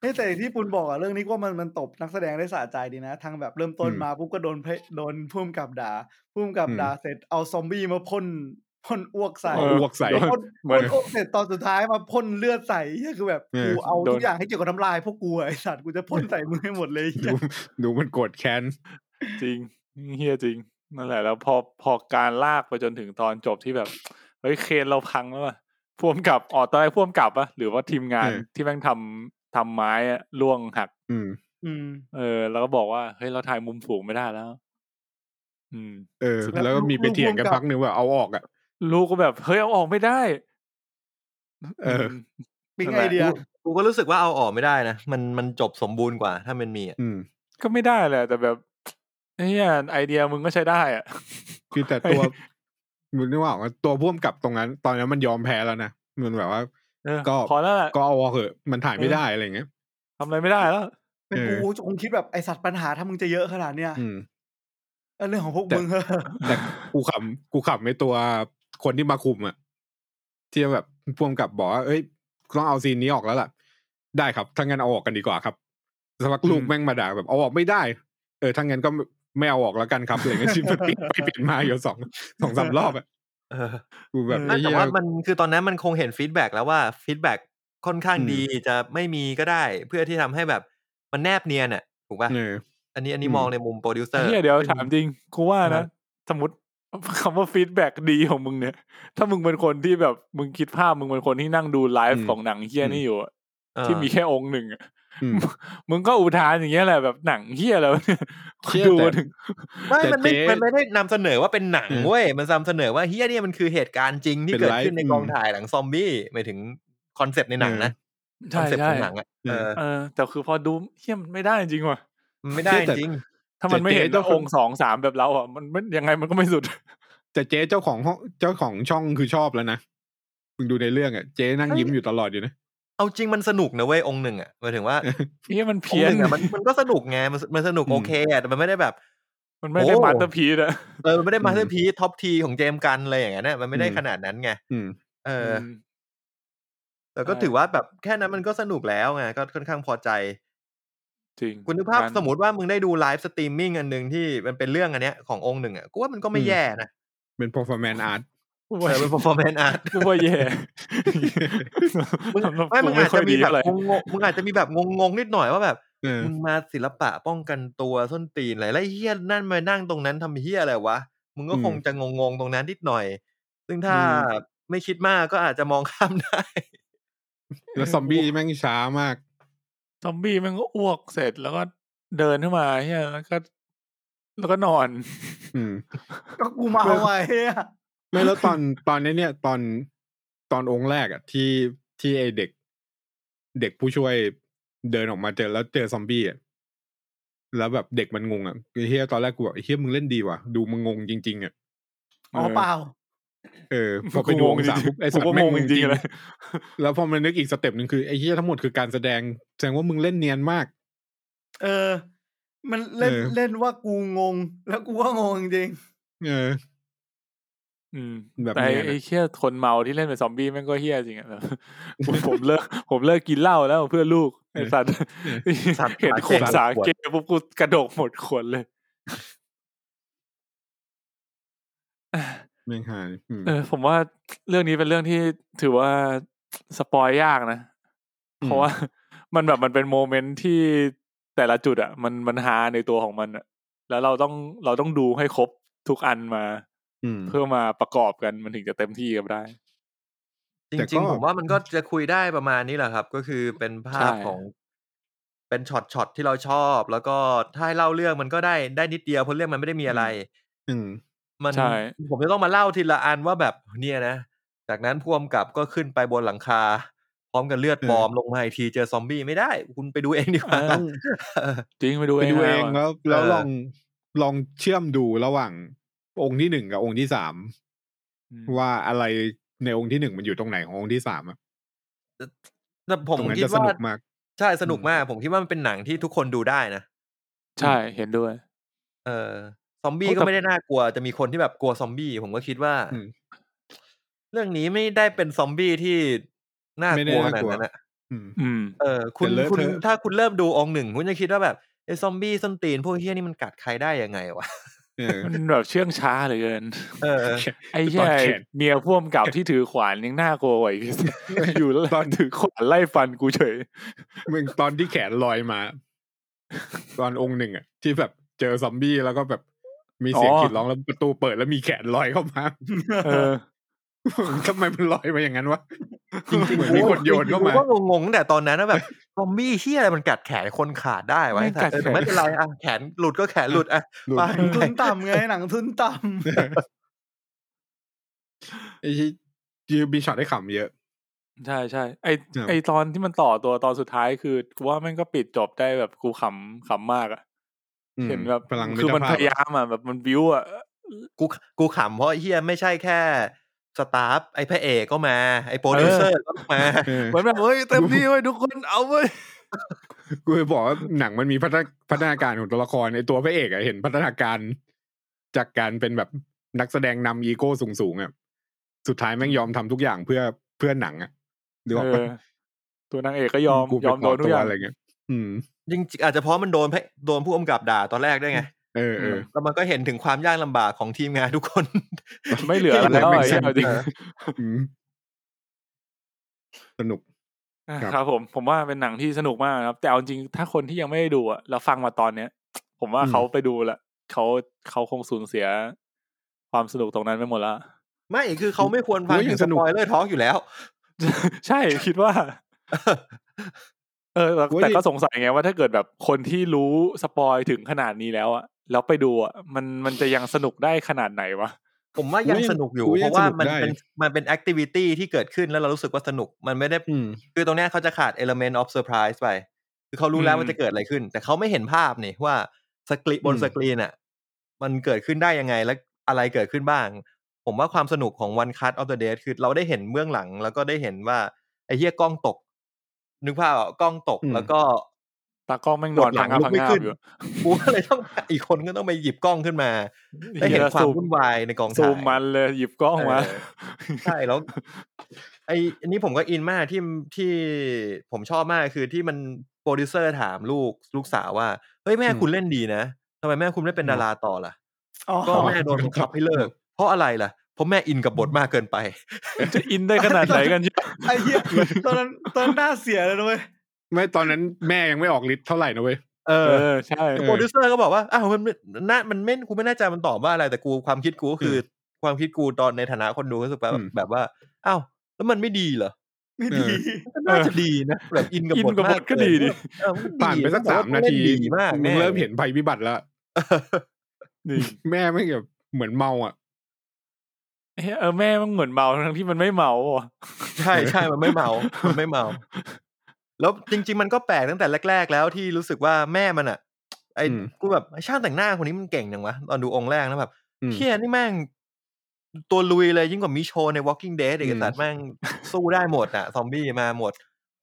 Speaker 4: เฮ้ยแต่ที่ปุณบอกอะเรื่องนี้กูว่ามันมันตบนักแสดงได้สะใจดีนะทางแบบเริ่มต้น
Speaker 5: อืม
Speaker 4: มาปุ๊บก็โดนเพโดนพุ่มกับด่าพุ่มกับ
Speaker 5: อืม
Speaker 4: ด่าเสร็จเอาซอมบี้มาพ่นพ่นอ้วกใส่
Speaker 2: เอ
Speaker 5: อ้วกใส่
Speaker 4: พ่น
Speaker 2: เหมื
Speaker 4: พ่
Speaker 2: อน
Speaker 4: นอ้วกเสร็จตอนสุดท้ายมาพ่นเลือดใส่เฮียคือแบบ
Speaker 5: เออ
Speaker 4: กูเอา
Speaker 2: โด
Speaker 4: ทุ
Speaker 2: น
Speaker 4: กอย่างให้เกี่ยวกับน้ำลายพวกกูอะไอสัตว์กูจะพ่นใส่มึงให้หมดเลยเหี้ย
Speaker 5: ดูดูมันโกรธแค้น
Speaker 2: จริงเฮียจริงนั่นแหละแล้วพอพอการลากไปจนถึงตอนจบที่แบบ เฮ้ยเคนเราพังแล้วว่ะพ่วมกับอ๋อตอนแรกพ่วมกับปะหรือว่าทีมงาน
Speaker 5: เออ
Speaker 2: ที่แม่งทำทำไม้อะล่วงหัก
Speaker 5: อืม
Speaker 4: อืม
Speaker 2: เออ แล้วก็บอกว่าเฮ้ยเราถ่ายมุมสูงไม่ได้แล้ว อืม
Speaker 5: เออ
Speaker 4: แล้ว
Speaker 5: แล้วก็มีไป
Speaker 4: ลูก
Speaker 5: เถียงกัน
Speaker 4: พ่วงกับ
Speaker 5: พักหนึ่งว่าเอาออกอ่ะ
Speaker 2: ลูกก็แบบเฮ้ยเอาออกไม่ได้
Speaker 5: เออ
Speaker 2: ม
Speaker 4: ปิ๊ง
Speaker 2: นั่นแห
Speaker 4: ไอ
Speaker 2: ละ
Speaker 4: เดีย
Speaker 3: กูกูก็รู้สึกว่าเอาออกไม่ได้นะมันมันจบสมบูรณ์กว่าถ้ามันมีอะ
Speaker 5: อืม
Speaker 2: ก็ไม่ได้แหละ แต่แบบเนี่ยไอเดียมึงก็ใช้ได้อะ
Speaker 5: คือแต่ตัว มึงนึกว่าออกว่าตัวพ่วมกับตรงนั้น ตอนนั้นมันยอมแพ้แล้วนะมันแบบว่า
Speaker 2: เออ
Speaker 5: ก็
Speaker 2: พอแล้วล่ะ
Speaker 5: ก็เอาออกเถอะมันถ่ายไม่
Speaker 2: เออ
Speaker 5: ได้อะไรอย่างเงี้ย
Speaker 2: ทำอะไรไม่ได้แล้ว
Speaker 4: เป็น
Speaker 5: เออ
Speaker 4: กูคงคิดแบบไอสัตว์ปัญหาถ้ามึงจะเยอะขนาดเนี้ย
Speaker 5: อืม
Speaker 4: เออเรื่องของพวก
Speaker 5: แต่
Speaker 4: มึงเหอะ
Speaker 5: แต่กูขำกูขำในตัวคนที่มาคุมอะที่แบบพ่วงกับบอกว่าเอ้ยต้องเอาซีนนี้ออกแล้วล่ะ ได้ครับถ้างั้นเอาออกกันดีกว่าครับสักพักลูก
Speaker 2: อืม
Speaker 5: แม่งมาด่าแบบเอาออกไม่ได้ เออถ้างั้นก็ไม่ไม่เอาออกแล้วกันครับอะไรเงี้ยชิม ไปเปลี่ยนไปเปลี่ยนมาอยู่สองสองสามรอบอะ
Speaker 3: เออ
Speaker 5: กูแบบ
Speaker 3: ไม่
Speaker 5: ไอ้
Speaker 3: แต่
Speaker 5: เหี้ย
Speaker 3: ว่ามันคือตอนนั้นมันคงเห็นฟีดแบ็กแล้วว่าฟีดแบ็กค่อนข้างดีจะไม่มีก็ได้ เพื่อที่ทำให้แบบมันแนบเนียนอ่ะถูกป่ะ
Speaker 5: เออ
Speaker 3: อันนี้อันนี้
Speaker 5: อืม
Speaker 3: มองในมุมโปรดิวเซอร์
Speaker 2: เนี่ยเดี๋ยวถามจริงกูว่านะ สมมติ คำว่าฟีดแบ็กดีของมึงเนี่ย ถ้ามึงเป็นคนที่แบบมึงคิดภาพมึงเป็นคนที่นั่งดูไล
Speaker 5: อื
Speaker 2: ฟ์
Speaker 5: ม
Speaker 2: ของหนังเฮี้ยนี่อยู่อะ
Speaker 3: เออ
Speaker 2: ที่มีแค่องค์หนึ่งอะ
Speaker 5: อืม
Speaker 2: มึงก็อุทานอย่างเงี้ยแหละแบบหนัง เฮี้ยแล้วะเนี่ย
Speaker 5: เหี้ย
Speaker 2: ดู
Speaker 5: แต่
Speaker 2: ถึง
Speaker 3: ไม่มันไม่
Speaker 5: แต่เจ๊
Speaker 3: มันไม่ได้นำเสนอว่าเป็นหนัง
Speaker 5: อืม
Speaker 3: เว้ยมันนำเสนอว่าเฮียเนี่ยมันคือเหตุการณ์จริงที่
Speaker 5: เป็น
Speaker 3: เกิด
Speaker 5: ไลฟ์
Speaker 3: ขึ้นในกองถ่ายหลังซอมบี้หมายถึงคอนเซปต์ในหนังนะค
Speaker 2: ใช่
Speaker 3: อนเซปต์
Speaker 2: ใช่
Speaker 3: ของหนังอ่ะเออ
Speaker 2: เออแต่คือพอดูเฮี้ยมันไม่ได้จริงว่ะ
Speaker 3: มันไม่ได้
Speaker 5: เจ๊แต่
Speaker 3: จริง
Speaker 2: ถ้ามันไม่เห็น
Speaker 5: แต่เจ๊ต้อง
Speaker 2: องค์สองสามแบบเราอ่ะมันมันยังไงมันก็ไม่สุด
Speaker 5: แต่เจ๊เจ้าของห้องเจ้าของช่องคือชอบแล้วนะมึงดูในเรื่องอะเจ๊นั่งยิ้มอยู่ตลอดอยู่นะ
Speaker 3: เอาจริงมันสนุกนะเว้ยองค์หนึ่งอ่ะหมายถึงว่า
Speaker 2: เฮี้ยมัน
Speaker 3: อง
Speaker 2: เพี้
Speaker 3: ค์
Speaker 2: ยน
Speaker 3: หนึ่งอ่ะมันมันก็สนุกไงมันมันสนุก
Speaker 5: อืม
Speaker 3: โอเคอ่ะแต่มันไม่ได้แบบ
Speaker 2: มันไม่ได้มาสเตอร์พีซอะ
Speaker 3: เออมันไม่ได้มาสเตอร์พีท็อปทีของเจมส์กันอะไรอย่างเงี้ยนะมันไม่ได้ขนาดนั้นไง
Speaker 5: อืม
Speaker 3: เอออ
Speaker 2: ม
Speaker 3: แต่ก็
Speaker 2: ใช่
Speaker 3: ถือว่าแบบแค่นั้นมันก็สนุกแล้วไงก็ค่อนข้างพอใจ
Speaker 2: จริง
Speaker 3: คุณนึกภาพ
Speaker 2: งั้น
Speaker 3: สมมติว่ามึงได้ดูไลฟ์สตรีมมิ่งอันหนึ่งที่มันเป็นเรื่องอันเนี้ยขององค์หนึ่งอ่ะกูว่ามันก็ไม่
Speaker 5: อืม
Speaker 3: แย่ นะ
Speaker 5: เป็น performance art
Speaker 2: กู
Speaker 3: เอ
Speaker 2: ว่า
Speaker 3: อเป็น performance art
Speaker 2: กูว่าแย่
Speaker 3: มึง
Speaker 2: สำหรับ
Speaker 3: ไม่
Speaker 2: กู
Speaker 3: มึงอาจ
Speaker 2: ค่ย
Speaker 3: จะมี
Speaker 2: ดี
Speaker 3: แบบ
Speaker 2: เท่าไหร่
Speaker 3: งงๆมึงอาจจะมีแบบงงๆนิดหน่อยว่าแบบ
Speaker 5: เออ
Speaker 3: มึงมาศิลปะป้องกันตัวส้นตีนอะไรแล้วไอ้เฮี้ยนั่นมานั่งตรงนั้นทำเฮี้ยอะไรวะมึงก็
Speaker 5: อืม
Speaker 3: คงจะงงๆตรงนั้นนิดหน่อย ซึ่งถ้า
Speaker 2: อืม
Speaker 3: ไม่คิดมากก็อาจจะมอง ข้ามได้
Speaker 5: แล้วซอมบี้แม่งช้ามาก
Speaker 2: ซอมบี้มันก็อ้วกเสร็จแล้วก็เดินขึ้นมาเฮียแล้วก็ แล้วก็นอน
Speaker 5: อืม
Speaker 4: ก็กูมาเอาไว้อะ
Speaker 5: ไม่แล้วตอนตอนนี้เนี่ย ตอนตอนองค์แรกอะที่ที่ไอเด็ก เด็กผู้ช่วยเดินออกมาเจอแล้วเจอซอมบี้อะแล้วแบบเด็กมันงงอะไอเฮียตอนแรกกูบอกไอเฮียมึงเล่นดีว่ะดูมึงงงจริง ๆอะ
Speaker 4: อ๋อเปล่า
Speaker 5: เออพอไปดูองค์สามปุ๊บไอสัต
Speaker 2: กูก็
Speaker 5: ว์แม่ง
Speaker 2: งง
Speaker 5: งง
Speaker 2: จ
Speaker 5: จ
Speaker 2: ริงๆ
Speaker 5: ริง
Speaker 2: เลย
Speaker 5: ๆ แล้วพอมันนึกอีกสเต็ปหนึ่งคือไอเฮียทั้งหมดคือการแสดงแสดงว่ามึงเล่นเนียนมาก
Speaker 4: เออ มันเล่น
Speaker 5: เออ
Speaker 4: เล่นว่ากูงง แล้วกูก็งงจริง
Speaker 5: เออ
Speaker 2: อืม
Speaker 5: แบบ
Speaker 2: แต่ไอ้
Speaker 5: เนี้ยนะ
Speaker 2: ไอ้เฮียคนเมาที่เล่นเป็นซอมบี้แม่งก็เฮียจริงอะแบบ ผมผมเลิกผมเลิกกินเหล้าแล้วเพื่อลูกไอ้สัตว์
Speaker 3: สัตว์
Speaker 2: เห็นขวด
Speaker 3: สั
Speaker 2: สา
Speaker 3: ตว์
Speaker 2: เกปุ๊บกูกระโดกหมดขวดเลย
Speaker 5: แม่งหายอืม
Speaker 2: เออผมว่าเรื่องนี้เป็นเรื่องที่ถือว่าสปอยยากนะ
Speaker 5: อืม
Speaker 2: เพราะว่า มันแบบมันเป็นโมเมนต์ที่แต่ละจุดอะมันมันฮาในตัวของมันอะแล้วเราต้องเราต้องดูให้ครบทุกอันมา
Speaker 5: อืม
Speaker 2: เพื่อมาประกอบกันมันถึงจะเต็มที่กันได้
Speaker 3: จ
Speaker 5: แต่
Speaker 3: ริง
Speaker 5: ก็
Speaker 3: ๆผมว่ามันก็จะคุยได้ประมาณนี้แหละครับ ก็คือเป็นภาพ
Speaker 2: ใช่
Speaker 3: ของ เป็นช็อตช็อตที่เราชอบ แล้วก็ถ้าให้เล่าเรื่องมันก็ได้ได้นิดเดียวเพราะเรื่องมันไม่ได้มีอะไร
Speaker 5: อืม
Speaker 3: มัน
Speaker 2: ใช่
Speaker 3: ผมจะต้องมาเล่าทีละอันว่าแบบเนี่ยนะ จากนั้นพ่วมกับก็ขึ้นไปบนหลังคา พร้อมกันเลือด
Speaker 5: เออ
Speaker 3: ปลอมลงมาอีกทีเจอซอมบี้ไม่ได้ คุณไปดูเองดีกว่า
Speaker 2: ต้อง จริงไปดู
Speaker 5: ไป
Speaker 2: เอง
Speaker 5: ดูเอง
Speaker 2: นะ
Speaker 5: แล้วแล้ว
Speaker 3: เออ
Speaker 5: ลองลองเชื่อมดูระหว่างองค์ที่หนึ่งกับองค์ที่สาม
Speaker 2: อืม
Speaker 5: ว่าอะไรในองค์ที่หนึ่งมันอยู่ตรงไหนขององค์ที่สามอะ
Speaker 3: แต่ผม
Speaker 5: ตรงนั้น
Speaker 3: คิด
Speaker 5: จะส
Speaker 3: ว่า
Speaker 5: นุกมาก
Speaker 3: ใช่สนุกมาก ผมคิดว่ามันเป็นหนังที่ทุกคนดูได้นะ
Speaker 2: ใช่เห็นด้วย
Speaker 3: เออซอมบี้
Speaker 2: โอ้แต่
Speaker 3: ก็ไม่ได้น่ากลัวจะมีคนที่แบบกลัวซอมบี้ ผมก็คิดว่า
Speaker 5: อืม
Speaker 3: เรื่องนี้ไม่ได้เป็นซอมบี้ที่น่ากลัวขนาดนั้นอะ
Speaker 5: อืม
Speaker 2: อืม
Speaker 3: เออคุณ
Speaker 5: แต่เลอะ
Speaker 3: คุณ
Speaker 5: เทอะ
Speaker 3: ถ้าคุณเริ่มดูองค์หนึ่งคุณจะคิดว่าแบบไอ้ซอมบี้ส้นตีนพวกเฮี้ยนี่มันกัดใครได้ยังไงวะ
Speaker 5: เออ
Speaker 2: มันแบบเชื่องช้าเหลือเกิน
Speaker 3: เออ
Speaker 2: ไอ้
Speaker 5: ต
Speaker 2: แย่
Speaker 5: อนแขน
Speaker 2: เมียพ่วมกับที่ถือขวานยังน่ากลัวกว่าอีก อยู่แล้วตอนถือขวานไล่ฟันกูเฉย
Speaker 5: มึงตอนที่แขนลอยมา ตอนองค์หนึ่งอะที่แบบเจอซอมบี้แล้วก็แบบมีเสียง
Speaker 2: อ๋ อ
Speaker 5: กรีดร้องแล้วประตูเปิดแล้วมีแขนลอยเข้ามา
Speaker 2: เออ
Speaker 5: ทำไมมันลอยมาอย่างนั้นวะจริงๆเหมือนมีคนโยนเข้ามา
Speaker 3: กูก็งงๆตั้งแต่ตอนนั้นนะแบบซอมบี้เฮียอะไรมันกัดแขนคนขาดได้วะ
Speaker 2: ไม่
Speaker 3: ไอ้สัตว์
Speaker 2: กัดแขน
Speaker 3: เออไม่เป็นไรอ่ะแขนหลุดก็แขนหลุดอ่ะ
Speaker 5: หลุด
Speaker 3: ไป
Speaker 4: ทุนต่ำไงหนังทุนต่ำ
Speaker 5: ไอ้ที่ยืมมีช็อตให้ขำเยอะ
Speaker 2: ใช่ใช่ไอ
Speaker 5: ครับ
Speaker 2: ไอตอนที่มันต่อตัวตอนสุดท้ายคือกูว่าแม่งก็ปิดจบได้แบบกูขำขำมากอะ
Speaker 5: อืม
Speaker 2: เห็นแบบ
Speaker 5: พลัง
Speaker 2: คือมัน
Speaker 5: ตรภ
Speaker 2: พ
Speaker 5: พ
Speaker 2: ยายามอะแบบมันบิวอะ
Speaker 3: กูกูขำเพราะไอ้เฮียไม่ใช่แค่สตาฟไอ้พระเอกก็มา ไอ้โปรดิวเซอร์ก็มา
Speaker 5: เออ
Speaker 2: เหมือนแบบเฮ้ยเต็มที่เว้ยทุกคนเอาเว้ย
Speaker 5: กูจะบอกว่าหนังมันมีพัฒนาพัฒนาการของตัวละครไอ้ตัวพระเอกอะเห็นพัฒนาการ จากการเป็นแบบนักแสดงนำอีโก้สูงๆอ่ะสุดท้ายแม่งยอมทำทุกอย่างเพื่อเพื่อหนังอ่ะหรือว่า
Speaker 2: เออตัวนางเอกก็ยอม
Speaker 5: กู
Speaker 2: ย
Speaker 5: ไป
Speaker 2: อม
Speaker 5: ข
Speaker 2: โดนทุก
Speaker 5: ว
Speaker 2: อย่าง
Speaker 5: อะไรเงี้ยอืม
Speaker 3: จริงๆอาจจะเพราะมันโดนพระโดนผู้กำกับด่าตอนแรกด้วยไง
Speaker 5: เออเออ
Speaker 3: แล้วมันก็เห็นถึงความยากลำบากของทีมงานทุกคน
Speaker 2: ไม่เหลืออะไรแล้ว
Speaker 5: ไม่
Speaker 2: ไอ้
Speaker 5: เหลื
Speaker 2: เหี้ย
Speaker 5: อ
Speaker 2: เอาจริง
Speaker 5: อืมสนุก ครับ
Speaker 2: ครับผมผมว่าเป็นหนังที่สนุกมากนะครับ แต่เอาจริงถ้าคนที่ยังไม่ได้ดูอะแล้วฟังมาตอนเนี้ย ผมว่าเขาไปดูละเขาเขาคงสูญเสีย ความสนุกตรงนั้นไปหมดละ
Speaker 3: ไม่คือเขาไม่ควรฟัง
Speaker 5: โอ้ย
Speaker 3: ถึง
Speaker 5: ส
Speaker 3: ส
Speaker 5: นุก
Speaker 3: ปอยเลอร์ทอล์กอยู่แล้ว
Speaker 2: ใช่คิดว่า เออแต่
Speaker 5: โอ้ย
Speaker 2: แต่ก็สงสัยไงว่าถ้าเกิดแบบคนที่รู้สปอยถึงขนาดนี้แล้วอะแล้วไปดูอะมันมันจะยังสนุกได้ขนาดไหนวะ
Speaker 3: ผมว่ายัง
Speaker 5: กูยัง
Speaker 3: สนุกอยู่
Speaker 5: กูยัง
Speaker 3: เพราะว่า
Speaker 5: สนุก
Speaker 3: มัน
Speaker 5: ได้
Speaker 3: เป็นมันเป็นแอคทิวิตี้ที่เกิดขึ้นแล้วเรารู้สึกว่าสนุกมันไม่ได้
Speaker 5: อืม
Speaker 3: คือตรงเนี้ยเขาจะขาด element of surprise ไป คือเขารู้แล้ว
Speaker 2: อืม
Speaker 3: ว่าจะเกิดอะไรขึ้น แต่เขาไม่เห็นภาพนี่ว่าสกรีบน
Speaker 5: อืม
Speaker 3: สกรีนอ่ะ มันเกิดขึ้นได้ยังไงและอะไรเกิดขึ้นบ้าง ผมว่าความสนุกของ one cut of the day คือเราได้เห็นเบื้องหลัง แล้วก็ได้เห็นว่า ไอ้เหี้ยกล้องตก นึกภาพออกกล้องตก
Speaker 5: อืม
Speaker 3: แล้วก็
Speaker 2: ตากล้องแม่งนอน
Speaker 3: กดหลั
Speaker 2: พัง
Speaker 3: ง
Speaker 2: งา
Speaker 3: ลุ
Speaker 2: พั
Speaker 3: ก
Speaker 2: ง
Speaker 3: ไม่
Speaker 2: งา
Speaker 3: ขึ้น
Speaker 2: อยู่
Speaker 3: กูก็เลยต้องอีกคนก็ต้องไปหยิบกล้องขึ้นมา ได้เห็นความวุ่นวายในกองถ่าย
Speaker 2: ซูมมันเลยหยิบกล้องมา
Speaker 3: เออ ใช่แล้ว ไออันนี้ผมก็อินมากที่ที่ผมชอบมากคือที่มันโปรดิวเซอร์ถามลูกลูกสาวว่า เฮ้ยแม่
Speaker 5: อืม
Speaker 3: คุณเล่นดีนะทำไมแม่คุณไม่เป็นดาราต่อล่ะ
Speaker 4: อ๋อ
Speaker 3: ก็แม่โดนบังคับให้เลิก เพราะอะไรล่ะ เพราะแม่อินกับบทมากเกินไป
Speaker 2: จะอินได้ขนาดไหนกันเชียว
Speaker 4: ไอ้เหี้ยตอนนั้นตอนนั้นหน้าเสียเลยนะเว้ย
Speaker 5: ไม่ตอนนั้นแม่ยังไม่ออกฤทธิ์เท่าไหร่นะเว้ย
Speaker 3: เอ
Speaker 2: เอ
Speaker 3: อ
Speaker 2: อ ใช่
Speaker 3: คือโปรดิวเซอร์ก็บอกว่าอ้าวมันมันน่ามันไม่กูไม่แน่ใจมันตอบว่าอะไรแต่กูความคิดกูก็คืออความคิดกูตอนในฐานะคนดูรู้สึกว่า
Speaker 5: อืม
Speaker 3: แบบว่าอ้าวแล้วมันไม่ดีเหรอ
Speaker 4: ไม่ดี
Speaker 3: ก็น่าจะดีนะแบบอินกับ
Speaker 2: อิน
Speaker 3: บท
Speaker 2: กับ
Speaker 3: มาก
Speaker 2: บทก็ดีดิ
Speaker 3: เออมันดี
Speaker 5: ผ่านไปสักสามนาที
Speaker 3: เล่ดีมาก
Speaker 5: มึง
Speaker 3: แน่
Speaker 5: เริ่มเห็นภัยพิบัติแล้ว
Speaker 2: นี่
Speaker 5: แม่ไม่งแบบเหมือนเมาอ่ะ
Speaker 2: เออแม่มันเหมือนเมาทั้งที่มันไม่เมาอะ
Speaker 3: ใช่ใช่ มันไม่เมา มันไม่เมา แล้วจริง ๆ มันก็แปลกตั้งแต่แรก ๆ แล้วที่รู้สึกว่าแม่มันอ่ะ ไอ้
Speaker 5: อืม
Speaker 3: กูแบบไอ้ช่างแต่งหน้าคนนี้มันเก่งจังวะตอนดูองค์แรกนะแบบ
Speaker 5: อืม
Speaker 3: เทียนี่แม่ง ตัวลุยเลยยิ่งกว่ามิโชใน Walking Dead เอก
Speaker 5: อืม
Speaker 3: สารแม่งสู้ได้หมดอ่ะ ซอมบี้มาหมด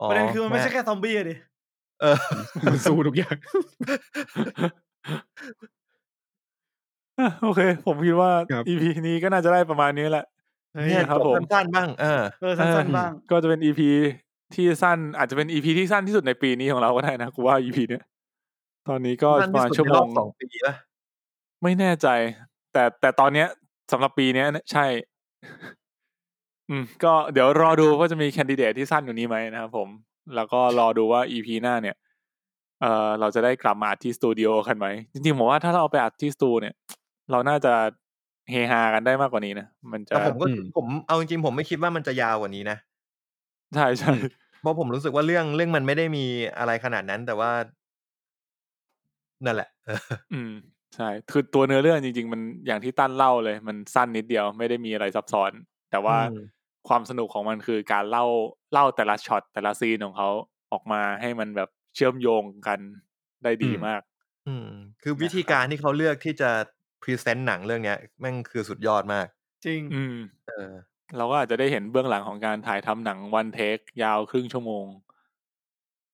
Speaker 4: ประเด็นคือมันไม่ใช่
Speaker 3: แ
Speaker 4: แค่ซอมบี้อะดิ
Speaker 3: เออ
Speaker 5: มันสู้ทุกอย่าง
Speaker 2: อ่ะโอเค ผมคิดว่า
Speaker 5: ครับ
Speaker 2: EP นี้ก็น่าจะได้ประมาณนี้แหละ
Speaker 3: เนี่ย
Speaker 2: ครับ
Speaker 3: จบ
Speaker 2: ผม
Speaker 3: สั้นๆบ้างเออ
Speaker 4: เออสั้นๆบ้าง
Speaker 2: ก็จะเป็น EP ที่สั้น อาจจะเป็น EP ที่สั้นที่สุดในปีนี้ของเราก็ได้นะกูว่า EP เนี้ยตอนนี้ก็
Speaker 3: สั้น
Speaker 2: ประ
Speaker 3: ที่
Speaker 2: มาณ
Speaker 3: สุด
Speaker 2: ชั่ว
Speaker 3: ใน
Speaker 2: โม
Speaker 3: รอบ
Speaker 2: ง
Speaker 3: สองปีป่ะ
Speaker 2: ไม่แน่ใจ แต่แต่ตอนเนี้ยสำหรับปีเนี้ย ใช่ อืม ก็เดี๋ยวรอดูว่าจะมีแคนดิเดตที่สั้นกว่านี้ไหมนะครับผม แล้วก็รอดูว่า EP หน้าเนี่ย เออเราจะได้กลับมาอัดที่สตูดิโอกันไหมจริงๆผมว่าถ้าเราเอาไปอัดที่สตูเนี่ย เราน่าจะเฮฮากันได้มากกว่านี้นะมันจะ
Speaker 3: แต่ผมก็
Speaker 5: อืม
Speaker 3: ผมเอาจริงๆผมไม่คิดว่ามันจะยาวกว่านี้นะ
Speaker 2: ใช่ใช่
Speaker 3: เพราะผมรู้สึกว่าเรื่องเรื่องมันไม่ได้มีอะไรขนาดนั้น แต่ว่า นั่นแหละ
Speaker 2: อืมใช่ คือตัวเนื้อเรื่องจริง ๆ มันอย่างที่ตั้นเล่าเลย มันสั้นนิดเดียวไม่ได้มีอะไรซับซ้อน แต่ว่า
Speaker 3: อืม
Speaker 2: ความสนุกของมันคือการเล่าเล่าแต่ละช็อตแต่ละซีนของเขาออกมาให้มันแบบเชื่อมโยงกันได้ดี
Speaker 5: อืม
Speaker 2: มาก
Speaker 3: อืมคือ
Speaker 2: นะครับ
Speaker 3: วิธีการที่เขาเลือกที่จะพรีเซนต์หนังเรื่องเนี้ยแม่งคือสุดยอดมาก
Speaker 4: จริง
Speaker 2: อืม
Speaker 3: เออ
Speaker 2: เราก็อาจจะได้เห็นเบื้องหลังของการถ่ายทำหนังวันเทค ยาวครึ่งชั่วโมง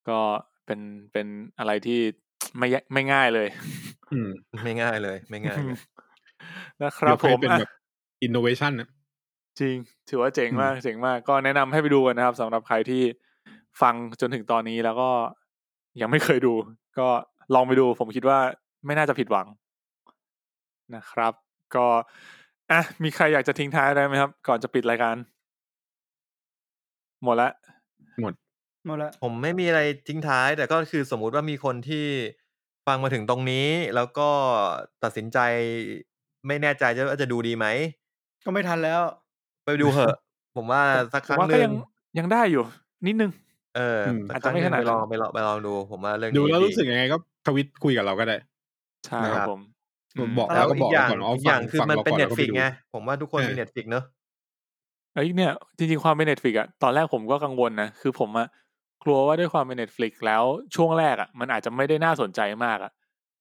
Speaker 2: ก็เป็นเป็นอะไรที่ ไม่ยะไม่ง่ายเลย
Speaker 5: อืม
Speaker 3: ไม่ง่ายเลย ไม่ง่ายเลย
Speaker 2: นะครับ
Speaker 5: ยก
Speaker 2: ผ
Speaker 5: ให้
Speaker 2: ม
Speaker 5: เป็น
Speaker 2: อ่ะ
Speaker 5: แบบอินโนเวชันอ่ะ
Speaker 2: จริง ถือว่าเจ๋ง
Speaker 5: อืม
Speaker 2: มากเจ๋งมากก็แนะนำให้ไปดูกันนะครับสำหรับใครที่ฟังจนถึงตอนนี้แล้วก็ยังไม่เคยดู ก็ลองไปดู ผมคิดว่าไม่น่าจะผิดหวังนะครับ ก็อ่ะมีใครอยากจะทิ้งท้ายอะไรไหมครับ ก่อนจะปิดรายการ หมดละ
Speaker 4: หมดละ
Speaker 3: ผมไม่มีอะไรทิ้งท้าย แต่ก็คือสมมุติว่ามีคนที่ฟังมาถึงตรงนี้ แล้วก็ตัดสินใจไม่แน่ใจว่าจะดูดีไหม
Speaker 4: ก็ไม่ทันแล้ว
Speaker 3: ไปดูเหอะ ผมว่าสักค
Speaker 2: ผม
Speaker 3: รั้ง
Speaker 2: ว่า
Speaker 3: ห
Speaker 2: ก็
Speaker 3: นึ่
Speaker 2: ยัง งยังได้อยู่ นิดนึง
Speaker 3: เอออ
Speaker 5: ม
Speaker 3: สัก
Speaker 2: อาจ
Speaker 3: ค
Speaker 2: จะไม่ข
Speaker 3: รั้งหนึ่ง
Speaker 2: นาดนั้น
Speaker 3: ไปลองไปลองไปลองดู ผมว่าเรื่อง
Speaker 5: ดู
Speaker 3: นี้
Speaker 5: แล้วรู้สึกยังไงก็ทวิตคุยกับเราก็ได้
Speaker 2: ใช่
Speaker 5: นะ
Speaker 2: ค
Speaker 5: ครั
Speaker 2: รับบ ผม
Speaker 5: บอก
Speaker 3: แล้
Speaker 5: แล้ว ว
Speaker 3: ก็
Speaker 5: ก็
Speaker 3: บบ อ
Speaker 5: อก ก
Speaker 3: อย่าง
Speaker 5: ก่อนอ๋อ
Speaker 3: อีกอ
Speaker 5: ฟั
Speaker 3: ย่าง
Speaker 5: ง
Speaker 3: คือ
Speaker 5: ฟัง
Speaker 3: มัน
Speaker 5: เรา
Speaker 3: เป็น
Speaker 5: ก่อน
Speaker 3: เน็
Speaker 5: แล้
Speaker 3: ต
Speaker 5: วก็
Speaker 3: ฟิ
Speaker 5: ไป
Speaker 3: ก
Speaker 5: ดู
Speaker 3: ไงผมว่าทุกคน
Speaker 5: เออ
Speaker 3: มีเน็ตฟิกเนอะ
Speaker 2: เอ้ยเนี่ย จริง ๆ ความเป็นเน็ตฟลิกอะตอนแรกผมก็กังวลนะคือผมอะกลัวว่าด้วยความเป็นเน็ตฟลิกแล้วช่วงแรกอะมันอาจจะไม่ได้น่าสนใจมากอะ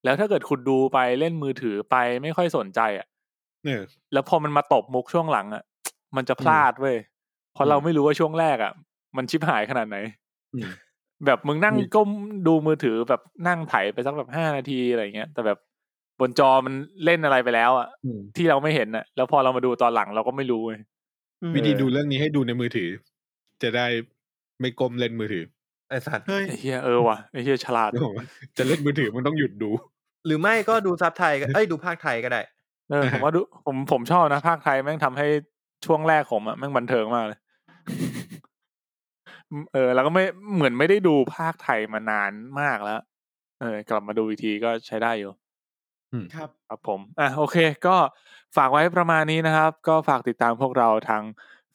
Speaker 2: แล้วถ้าเกิดคุณดูไปเล่นมือถือไปไม่ค่อยสนใจอะ
Speaker 5: เออ
Speaker 2: แล้วพอมันมาตบมุกช่วงหลังอ่ะ มันจะพลาดเว้ยเพราะเราไม่รู้ว่าช่วงแรกอ่ะ มันชิบหายขนาดไหน
Speaker 5: อืม
Speaker 2: แบบมึงนั่ง
Speaker 5: มี
Speaker 2: ก้มดูมือถือแบบนั่งไถไปสักแบบห้านาทีอะไรเงี้ย แต่แบบบนจอมันเล่นอะไรไปแล้วอ่ะ
Speaker 5: อืม
Speaker 2: ที่เราไม่เห็นอ่ะ แล้วพอเรามาดูตอนหลังเราก็ไม่รู้เว้ย
Speaker 4: อืม
Speaker 5: วิธีดูเรื่องนี้ให้ดูในมือถือ จะได้ไม่ก้มเล่นมือถือ
Speaker 3: ไอสัตว์
Speaker 5: เฮ้ย
Speaker 2: ไอ้เฮียเออว่ะไอ้เฮียฉลาด
Speaker 5: จะเล่นมือถือมันต้องหยุดดู
Speaker 3: หรือไม่ก็ดูซับไทยก็เอ้ยดูภาคไทยก็ได้
Speaker 2: เออผมว่าดูผมผมชอบนะ ภาคไทยแม่งทำให้ช่วงแรกผมอะแม่งบันเทิงม ากเลย เออ แล้วก็ไม่เหมือนไม่ได้ดูภาคไทยมานานมากแล้ว เออ กลับมาดูอีกทีก็ใช้ได้อยู่
Speaker 4: ครับ
Speaker 2: ครับผม อ่ะโอเค ก็ฝากไว้ประมาณนี้นะครับ ก็ฝากติดตามพวกเราทาง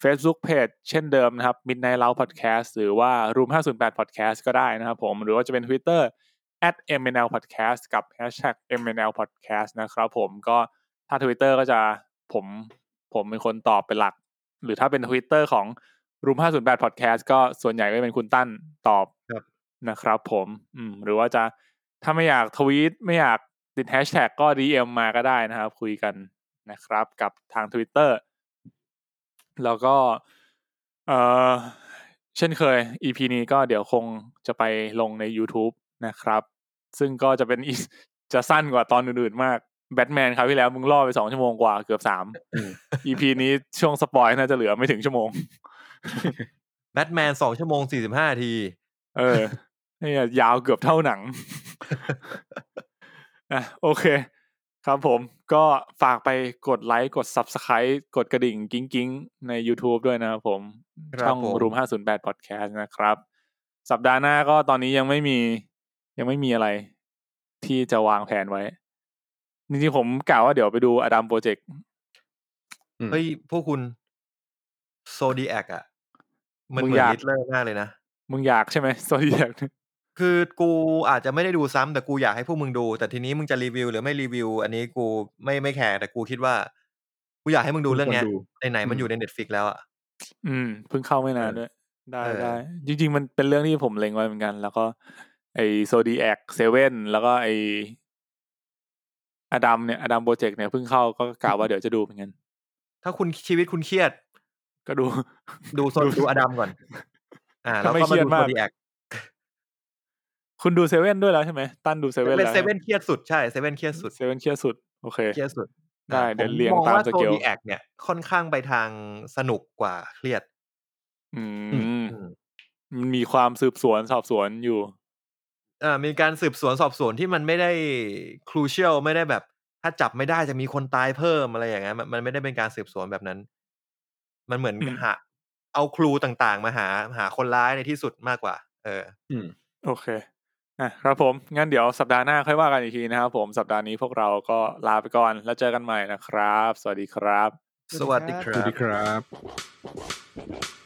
Speaker 2: Facebook Page เช่นเดิมนะครับ Midnight Lounge Podcast หรือว่า Room 508 Podcast ก็ได้นะครับผม หรือว่าจะเป็น Twitter at mnl podcast กับ hashtag mnl podcast นะครับผมก็ถ้า Twitter ก็จะผมผมเป็นคนตอบเป็นหลัก หรือถ้าเป็น Twitter ของ Room 508 Podcast ก็ส่วนใหญ่ก็เป็นคุณตั้นตอบ
Speaker 3: ครับ
Speaker 2: นะครับผม อืม หรือว่าจะถ้าไม่อยากทวีตไม่อยากติดแฮชแท็กก็ DM มาก็ได้นะครับ คุยกันนะครับ กับทาง Twitter แล้วก็ เออเช่นเคย EP นี้ก็เดี๋ยวคงจะไปลงใน YouTube นะครับ ซึ่งก็จะ เป็น EP จะสั้นกว่าตอนอื่นๆมากแบทแมนครับที่แล้วมึงล่อไปสองชั่วโมงกว่าเกือบสาม EP นี้ช่วงสปอยน่าจะเหลือไม่ถึงชั่วโมง
Speaker 3: แบทแมนสองชั่วโมงสี่สิบห้าที
Speaker 2: เออเนี่ยยาวเกือบเท่า หนัง อ่ะโอเค ครับผมก็ฝากไปกดไลค์กด Subscribe กดกระดิ่งกิ้งกิ้งๆใน YouTube ด้วยนะครับผม
Speaker 3: ครับ
Speaker 2: ช่อง
Speaker 3: ผม
Speaker 2: Room 508 Podcast นะครับ สัปดาห์หน้าก็ตอนนี้ยังไม่มี ยังไม่มีอะไร ที่จะวางแผนไว้ จริงๆผมกล่าวว่าเดี๋ยวไปดูอดัมโปรเจกต์
Speaker 3: เฮ้ยพวกคุณโซดีแอคอะมันเหมือนลิตเลอร์มากเลยนะ
Speaker 2: มึงอยากใช่ไหม โซเดียก
Speaker 3: คือกูอาจจะไม่ได้ดูซ้ำแต่กูอยากให้พวกมึงดู แต่ทีนี้มึงจะรีวิวหรือไม่รีวิว อันนี้กูไม่ไม่แคร์แต่กูคิดว่า กูอยากให้มึงดูเรื่องเนี้ย
Speaker 5: มึงควรดู
Speaker 3: ไหนๆมันอยู่ในเน็ตฟิกแล้วอ่ะ
Speaker 2: อืมเพิ่งเข้าไม่นานด้วย ได้
Speaker 3: เออ
Speaker 2: ได้จริง ๆ มันเป็นเรื่องที่ผมเล็งไว้เหมือนกัน แล้วก็ไอโซดีแอคเซเว่นแล้วก็ไออดัมเนี่ยอดัมโปรเจกต์เนี่ยเพิ่งเข้าก็ก ล่าวว่าเดี๋ยวจะดูเหมือนกัน
Speaker 3: ถ้าคุณชีวิตคุณเครียด
Speaker 2: ก็ดู
Speaker 3: ดูโซนดูอดัมก่อน อ่า แล้
Speaker 2: ทำ
Speaker 3: ว
Speaker 2: ไม
Speaker 3: ก็
Speaker 2: เค
Speaker 3: มา
Speaker 2: รียด
Speaker 3: ดูโซ
Speaker 2: มาก
Speaker 3: ดีแอค
Speaker 2: คุณดูเซเว่นด้วยแล้วใช่ไหมตั้นดูเซเว่น
Speaker 3: เป็น
Speaker 2: แล้ว
Speaker 3: เซเว่นเครียดสุดใช่เซเว่นเครียด สุด
Speaker 2: เซเว่นเครียดสุด โอเค
Speaker 3: เครียดสุด
Speaker 2: ได้
Speaker 3: อ่ะ
Speaker 2: เดี๋ยว
Speaker 3: ผ
Speaker 2: เรียง
Speaker 3: มอง
Speaker 2: ตาม
Speaker 3: ว่า
Speaker 2: ส
Speaker 3: โซ
Speaker 2: เกล
Speaker 3: ดีแอคเนี่ยค่อนข้างไปทางสนุกกว่าเครียด
Speaker 2: อืม
Speaker 3: อืม
Speaker 2: มันมีความสืบสวนสอบสวนอยู่
Speaker 3: อ่ามีการสืบสวนสอบสวนที่มันไม่ได้ครูเชียลไม่ได้แบบ ถ้าจับไม่ได้จะมีคนตายเพิ่มอะไรอย่างเงี้ยมันมันไม่ได้เป็นการสืบสวนแบบนั้น มันเหมือน
Speaker 2: อืม
Speaker 3: หาเอาครูต่างๆ มาหาหาคนร้ายในที่สุดมากกว่า เออ
Speaker 5: อืม
Speaker 2: โอเคอ่ะครับผม งั้นเดี๋ยวสัปดาห์หน้าค่อยว่ากันอีกทีนะครับผมสัปดาห์นี้พวกเราก็ลาไปก่อนแล้วเจอกันใหม่นะครับ สวัสดีครับ
Speaker 3: สวัสดีค
Speaker 5: สวัส
Speaker 3: รับ
Speaker 5: ดีครับ